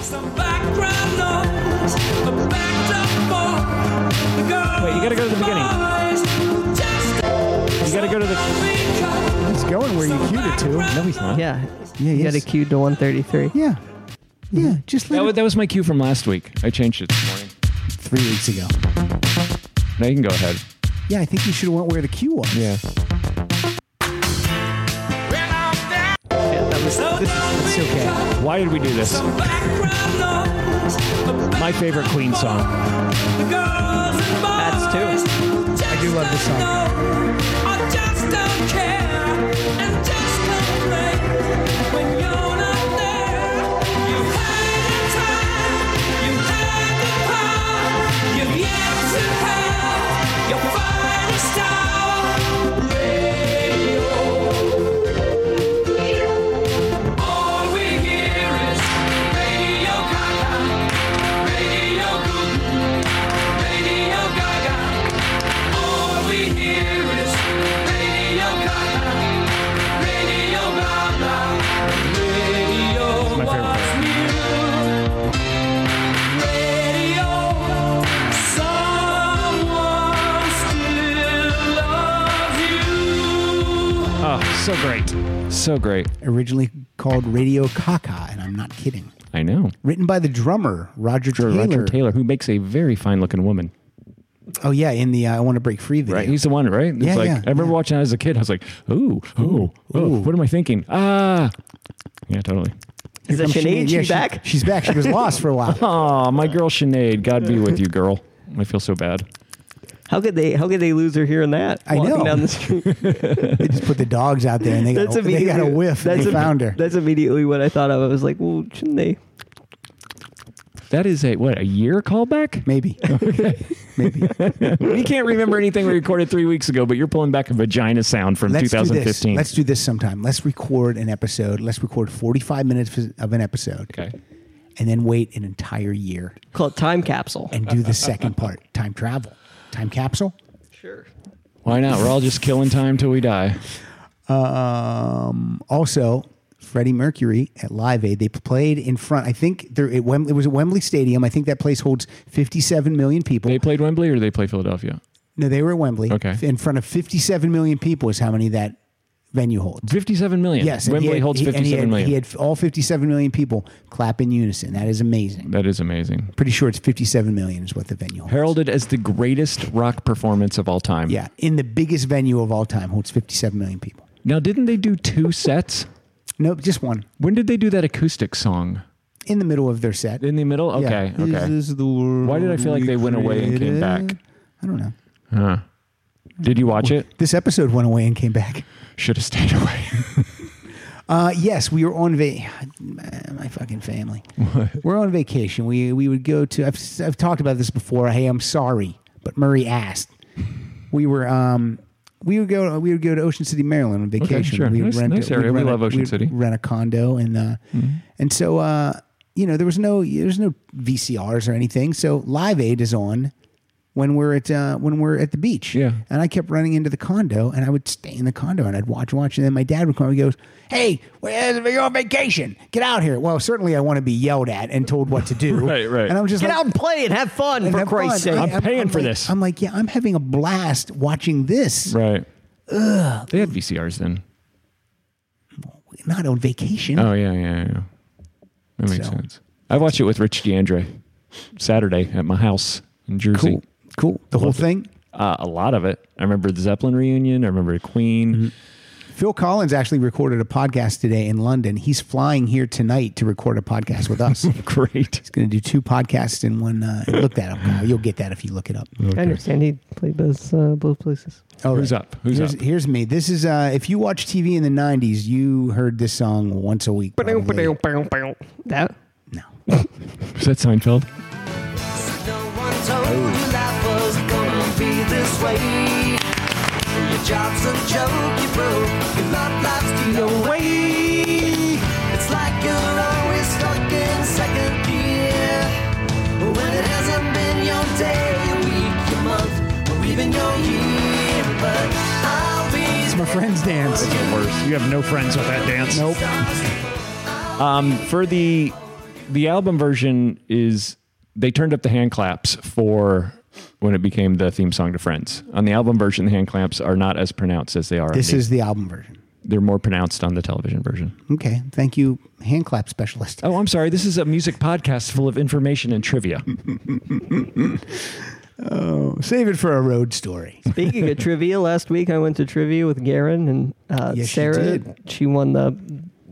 S11: Some background noise, a backed up boy, the girl
S4: Wait, you gotta go to the beginning.
S11: beginning.
S4: You gotta go to the-
S2: He's going where you cued it to.
S4: No, he's not.
S3: Yeah.
S2: Yeah,
S3: You
S2: he
S3: got
S2: is.
S3: it queued to 133.
S2: Yeah. Yeah, just
S4: That,
S2: let
S4: wa-
S2: it
S4: that was my cue from last week. I changed it this morning.
S2: three weeks ago.
S4: Now you can go ahead.
S2: Yeah, I think you should have went where the cue was.
S4: Yeah.
S3: Yeah, that was
S2: It's okay.
S4: Why did we do this? My favorite Queen song.
S11: That's
S3: two.
S11: I
S2: do love this song.
S11: All we hear is Radio Gaga, Radio Gaga, Radio
S4: my favorite
S11: was new. Radio, someone still loves you.
S4: Oh, so great. So great.
S2: Originally called Radio Caca, and I'm not kidding.
S4: I know.
S2: Written by the drummer Roger Taylor.
S4: Roger Taylor, who makes a very fine looking woman.
S2: Oh yeah, in the uh, I Want to Break Free video.
S4: Right. He's the one, right? It's
S2: Yeah,
S4: like
S2: yeah,
S4: I remember
S2: yeah.
S4: watching that as a kid. I was like, ooh, ooh, ooh, what am I thinking? Ah. Yeah, totally.
S3: Is that
S2: From
S3: Sinead?
S2: Sinead. Yeah,
S3: She back?
S2: She's back. She was lost for a while.
S4: Aw, my girl Sinead. God be with you, girl. I feel so bad.
S3: How could they? How could they lose her hearing that?
S2: I
S3: walking
S2: know.
S3: down the street.
S2: They just put the dogs out there, and they got, a, they got a whiff. and they
S3: imme-
S2: found her.
S3: That's immediately what I thought of. I was like, well, shouldn't they?
S4: That is a what, a year callback?
S2: Maybe.
S4: We can't remember anything we recorded three weeks ago, but you're pulling back a vagina sound from
S2: Let's do this.
S4: 2015.
S2: Let's do this sometime. Let's record an episode. Let's record 45 minutes of an episode,
S4: okay.
S2: and then wait an entire year
S3: Call it time capsule.
S2: and do the second part. Time travel, time capsule.
S3: Sure.
S4: Why not? We're all just killing time till we die.
S2: Um, also, Freddie Mercury at Live Aid. They played in front. I think there it, Wem- it was at Wembley Stadium. I think that place holds 57 million people.
S4: They played Wembley or they play Philadelphia?
S2: no, they were at Wembley.
S4: Okay.
S2: in front of 57 million people is how many that venue holds.
S4: 57 million.
S2: Yes, and he
S4: Wembley
S2: had-
S4: holds
S2: he- and he
S4: 57
S2: had-
S4: million.
S2: He had all 57 million people clap in unison. That is amazing.
S4: that is amazing.
S2: Pretty sure it's 57 million is what the venue holds.
S4: Heralded as the greatest rock performance of all time.
S2: Yeah, in the biggest venue of all time holds 57 million people.
S4: Now, didn't they do two sets?
S2: Nope, just one
S4: When did they do that acoustic song?
S2: in the middle of their set.
S4: In the middle? Okay.
S2: Yeah.
S4: Okay.
S5: This is the world
S4: Why did I feel like
S5: we
S4: they went away and came back?
S5: created.
S2: I don't know.
S4: Huh. Did you watch it?
S2: This episode went away and came back.
S4: Should have stayed away.
S2: Uh, yes, we were on va- man, my fucking family. We're on vacation. We we would go to. I've I've talked about this before. Hey, I'm sorry, but Murray asked. We were um we would go we would go to Ocean City, Maryland on vacation.
S4: sure.
S2: We would
S4: Nice-
S2: a-
S4: nice area.
S2: we'd
S4: We
S2: rent a-
S4: love Ocean
S2: we'd
S4: City. Mm-hmm.
S2: Rent a condo and uh and so uh you know there was no there's no VCRs or anything. So Live Aid is on when we're at uh, when we're at the beach.
S4: Yeah.
S2: And I kept running into the condo, and I would stay in the condo, and I'd watch, watch, and then my dad would come. and He goes, "Hey, where's you're on vacation? Get out here!" Well, certainly I want to be yelled at and told what to do.
S4: Right, right.
S2: And I'm just
S3: Get
S2: like,
S3: out and play and have fun,
S2: and
S3: for
S2: have
S3: Christ's
S2: fun.
S3: sake.
S2: I-
S4: I'm paying for
S2: like-
S4: this.
S2: I'm like, yeah, I'm having a blast watching this.
S4: right. They had VCRs then.
S2: Not on vacation.
S4: Oh yeah, yeah, yeah. That makes
S2: So-
S4: sense. I watched it with Rich DeAndre Saturday at my house in Jersey.
S2: cool, cool. The whole
S4: Love it.
S2: thing.
S4: Uh, a lot of it. I remember the Zeppelin reunion. I remember Queen.
S2: Mm-hmm. Phil Collins actually recorded a podcast today in London. He's flying here tonight to record a podcast with us.
S4: Great.
S2: going to do two podcasts in one. Uh, look that up. Kyle. You'll get that if you look it up.
S3: I understand he played both uh, both places.
S2: Oh,
S4: Who's up? Who's
S2: here's,
S4: up?
S2: Here's me. This is uh, if you watch TV in the '90s, you heard this song once a week. probably.
S3: That
S2: No,
S4: Is that Seinfeld?
S9: No one told you life was gonna be away. Your job's a joke, you broke. Your love life's the away. It's like you're always stuck in second gear. When it hasn't been your day, your week, your month, or even your year. But I'll be
S2: It's my friend's dance.
S12: It's the worst. You have no friends with that dance.
S2: Nope.
S4: Um, for the the album version is they turned up the hand claps for when it became the theme song to Friends. On the album version, the hand claps are not as pronounced as they are. on
S2: This
S4: the-
S2: is the album version.
S4: they're more pronounced on the television version.
S2: Okay. Thank you, hand clap specialist.
S4: Oh, I'm sorry. This is a music podcast full of information and trivia.
S2: Save it for a road story.
S3: Speaking of trivia, last week I went to trivia with Garen and uh,
S2: Yes, you
S3: Sarah.
S2: did.
S3: She won the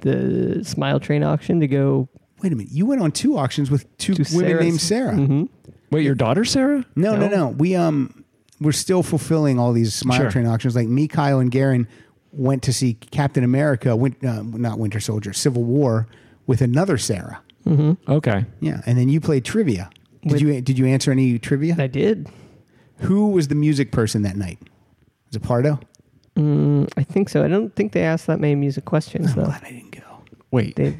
S3: the Smile Train auction to go.
S2: Wait a minute. You went on two auctions with two
S3: To
S2: women
S3: Sarah's- Mm-hmm.
S2: named Sarah.
S4: Mm-hmm. Wait, your daughter Sarah?
S2: No, no,
S3: No?
S2: no. We um we're still fulfilling all these smile
S4: Sure.
S2: train auctions. Like me, Kyle, and Garen went to see Captain America, win- uh, not Winter Soldier, Civil War with another Sarah.
S4: Okay.
S2: Yeah, and then you played trivia. Did
S3: With-
S2: you did you answer any trivia?
S3: I did.
S2: Who was the music person that night? Was it Pardo?
S3: I think so. I don't think they asked that many music questions though.
S2: I didn't go.
S4: Wait.
S3: They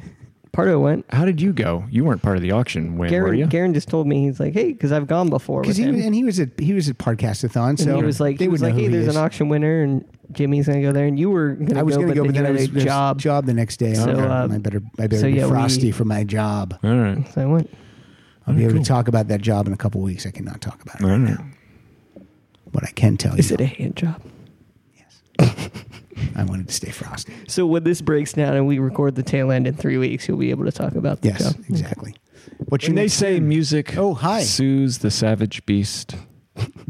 S3: part of it went.
S4: how did you go? You weren't part of the auction when were you?
S3: Garen, Garen just told me he's like, hey, because I've gone before
S2: Because
S3: with
S2: he
S3: him.
S2: and he was at he was at Podcastathon,
S3: And
S2: so
S3: he was like,
S2: they
S3: he was
S2: would
S3: like,
S2: know
S3: hey,
S2: who he
S3: there's
S2: is.
S3: an auction winner, and Jimmy's gonna go there, and you were gonna
S2: I was
S3: go,
S2: going to go,
S3: but
S2: but then
S3: then
S2: I
S3: you
S2: was
S3: had a
S2: there's
S3: job.
S2: job the next day.
S3: So,
S2: Okay.
S3: uh,
S2: I better I better
S3: so,
S2: be
S3: yeah, we-
S2: frosty for my job.
S4: All right.
S3: So I went.
S2: I'll be able to talk about that job in a couple weeks. I cannot talk about it
S4: All
S2: right
S4: right.
S2: now. But I can tell
S3: Is
S2: you,
S3: it a hand job?
S2: I wanted to stay frosty.
S3: So when this breaks down and we record the tail end in three weeks, you'll be able to talk about the
S2: Yes,
S3: job.
S2: exactly. What you
S4: When they say music
S2: Oh, hi.
S4: soothes the savage beast,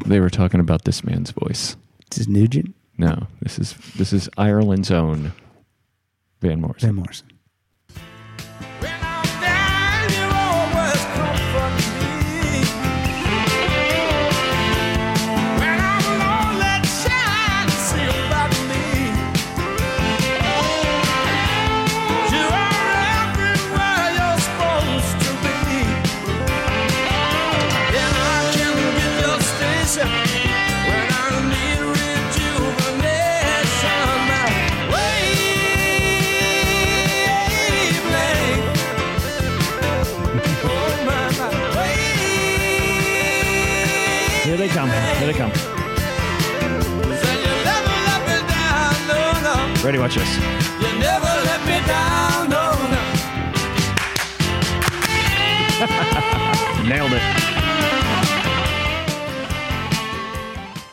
S4: they were talking about this man's voice.
S2: This is Nugent
S4: No, this is this is Ireland's own Van Morrison.
S2: Van Morrison.
S8: When I'm down, you always comfort me. When I'm lonely, try to see about me. You are everywhere you're supposed to be. And I can be your station when I need rejuvenation. Wavelength.
S12: Here they come. Here they come. Ready? Watch this. Nailed it.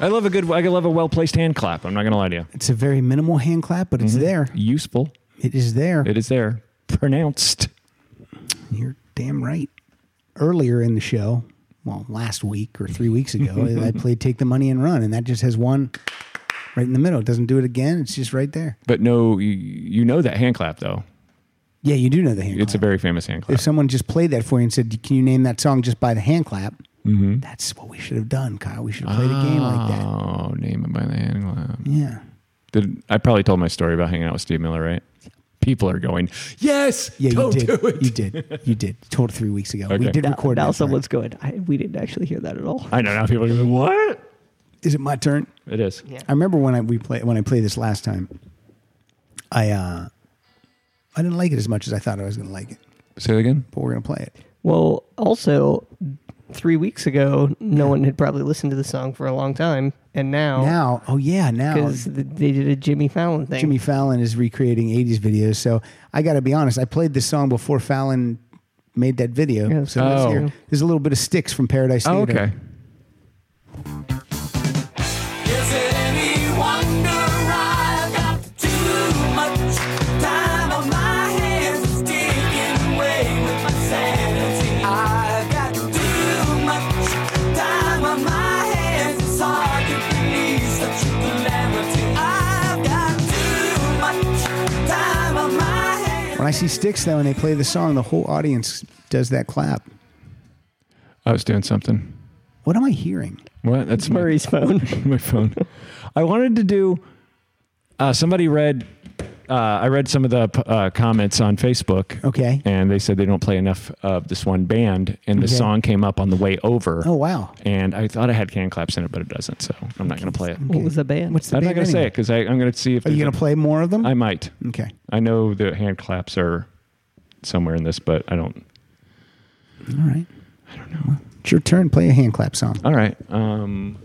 S4: I love a good I love a well placed hand clap. I'm not gonna lie to you.
S2: It's a very minimal hand clap, but it's there.
S4: Useful.
S2: Mm-hmm. It is there.
S4: It is there. Pronounced.
S2: You're damn right. Earlier in the show, well, last week or three weeks ago, I played "Take the Money and Run," and that just has one right in the middle. It doesn't do it again. It's just right there.
S4: But no, you, you know that hand clap though.
S2: Yeah, you do know the hand.
S4: It's a
S2: clap.
S4: very famous hand clap.
S2: if someone just played that for you and said, "Can you name that song just by the hand clap?"
S4: Mm-hmm.
S2: That's what we should have done, Kyle. We should have played a game like that.
S4: Oh, name it by the hand clap.
S2: Yeah.
S4: Did I probably told my story about hanging out with Steve Miller, right? People are going, yes,
S2: Yeah,
S4: don't
S2: you did.
S4: do it.
S2: You did. You did. Told three weeks ago. We
S4: Okay.
S2: did
S3: Now,
S2: record
S3: now
S2: that
S3: someone's going. I, we didn't actually hear that at all.
S4: I know now people are going, what?
S2: part. Is it my turn?
S4: It is.
S2: I remember when I we play when I played this last time. I uh, I didn't like it as much as I thought I was going to like it,
S4: Say it again.
S2: but we're going to play it.
S3: Well, also, three weeks ago, no one had probably listened to the song for a long time, and now
S2: Now, oh yeah, now
S3: because they did a Jimmy Fallon thing.
S2: Jimmy Fallon is recreating '80s videos. So I got to be honest, I played this song before Fallon made that video.
S3: Yeah,
S2: so let's
S4: Oh.
S2: hear- there's a little bit of sticks from Paradise
S4: Oh,
S2: Theater.
S4: okay.
S8: Is it any wonder I've got too much time on my hands? It's taking away with my sanity. I've got too much time on my hands. It's hard to believe such a calamity. I've got too much time on my hands.
S2: When I see sticks though, and they play the song, the whole audience does that clap.
S4: I was doing something.
S2: What am I hearing?
S4: What? That's my-
S3: Murray's phone.
S4: my phone. I wanted to do. Uh, somebody read uh, I read some of the p- uh, comments on Facebook.
S2: Okay.
S4: And they said they don't play enough of this one band, and the
S2: Okay.
S4: song came up on the way over.
S2: Oh, wow.
S4: And I thought I had can claps in it, but it doesn't, so I'm not going to play it.
S3: What was the band?
S2: What's the
S4: I'm not
S2: band
S4: going to say
S2: anyway?
S4: it because I'm going to see if
S2: Are you
S4: there's
S2: going to play more of them?
S4: a- I might.
S2: okay.
S4: I know the hand claps are somewhere in this, but I don't.
S2: All right. I don't know. It's your turn. Play a hand clap song.
S4: All right. Um,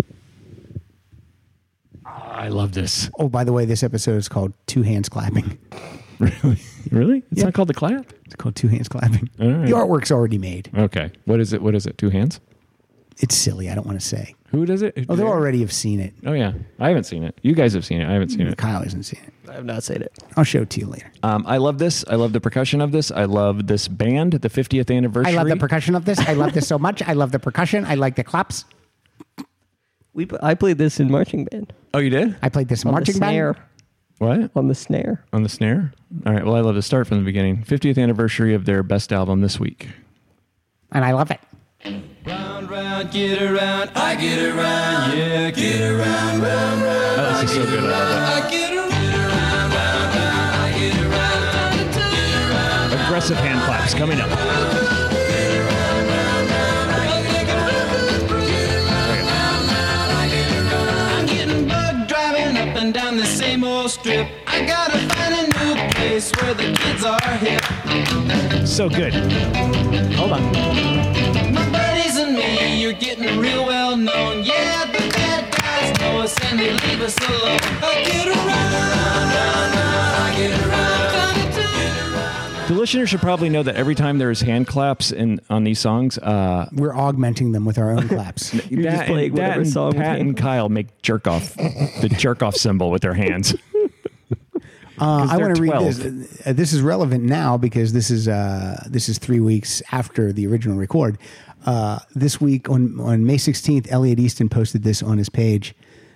S4: I love this.
S2: Oh, by the way, this episode is called Two Hands Clapping.
S4: Really? Really? It's
S2: Yeah.
S4: not called the clap.
S2: It's called Two Hands Clapping.
S4: All right.
S2: The artwork's already made.
S4: Okay. What is it? What is it? Two hands?
S2: It's silly. I don't want to say.
S4: Who does it?
S2: Oh, they already have seen it.
S4: Oh yeah, I haven't seen it. You guys have seen it. I haven't seen it.
S2: Kyle hasn't seen it.
S3: I have not said it.
S2: I'll show it to you later.
S4: Um, I love this. I love the percussion of this. I love this band. The 50th
S2: I
S4: anniversary.
S2: love the percussion of this. I love this so much. I love the percussion. I like the claps.
S3: We pl- I played this in marching band
S4: oh, you did?
S2: I played this
S3: on
S2: marching
S3: the snare.
S2: band.
S4: What
S3: On the snare.
S4: on the snare? All right. Well, I love to start from the beginning. 50th anniversary of their best album this week.
S2: And I love it.
S11: Round, round, get around, I get around, yeah, get around, round, round.
S4: Oh, this is so good. I love
S11: I get around, round, round, I get around, get around,
S12: Aggressive hand claps coming up.
S11: get around, I get around. I'm getting bugged driving up and down the same old strip. I gotta find a new place where the kids are hip.
S12: So good. Hold on.
S11: My buddies and me, you're getting real well known. Yeah, the bad guys know us and they leave us alone. I get around, round, round, I get around, get around.
S4: it. The listeners should probably know that every time there is hand claps in on these songs, uh,
S2: We're augmenting them with our own claps.
S3: You're
S4: that,
S3: just playing
S4: and, that
S3: whatever
S4: and
S3: song with
S4: Pat
S3: hand
S4: and Kyle make jerk off the jerk off symbol with their hands.
S2: Uh, I
S4: they're
S2: want to read this. Uh, this is relevant now because this is uh, this is three weeks after the original record. Uh, this week on on May sixteenth, Elliot Easton posted this on his page.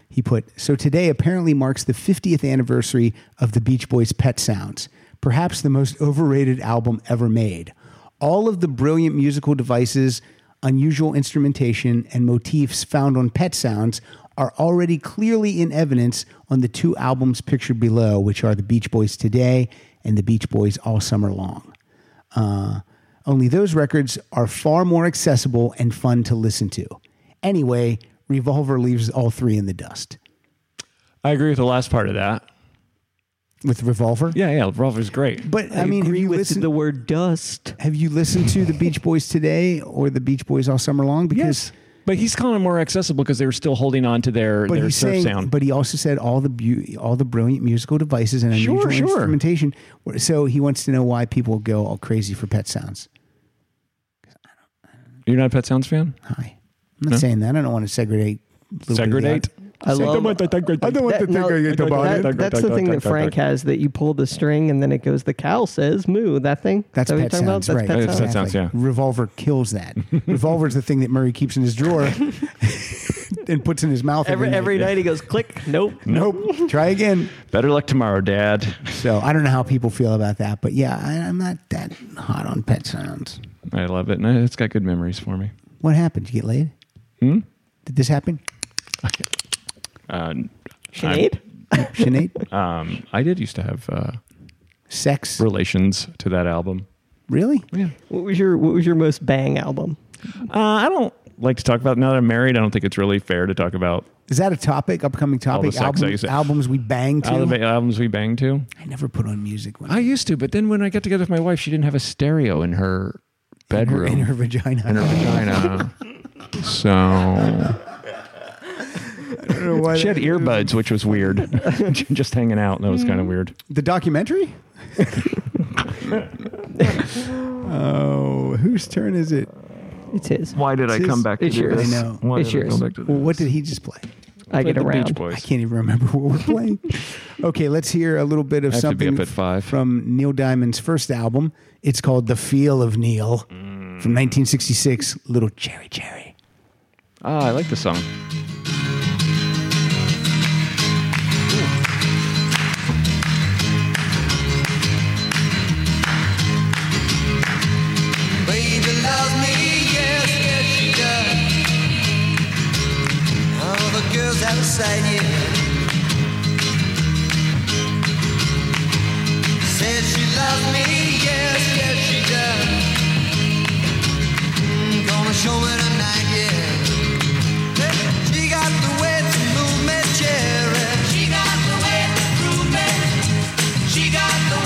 S2: He put, "So today apparently marks the fiftieth anniversary of the Beach Boys' Pet Sounds, perhaps the most overrated album ever made. All of the brilliant musical devices." Unusual instrumentation and motifs found on Pet Sounds are already clearly in evidence on the two albums pictured below, which are The Beach Boys Today and The Beach Boys All Summer Long. Uh, only those records are far more accessible and fun to listen to. Anyway, Revolver leaves all three in the dust.
S4: I agree with the last part of that.
S2: With Revolver?
S4: Yeah, yeah, Revolver's great.
S2: But I, mean, have
S3: agree
S2: you,
S3: with
S2: listened,
S3: the word dust.
S2: have you listened to The Beach Boys Today or The Beach Boys All Summer Long? Because
S4: Yes. But he's calling it more accessible because they were still holding on to their,
S2: but
S4: their
S2: he's
S4: surf
S2: saying,
S4: sound.
S2: but he also said all the beau- all the brilliant musical devices and
S4: Sure,
S2: unusual
S4: sure.
S2: instrumentation. So he wants to know why people go all crazy for pet sounds.
S4: You're not a Pet Sounds fan?
S2: Hi, I'm not saying that. I don't want to segregate. little bit of the
S4: Segregate?
S2: art.
S3: I love
S5: I don't want
S3: That-
S5: to think
S3: no,
S5: I get about
S4: that- Duck,
S3: that,
S5: it.
S4: duck,
S3: that's
S4: duck,
S3: the thing
S4: duck,
S3: that
S4: duck,
S3: Frank
S4: duck.
S3: has that you pull the string and then it goes the cow says moo that thing
S2: That's
S3: Is that what
S2: pet
S3: you're talking
S2: sounds,
S3: about?
S2: right?
S3: That's pet
S4: That's
S3: sounds.
S4: Pet Sounds, yeah.
S2: Revolver kills that. Revolver's the thing that Murray keeps in his drawer and puts in his mouth
S3: every
S2: night.
S3: every night he goes click nope
S2: Nope. Try again.
S4: Better luck tomorrow, Dad.
S2: So I don't know how people feel about that, but yeah, I, I'm not that hot on pet sounds.
S4: I love it. And it's got good memories for me.
S2: What happened? Did you get laid? Hmm? Did this happen?
S4: Uh,
S3: Sinead
S2: Sinead?
S4: um, I did used to have uh,
S2: Sex?
S4: relations to that album.
S2: Really?
S4: Yeah.
S3: what was your what was your most bang album
S4: Uh, I don't like to talk about now that I'm married. I don't think it's really fair to talk about
S2: Is that a topic? Upcoming
S4: the
S2: topic?
S4: sex I used
S2: Albums,
S4: to-
S2: albums we bang to?
S4: all the albums we banged to.
S2: I never put on music when
S4: I used to, but then when I got together with my wife, she didn't have a stereo in her bedroom.
S2: in her vagina.
S4: in her vagina. So
S2: I don't know why
S4: she had
S2: that-
S4: earbuds, which was weird. Just hanging out. That was kind of weird.
S2: The documentary? oh, whose turn is it?
S3: it's his
S4: Why did I
S2: It's
S4: come
S2: his-
S4: back to
S2: it's yours.
S4: this?
S2: I know.
S4: Why
S3: It's
S4: did I
S3: yours.
S4: come back to
S2: Well,
S4: this?
S2: what did he just play?
S3: I get
S4: the
S3: around
S4: Beach Boys.
S2: I can't even remember what we're playing. okay, let's hear a little bit of
S4: I have to be
S2: something
S4: up at five.
S2: from Neil Diamond's first album. It's called The Feel of Neil
S4: Mm.
S2: from 1966, Little Cherry Cherry.
S4: Ah, I like the song.
S8: Baby loves me, yes, yes she does. All the girls outside, yeah. Oh.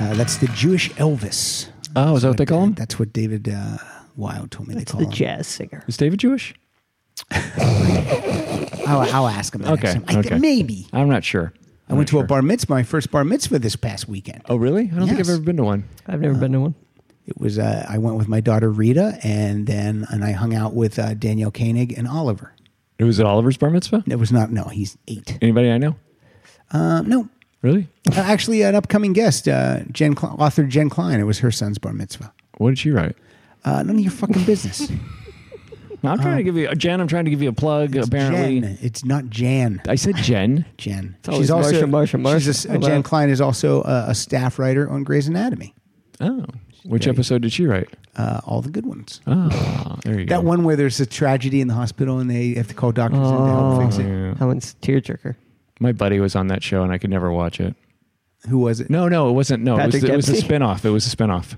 S2: Uh, that's the Jewish Elvis.
S4: Oh, is that what they call him?
S2: That's what David uh, Wild told me they
S3: It's
S2: call
S3: the
S2: him.
S3: jazz singer.
S4: Is David Jewish?
S2: I'll, I'll ask him. That
S4: Okay,
S2: next time. I thi-
S4: okay.
S2: maybe.
S4: I'm not sure.
S2: I went to a bar mitzvah, my first bar mitzvah this past weekend.
S4: Oh, really? I don't think
S2: Yes.
S4: I've ever been to one.
S3: I've never been to one.
S2: It was uh, I went with my daughter Rita, and then and I hung out with uh, Danielle Koenig and Oliver.
S4: It was at Oliver's bar mitzvah.
S2: It was not no, he's eight.
S4: Anybody I know?
S2: Uh, no,
S4: Really?
S2: Uh, actually, an upcoming guest, uh, Jen Cl- author Jen Klein. It was her son's bar mitzvah.
S4: What did she write?
S2: Uh, none of your fucking business.
S4: I'm trying to give you, Jen. I'm trying to give you a plug. Apparently,
S2: Jen. It's not Jan.
S4: I said Jen.
S2: Jen.
S3: always Marsha, Marsha, Marsha.
S2: She's a,
S3: Hello.
S2: Jan Klein is also a, a staff writer on Grey's Anatomy.
S4: Oh, which episode did she write?
S2: Uh, all the good ones.
S4: Oh, there you
S2: That
S4: go.
S2: one where there's a tragedy in the hospital and they have to call doctors in to
S3: Oh.
S2: help fix it.
S4: Oh, Yeah.
S3: That one's tearjerker.
S4: My buddy was on that show, and I could never watch it.
S2: Who was it?
S4: No, no, it wasn't. No, it was,
S3: Patrick
S4: it was a
S3: Dempsey?
S4: spinoff. It was a spinoff.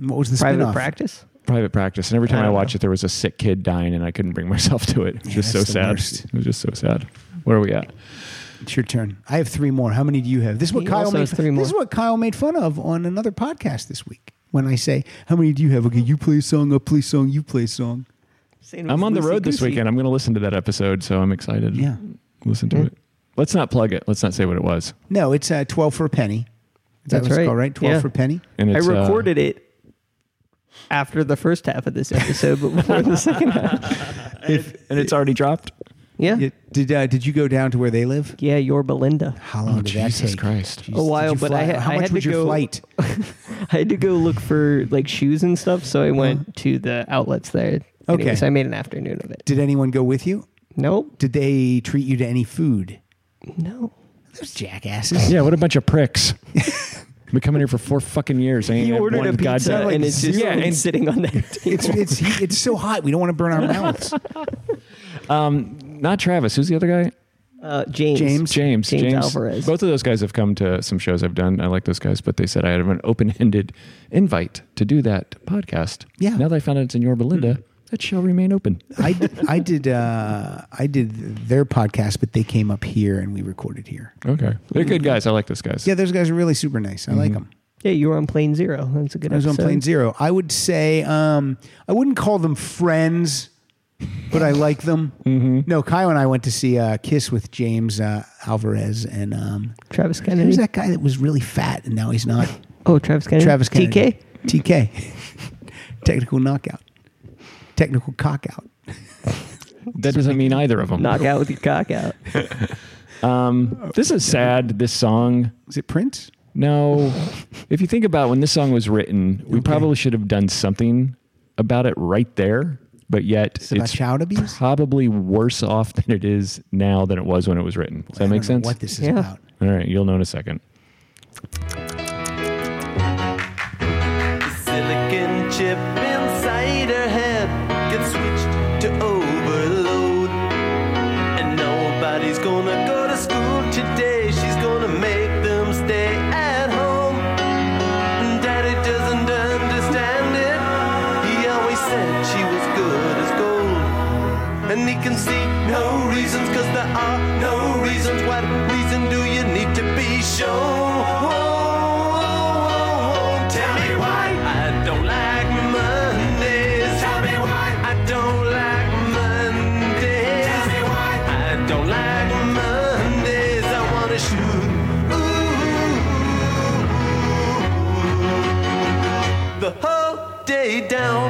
S2: What was the
S3: Private
S2: spinoff?
S3: practice.
S4: Private practice, and every time I,
S3: don't
S4: watch
S3: know.
S4: it, there was a sick kid dying, and I couldn't bring myself to it. It was just so
S2: that's the
S4: sad.
S2: worst.
S4: It was just so sad. Where are we at?
S2: It's your turn. I have three more. How many do you have? This is what
S3: He
S2: Kyle
S3: also
S2: made.
S3: has three more.
S2: This is what Kyle made fun of on another podcast this week when I say, "How many do you have?" Okay, you play a song, I play a song, you play a song.
S4: I'm on the road this weekend. I'm going to listen to that episode, so I'm excited.
S2: Yeah.
S4: listen to it. Let's not plug it. Let's not say what it was.
S2: No, it's uh, twelve for a penny. Is that
S3: That's
S2: what it's
S3: right.
S2: called, right? Twelve
S3: Yeah.
S2: for a penny.
S4: And
S3: I
S4: it's, uh,
S3: recorded it after the first half of this episode, but before the second half.
S4: and it's already dropped.
S3: Yeah.
S2: Yeah, Did uh, Did you go down to where they live?
S3: Yeah, your Belinda.
S2: How long did that
S4: Jesus
S2: take?
S4: Christ.
S2: Jeez,
S4: A
S2: did you
S3: while, but
S2: fly-
S3: I had-
S2: how
S3: I
S2: much
S3: had
S2: was
S3: to
S2: your
S3: go-
S2: flight?
S3: I had to go look for like shoes and stuff, so I went to the outlets there.
S2: Uh-huh. Okay.
S3: Anyway, so I made an afternoon of it.
S2: Did anyone go with you?
S3: Nope.
S2: Did they treat you to any food?
S3: No.
S2: Those jackasses.
S4: Yeah, what a bunch of pricks. Been coming here for four fucking years. I ain't
S3: He
S4: had
S3: ordered
S4: one
S3: a pizza
S4: goddamn-
S3: and it's just
S4: yeah, and
S3: sitting on that table.
S2: It's it's it's so hot. We don't want to burn our mouths.
S4: not Travis. Who's the other guy?
S3: Uh, James.
S2: James.
S4: James,
S3: James Alvarez.
S4: Both of those guys have come to some shows I've done. I like those guys, but they said I had an open-ended invite to do that podcast.
S2: Yeah.
S4: Now that I found out it's in your Belinda, that shall remain open.
S2: I did, I did uh, I did their podcast, but they came up here and we recorded here.
S4: Okay. They're good guys. I like those guys.
S2: Yeah, those guys are really super nice. I like 'em. like them.
S3: Yeah, you were on plane zero. That's a good
S2: I was on
S3: episode.
S2: Plane Zero. I would say um, I wouldn't call them friends, but I like them. No, Kyle and I went to see uh, Kiss with James uh, Alvarez and um,
S3: Travis Kennedy.
S2: who's that guy that was really fat and now he's not?
S3: Oh, Travis Kennedy.
S2: Travis Kennedy.
S3: TK.
S2: TK. Technical knockout. Technical cock out.
S4: That doesn't mean either of them.
S3: Knock out with your cock out.
S4: This is sad. This song.
S2: Is it Prince?
S4: No. if you think about when this song was written, we probably should have done something about it right there. But yet, it's,
S2: about child abuse?
S4: probably worse off than it is now than it was when it was written. Does that
S2: I don't
S4: make
S2: know
S4: sense?
S2: What this is
S3: Yeah.
S2: about?
S4: All right, you'll know in a second.
S9: silicon chip inside her head gets switched to overload. And nobody's gonna go to school today, she's gonna make them stay at home. And Daddy doesn't understand it, he always said she was good as gold. And he can see no reasons, cause there are no reasons. What reason do you need to be shown? Tell me why I don't like Mondays. Tell me why I don't like Mondays. Tell me why I don't like Mondays. I wanna shoot. Ooh. The whole day down.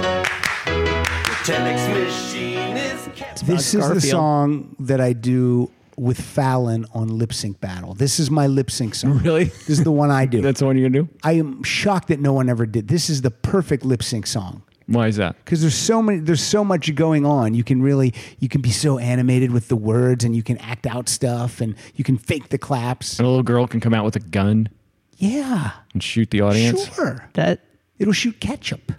S9: The telex machine is kept.
S2: This is the
S3: Garfield.
S2: song that I do with Fallon on Lip Sync Battle. This is my lip sync song. Really? This is the one I do.
S4: That's the one you're going to do?
S2: I am shocked that no one ever did. This is the perfect lip sync song
S4: Why is that?
S2: because there's so many there's so much going on. You can really you can be so animated with the words and you can act out stuff and you can fake the claps.
S4: And a little girl can come out with a gun
S2: Yeah.
S4: and shoot the audience.
S2: Sure.
S3: That
S2: It'll shoot ketchup.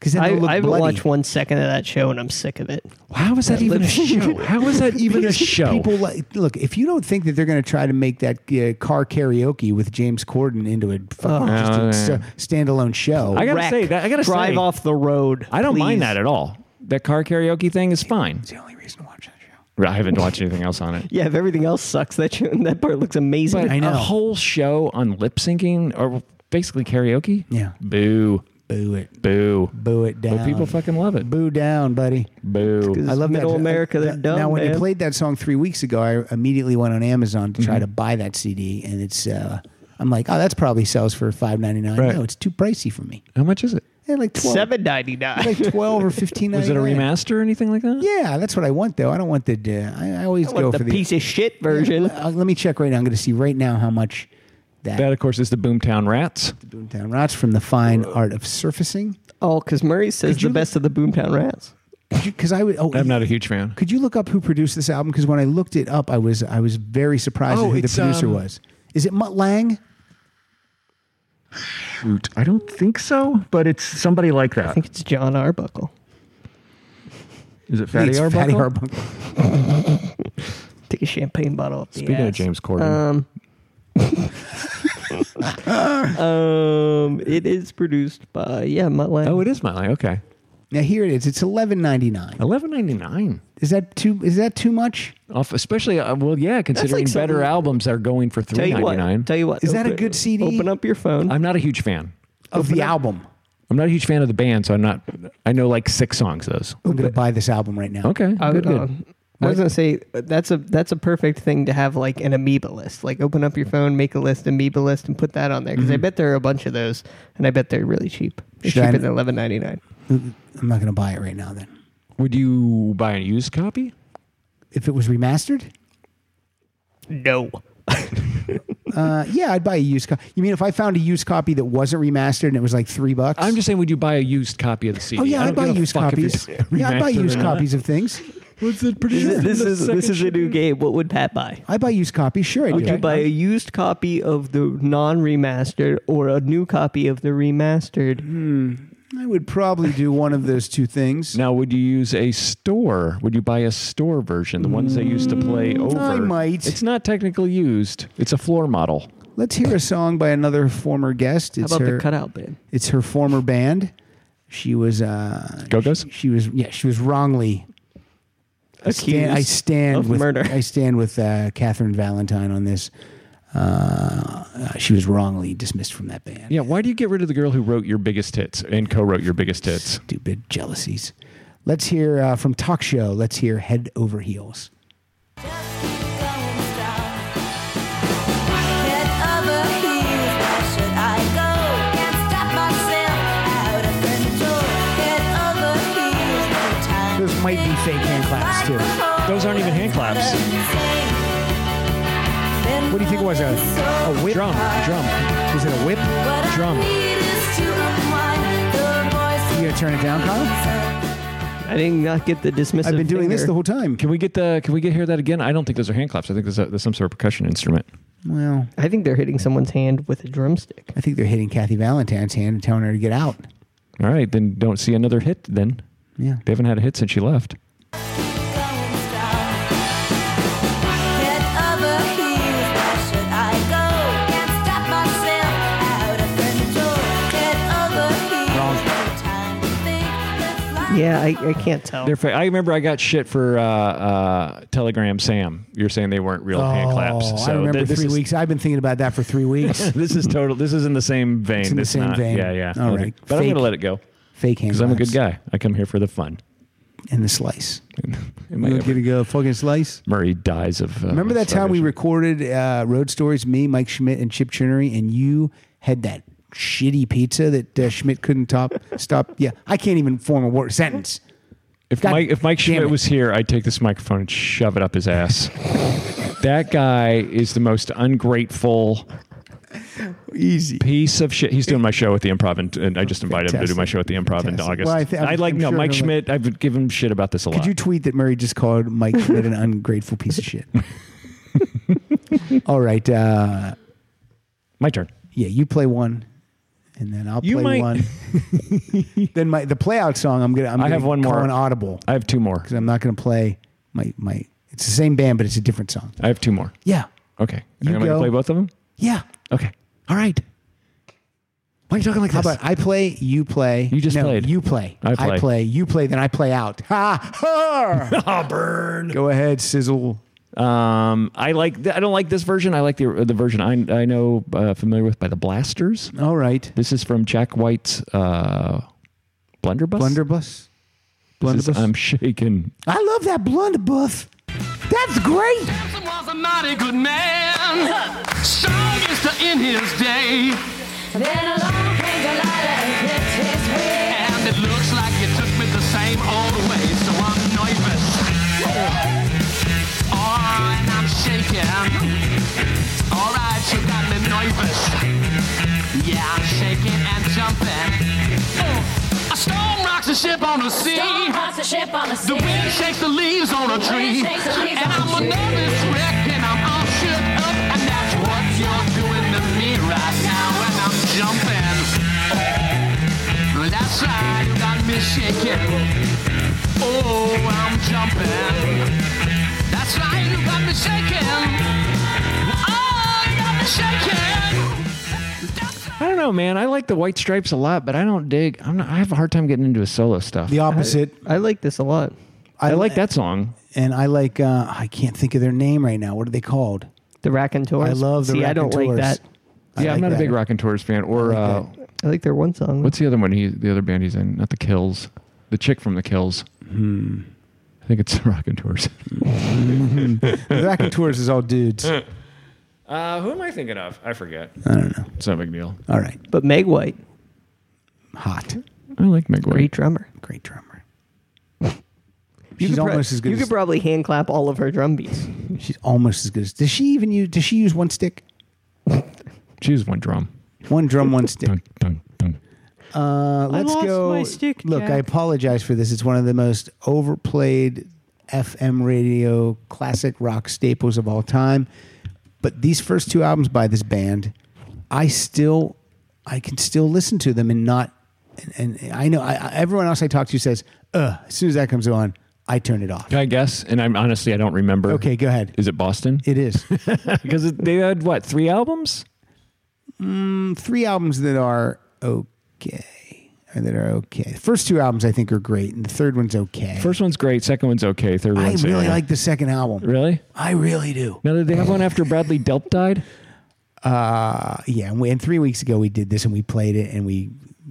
S2: Cuz then
S3: I,
S2: it'll look
S3: I haven't
S2: bloody.
S3: watched one second of that show, and I'm sick of it.
S4: How is that even a show? How is that even a show?
S2: People like look if you don't think that they're going to try to make that uh, car karaoke with James Corden into a fucking just a
S4: Oh, yeah.
S2: s- standalone show.
S4: I gotta
S3: Wreck.
S4: say that. I gotta
S3: drive
S4: say,
S3: off the road.
S4: I don't mind
S3: please.
S4: that at all. That car karaoke thing is fine.
S2: it's the only reason to watch that show.
S4: I haven't watched anything else on it.
S3: Yeah, if everything else sucks, that show, that part looks amazing.
S4: But a whole show on lip syncing or basically karaoke.
S2: Yeah.
S4: Boo.
S2: Boo it.
S4: Boo.
S2: Boo it down.
S4: But people fucking love it.
S2: Boo down, buddy.
S4: Boo.
S3: I love middle
S2: that.
S3: America. They're dumb.
S2: now, when
S3: man.
S2: you played that song three weeks ago, I immediately went on Amazon to try
S3: Mm-hmm.
S2: to buy that CD, and it's. Uh, I'm like, oh, that's probably sells for five ninety nine.
S4: Right.
S2: No, it's too pricey for me.
S4: How much is it?
S2: Yeah, like twelve,
S3: seven ninety nine.
S2: like twelve or fifteen.
S4: Was it a remaster or anything like that?
S2: Yeah, that's what I want though. I don't want the. Uh, I, I always
S3: I
S2: go
S3: want the
S2: for the.
S3: piece of shit version.
S2: Uh, let me check right now. I'm going to see right now how much that,
S4: That, of course, is the Boomtown Rats.
S2: Boomtown Rats from the Fine Art of Surfacing.
S3: Oh, because Murray says the best of the Boomtown Rats.
S2: Because I would. Oh,
S4: I'm not a huge fan.
S2: Could you look up who produced this album? Because when I looked it up, I was I was very surprised
S4: Oh,
S2: at who the
S4: it's,
S2: producer
S4: um,
S2: was. Is it Mutt Lang?
S4: Shoot, I don't think so, but it's somebody like
S3: I
S4: that.
S3: think it's John Arbuckle.
S4: Is it Fatty
S2: it's
S4: Arbuckle?
S2: Fatty Arbuckle.
S3: Take a champagne bottle up
S4: Speaking
S3: the
S4: of
S3: ass.
S4: James Corden,
S3: Um, um, it is produced by yeah, Mutt Lang.
S4: oh, it is Miley. Okay,
S2: Now here it is. It's eleven ninety nine.
S4: eleven ninety nine.
S2: Is that too? Is that too much?
S4: Off, especially uh, well, yeah. Considering
S3: like
S4: better
S3: something-
S4: albums are going for
S3: tell
S4: three
S3: you
S4: ninety
S3: what,
S4: nine.
S3: tell you what,
S2: Is that a
S3: open-
S2: good CD?
S3: Open up your phone.
S4: I'm not a huge fan.
S2: Of the album,
S4: I'm not a huge fan of the band, so I'm not. I know like six songs those.
S2: I'm going to buy this album right now.
S4: Okay,
S3: I,
S4: good,
S3: uh,
S4: good.
S3: I was gonna say uh, that's a that's a perfect thing to have like an amoeba list. Like open up your phone, make a list, amoeba list, and put that on there because I bet there are a bunch of those, and I bet they're really cheap.
S2: Mm-hmm.
S3: They're
S2: Should I-
S3: cheaper than eleven ninety nine.
S2: I'm not going to buy it right now. Then,
S4: Would you buy a used copy?
S2: if it was remastered,
S3: No,
S2: uh, yeah, I'd buy a used copy. You mean if I found a used copy that wasn't remastered and it was like three bucks?
S4: I'm just saying, would you buy a used copy of the CD?
S2: Oh yeah,
S4: I
S2: I
S4: don't
S2: buy
S4: give a
S2: used
S4: fuck if it's
S2: copies. Yeah, I buy
S4: remastered or
S2: used
S4: not.
S2: copies of things.
S4: What's it
S3: this,
S4: produced?
S3: is- this is this is a new game. What would Pat buy?
S2: I buy used copies. Sure, I do.
S3: Would you buy a used copy of the non-remastered or a new copy of the
S2: Mm.
S3: remastered?
S2: I would probably do one of those two things.
S4: Now, would you use a store? Would you buy a store version, the ones they used to play over?
S2: Mm, I might.
S4: It's not technically used. It's a floor model.
S2: Let's hear a song by another former guest.
S3: How
S2: It's
S3: about
S2: her.
S3: the cutout band?
S2: It's her former band. She was. Uh,
S4: Go-Go's?
S2: She, she was. Yeah, she was wrongly. I stand, I
S3: Accused
S2: stand
S3: of
S2: with
S3: murder.
S2: I stand with uh, Catherine Valentine on this. Uh, uh, she was wrongly dismissed from that band.
S4: Yeah. Why do you get rid of the girl who wrote your biggest hits and co-wrote your biggest hits?
S2: Stupid jealousies. Let's hear uh, from Talk Show. Let's hear Head Over Heels. Those might be fake hand claps too.
S12: Those aren't even hand claps.
S2: What do you think it was? A, a whip?
S4: Drum, drum.
S2: Was it a whip?
S12: Drum.
S2: You gonna turn it down, Kyle?
S3: I did not get the dismissive.
S2: I've been doing this
S3: finger.
S2: the whole time.
S4: Can we get the? Can we get hear that again? I don't think those are hand claps. I think there's, a, there's some sort of percussion instrument.
S2: Well,
S3: I think they're hitting someone's hand with a drumstick.
S2: I think they're hitting Kathy Valentine's hand and telling her to get out.
S4: All right, then don't see another hit. Then
S2: Yeah.
S4: they haven't had a hit since she left.
S3: Yeah, I, I can't tell.
S4: They're fa- I remember I got shit for uh, uh, Telegram Sam. You're saying they weren't real hand claps.
S2: Oh,
S4: So
S2: I remember
S4: th- this
S2: three
S4: is-
S2: weeks. I've been thinking about that for three weeks.
S4: This is total. This is in the same vein.
S2: It's in the same
S4: not,
S2: vein.
S4: Yeah, yeah.
S2: All
S4: Okay.
S2: right.
S4: But I'm
S2: Fake.
S4: gonna let it go
S2: Fake hand.
S4: because I'm a good
S2: claps.
S4: guy. I come here for the fun.
S2: And the slice.
S4: Am I ever-
S2: to go fucking slice?
S4: Murray dies of. Uh,
S2: Remember that time we
S4: starvation.
S2: recorded uh, Road Stories? Me, Mike Schmidt, and Chip Chinnery, and you had that shitty pizza that uh, Schmidt couldn't top stop. Yeah, I can't even form a word sentence.
S4: If
S2: God
S4: Mike, if Mike
S2: damn
S4: Schmidt
S2: it.
S4: was here, I'd take this microphone and shove it up his ass. that guy is the most ungrateful
S2: Easy.
S4: piece of shit. He's doing my show at the Improv, and, and I just invited him to do
S2: Fantastic.
S4: my show at the Improv in
S2: Fantastic.
S4: August.
S2: Well, I thi- I'm-
S4: I like
S2: I'm
S4: no
S2: sure
S4: Mike
S2: he'll
S4: Schmidt. I've given him shit about this a lot.
S2: Could you tweet that Murray just called Mike Schmidt an ungrateful piece of shit? All right. Uh,
S4: my turn.
S2: yeah, you play one, and then I'll
S4: You
S2: play
S4: might-
S2: one. then my the playout song. I'm gonna. I'm
S4: I
S2: gonna
S4: have one
S2: call
S4: more.
S2: an audible
S4: I have two more.
S2: because I'm not gonna play my my. It's the same band, but it's a different song.
S4: I have two more.
S2: Yeah.
S4: Okay.
S2: You
S4: Am I gonna
S2: go.
S4: play both of them?
S2: Yeah.
S4: Okay. All right.
S2: Why are you talking like How
S4: this?
S2: about I play, you play. You
S4: just
S2: no,
S4: played.
S2: You play.
S4: I play.
S2: You play. Then I play out. Ha! ha.
S4: burn.
S2: Go ahead, sizzle.
S4: Um, I like. th- I don't like this version. I like the the version I I know uh, familiar with by the Blasters.
S2: All right.
S4: This is from Jack White's uh, Blunderbuss.
S2: Blunderbuss.
S4: This is
S2: Blunderbuss?
S4: I'm shaking.
S2: I love that blunderbuff. That's great.
S10: Samson was a mighty good man, strongest in his day.
S8: Then along came Delilah and clipped his wig.
S10: And it looks like you took me the same old way, so I'm nervous. Oh, and I'm shaking. All right, you got me nervous. Yeah, I'm shaking and jumping. A storm rocks the ship on the sea.
S8: Storm rocks the ship on the sea.
S10: wind shakes the leaves on a
S8: The
S10: tree.
S8: wind shakes the leaves
S10: and
S8: on
S10: I'm
S8: a
S10: a
S8: tree.
S10: nervous wreck, and I'm all shook up. And that's what you're doing to me right now, and I'm jumping. Well, That's right, you got me shaking. Oh, I'm jumping. That's right, you got me shaking. Oh, you got me shaking.
S4: I don't know, man. I like the White Stripes a lot, but I don't dig. I'm not, I have a hard time getting into his solo stuff.
S2: The opposite.
S3: I like this a lot.
S4: I like that song.
S2: And I like. Uh, I can't think of their name right now. What are they called?
S3: The Rack and Tours.
S2: I love the
S3: See, I don't like
S2: Raconteurs.
S3: that.
S2: I
S4: yeah, I'm
S2: like
S4: not a
S2: that.
S4: big Rock and Tours fan. Or uh,
S3: I like their one song.
S4: what's the other one? He the other band he's in? Not the Kills. The chick from the Kills. Hmm. I think it's Rock and Tours.
S2: The Rack and Tours is all dudes. I
S4: Uh, who am I thinking of? I forget.
S2: don't know.
S4: It's not a big deal.
S2: All right.
S3: But Meg White,
S2: Hot.
S4: I like Meg White.
S3: great drummer.
S2: Great drummer.
S3: You
S2: She's
S3: could pro-
S2: almost as good.
S3: You
S2: as,
S3: could probably hand clap all of her drum beats.
S2: she's almost as good as. Does she even use? Does she use one stick?
S4: Choose one drum.
S2: One drum, one stick.
S4: Dun, dun, dun.
S2: Uh, let's
S6: lost
S2: go.
S6: my stick,
S2: Look, I
S6: Jack.
S2: apologize for this. It's one of the most overplayed FM radio classic rock staples of all time. But these first two albums by this band, I still, I can still listen to them and not. And, and I know I, I- everyone else I talk to says, "Uh." As soon as that comes on, I turn it off.
S4: Can I guess? And I'm honestly, I don't remember.
S2: Okay, go ahead.
S4: Is it Boston?
S2: It is
S4: Because they had what three albums?
S2: three albums that are okay, or that are okay. The first two albums I think are great, and the third one's okay.
S4: First one's great. Second one's okay. Third
S2: I
S4: one's
S2: really
S4: eh.
S2: like the second album.
S4: Really?
S2: I really do.
S4: Now did they have one after Bradley Delp died?
S2: Uh, yeah, and, we, and three weeks ago we did this and we played it and we,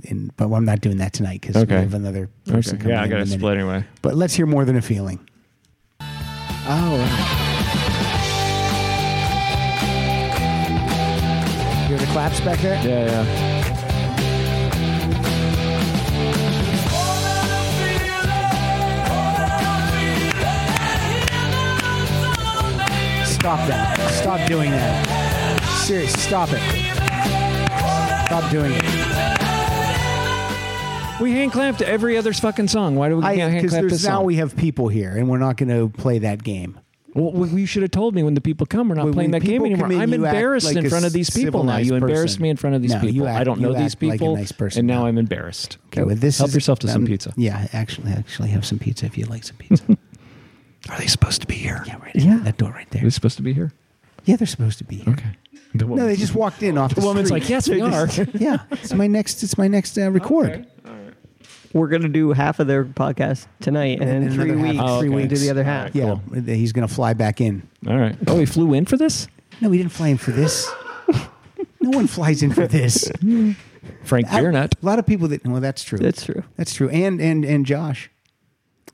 S2: and, but I'm not doing that tonight because
S4: Okay.
S2: we have another person coming in
S4: Yeah, I
S2: in
S4: got
S2: a
S4: to
S2: minute.
S4: split anyway.
S2: But let's hear more than a feeling. Oh, right. hear the claps back there.
S4: Yeah, yeah.
S2: Stop that. Stop doing that. Serious, stop it. Stop doing it.
S4: We hand clamped every other fucking song. Why do we can't hand
S2: Because
S4: clamp
S2: there's
S4: this
S2: now
S4: song?
S2: we have people here, and we're not going to play that game.
S4: Well, well, you should have told me when the people come. We're not
S2: When-
S4: playing
S2: when
S4: that game
S2: people
S4: anymore.
S2: come in,
S4: I'm
S2: you act
S4: embarrassed
S2: like
S4: in
S2: a
S4: front of these people now.
S2: civilized
S4: You embarrassed
S2: person.
S4: me in front of these
S2: No, you
S4: people.
S2: act-
S4: I don't
S2: you
S4: know these
S2: act like a
S4: people,
S2: nice person
S4: and now
S2: now.
S4: I'm embarrassed.
S2: Okay, well, this
S4: help
S2: is-
S4: yourself to some
S2: um,
S4: pizza.
S2: Yeah, actually, actually have some pizza if you'd like some pizza.
S4: Are they supposed to be here?
S2: yeah, right.
S3: Yeah.
S2: that door right
S4: Are
S2: there.
S4: they supposed to be here?
S2: Yeah, they're supposed to be. Here.
S4: Okay. The
S2: No, they
S4: woman-
S2: just walked in off the,
S4: the woman's
S2: street.
S4: like, yes, we are.
S2: yeah, it's my next. It's my next uh, record.
S3: We're gonna do half of their podcast tonight, and,
S2: And
S3: in three
S2: another
S3: weeks,
S2: half-
S4: Oh,
S3: we
S4: okay.
S3: do the other
S4: All
S3: half.
S4: right.
S2: Yeah, uh, he's gonna fly back in.
S4: All right. Oh, he flew in for this?
S2: No, we didn't fly in for this. no one flies in for this.
S4: Frank Beernut.
S2: A lot of people that. Well, that's true.
S3: That's true.
S2: That's true. And and and Josh,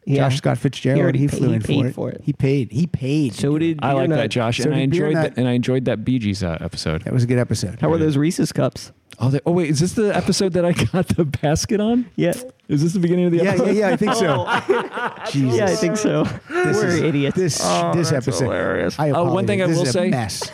S2: Josh Scott Fitzgerald,
S3: He already
S2: he
S3: pa-
S2: flew
S3: he
S2: in
S3: paid
S2: for, it.
S3: for it.
S2: He paid. He paid.
S3: So did
S4: I like
S3: Beernut.
S4: that, Josh,
S2: So
S4: and I
S2: did
S4: enjoyed
S2: Beernut.
S4: that. And I enjoyed that Bee Gees uh, episode.
S2: that was a good episode.
S3: How are those Reese's cups?
S4: Oh, they, oh, wait, is this the episode that I got the basket on?
S3: Yeah,
S4: Is this the beginning of the
S2: yeah, yeah,
S4: episode?
S2: yeah. I think so. Jesus.
S3: yeah, I think so. We're
S2: is-
S3: idiots.
S2: This this episode. I
S4: Oh, one thing I
S2: apologize.
S4: will
S2: this is
S4: say-
S2: a mess.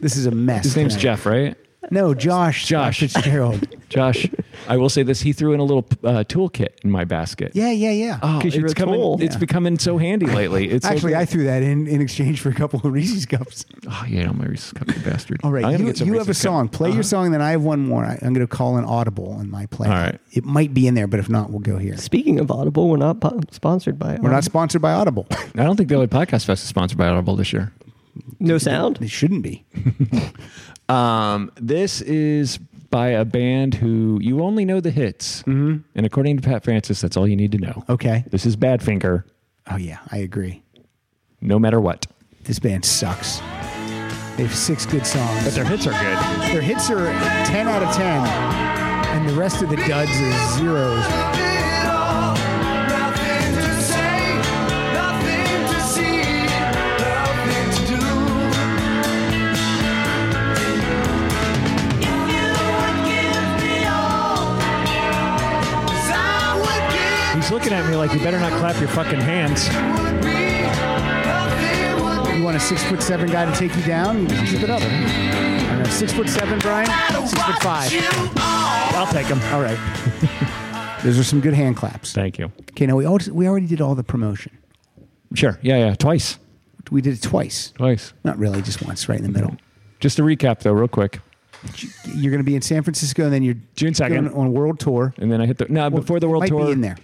S2: this is a mess.
S4: His name's
S2: tonight.
S4: Jeff, right?
S2: No, Josh.
S4: Josh.
S2: Fitzgerald.
S4: Josh, I will say this: he threw in a little uh, toolkit in my basket.
S2: yeah, yeah, yeah.
S4: Oh,
S3: 'Cause you're
S4: it's
S3: a
S4: coming.
S3: tool.
S4: It's
S2: Yeah.
S4: becoming so handy lately. It's so
S2: Actually,
S4: good.
S2: I threw that in in exchange for a couple of Reese's cups.
S4: Oh yeah, I'm a Reese's Cup, you bastard.
S2: All right,
S4: I'm gonna
S2: you,
S4: get some
S2: you have a
S4: Reese's Cup.
S2: song. Play your song, then I have one more. I, I'm going to call an audible on my play.
S4: All right.
S2: It might be in there, but if not, we'll go here.
S3: Speaking of Audible, we're not po- sponsored by. um,
S2: We're not sponsored by Audible.
S4: I don't think the LA Podcast Fest is sponsored by Audible this year.
S3: no sound.
S2: It shouldn't be.
S4: Um, this is by a band who you only know the hits. Mm-hmm. And according to Pat Francis, that's all you need to know.
S2: Okay.
S4: This is Badfinger,
S2: Oh yeah, I agree.
S4: no matter what.
S2: This band sucks. They have six good songs,
S4: But their hits are good.
S2: their hits are ten out of ten, and the rest of the duds is zeros.
S4: He's looking at me like, you better not clap your fucking hands.
S2: You want a six foot seven guy to take you down? Keep it up. I don't know, six foot seven, Brian. Six foot five. I'll take him. All right. Those are some good hand claps.
S4: Thank you.
S2: Okay, now we already, we already did all the promotion.
S4: Sure. Yeah, yeah. Twice.
S2: We did it twice.
S4: Twice.
S2: Not really, just once, right in the middle.
S4: Just to recap, though, real quick.
S2: You're going to be in San Francisco, and then you're
S4: June 2nd.
S2: going on world tour.
S4: And then I hit the. No, before the world
S2: Might
S4: tour.
S2: be in there.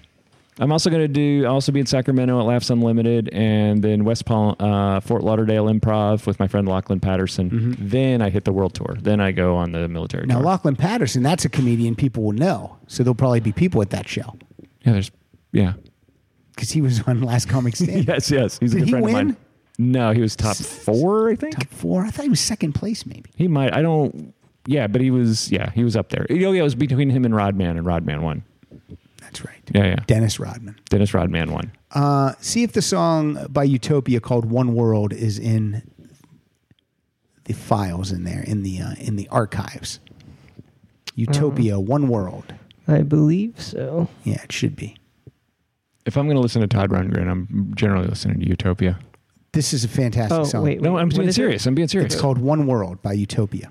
S4: I'm also going to do. I'll also be in Sacramento at Laughs Unlimited, and then West Palm, uh, Fort Lauderdale Improv with my friend Lachlan Patterson. Then I hit the world tour. Then I go on the military
S2: Mm-hmm. Now,
S4: tour.
S2: Lachlan Patterson, that's a comedian people will know, so there'll probably be people at that show
S4: yeah, there's. Yeah.
S2: because he was on Last Comic Stand.
S4: Yes. Yes. He's
S2: Did
S4: a good
S2: he
S4: friend of
S2: win?
S4: mine. No, he was top four, I think.
S2: Top four. I thought he was second place, maybe.
S4: He might. I don't. Yeah, but he was. Yeah, he was up there. You know, yeah, it was between him and Rodman, and Rodman won.
S2: That's right.
S4: Yeah, yeah.
S2: Dennis Rodman.
S4: Dennis Rodman won.
S2: Uh, see if the song by Utopia called "One World" is in the files in there in the uh, in the archives. Utopia, One World.
S3: I believe so.
S2: Yeah, it should be.
S4: If I'm going to listen to Todd Rundgren, I'm generally listening to Utopia.
S2: This is a fantastic
S3: Oh,
S2: song.
S3: wait,
S4: No, I'm
S3: What
S4: being
S3: is it?
S4: serious. I'm being serious.
S2: It's called "One World" by Utopia.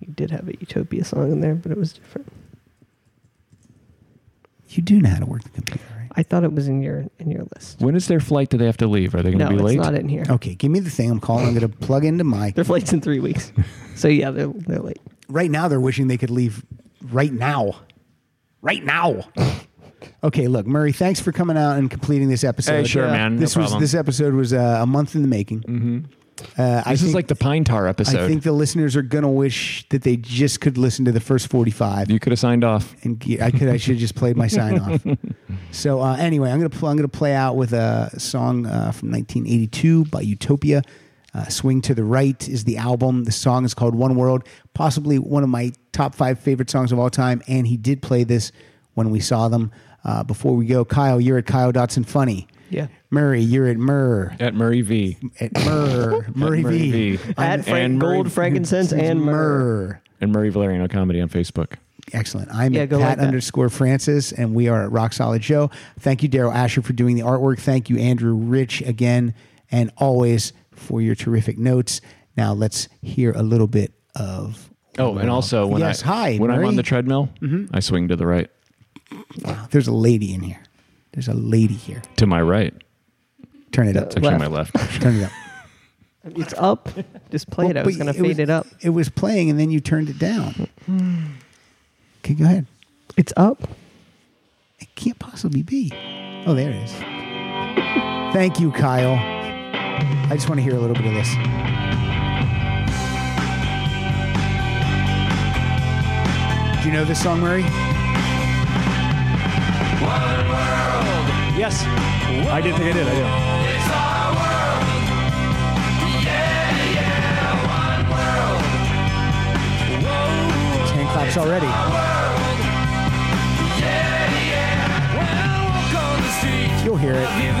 S3: You did have a Utopia song in there, but it was different.
S2: You do know how to work the computer, right?
S3: I thought it was in your in your list.
S4: When is their flight? Do they have to leave? Are they going to
S3: No,
S4: be
S3: it's
S4: late?
S3: not in here.
S2: Okay, give me the thing I'm calling. I'm going to plug into my.
S3: Their flight's in three weeks, so yeah, they're they're late.
S2: Right now, they're wishing they could leave right now. Right now. okay, look, Murray, thanks for coming out and completing this episode.
S4: Hey, sure, man. No
S2: This was
S4: problem.
S2: this episode was uh, a month in the making. Mm-hmm. Uh, I
S4: this
S2: think,
S4: is like the Pine Tar episode.
S2: I think the listeners are gonna wish that they just could listen to the first forty-five,
S4: you could have signed off.
S2: and ge- I could I should have just played my sign off. So uh, anyway, I'm gonna pl- I'm gonna play out with a song uh, from 1982 by Utopia. Uh, Swing to the Right is the album. The song is called One World, possibly one of my top five favorite songs of all time. And he did play this when we saw them. Uh, before we go, Kyle, you're at Kyle Dotson Funny.
S3: Yeah.
S2: Murray, you're at Murr
S4: At Murray V.
S2: at Murr Murray,
S4: Murray
S2: V.
S4: V.
S2: I'm-
S3: Add Frank
S4: and Murray-
S3: Gold, Frankincense, and Myrrh.
S2: Murr.
S4: And Murray Valeriano Comedy on Facebook.
S2: Excellent. I'm
S3: Yeah,
S2: at
S3: go
S2: Pat
S3: like that.
S2: underscore Francis, and we are at Rock Solid Show. Thank you, Daryl Asher, for doing the artwork. Thank you, Andrew Rich, again, and always for your terrific notes. Now let's hear a little bit of.
S4: Oh, and also when
S2: Yes,
S4: I Mm-hmm.
S2: hi,
S4: when I'm
S2: Murray.
S4: on the treadmill, I swing to the right,
S2: Oh, There's a lady in here. There's a lady here.
S4: to my right.
S2: Turn it up.
S4: It's actually
S3: Left.
S4: my left.
S2: Turn it up.
S3: It's up. Just play it. I was
S2: But
S3: gonna fade
S2: was-
S3: it up. Hmm.
S2: It was playing, and then you turned it down. okay, go ahead.
S3: It's up.
S2: It can't possibly be. Oh, there it is. Thank you, Kyle. I just want to hear a little bit of this. Do you know this song, Murray?
S12: Yes. I did think I did. I
S2: It's hand claps already. You'll hear it.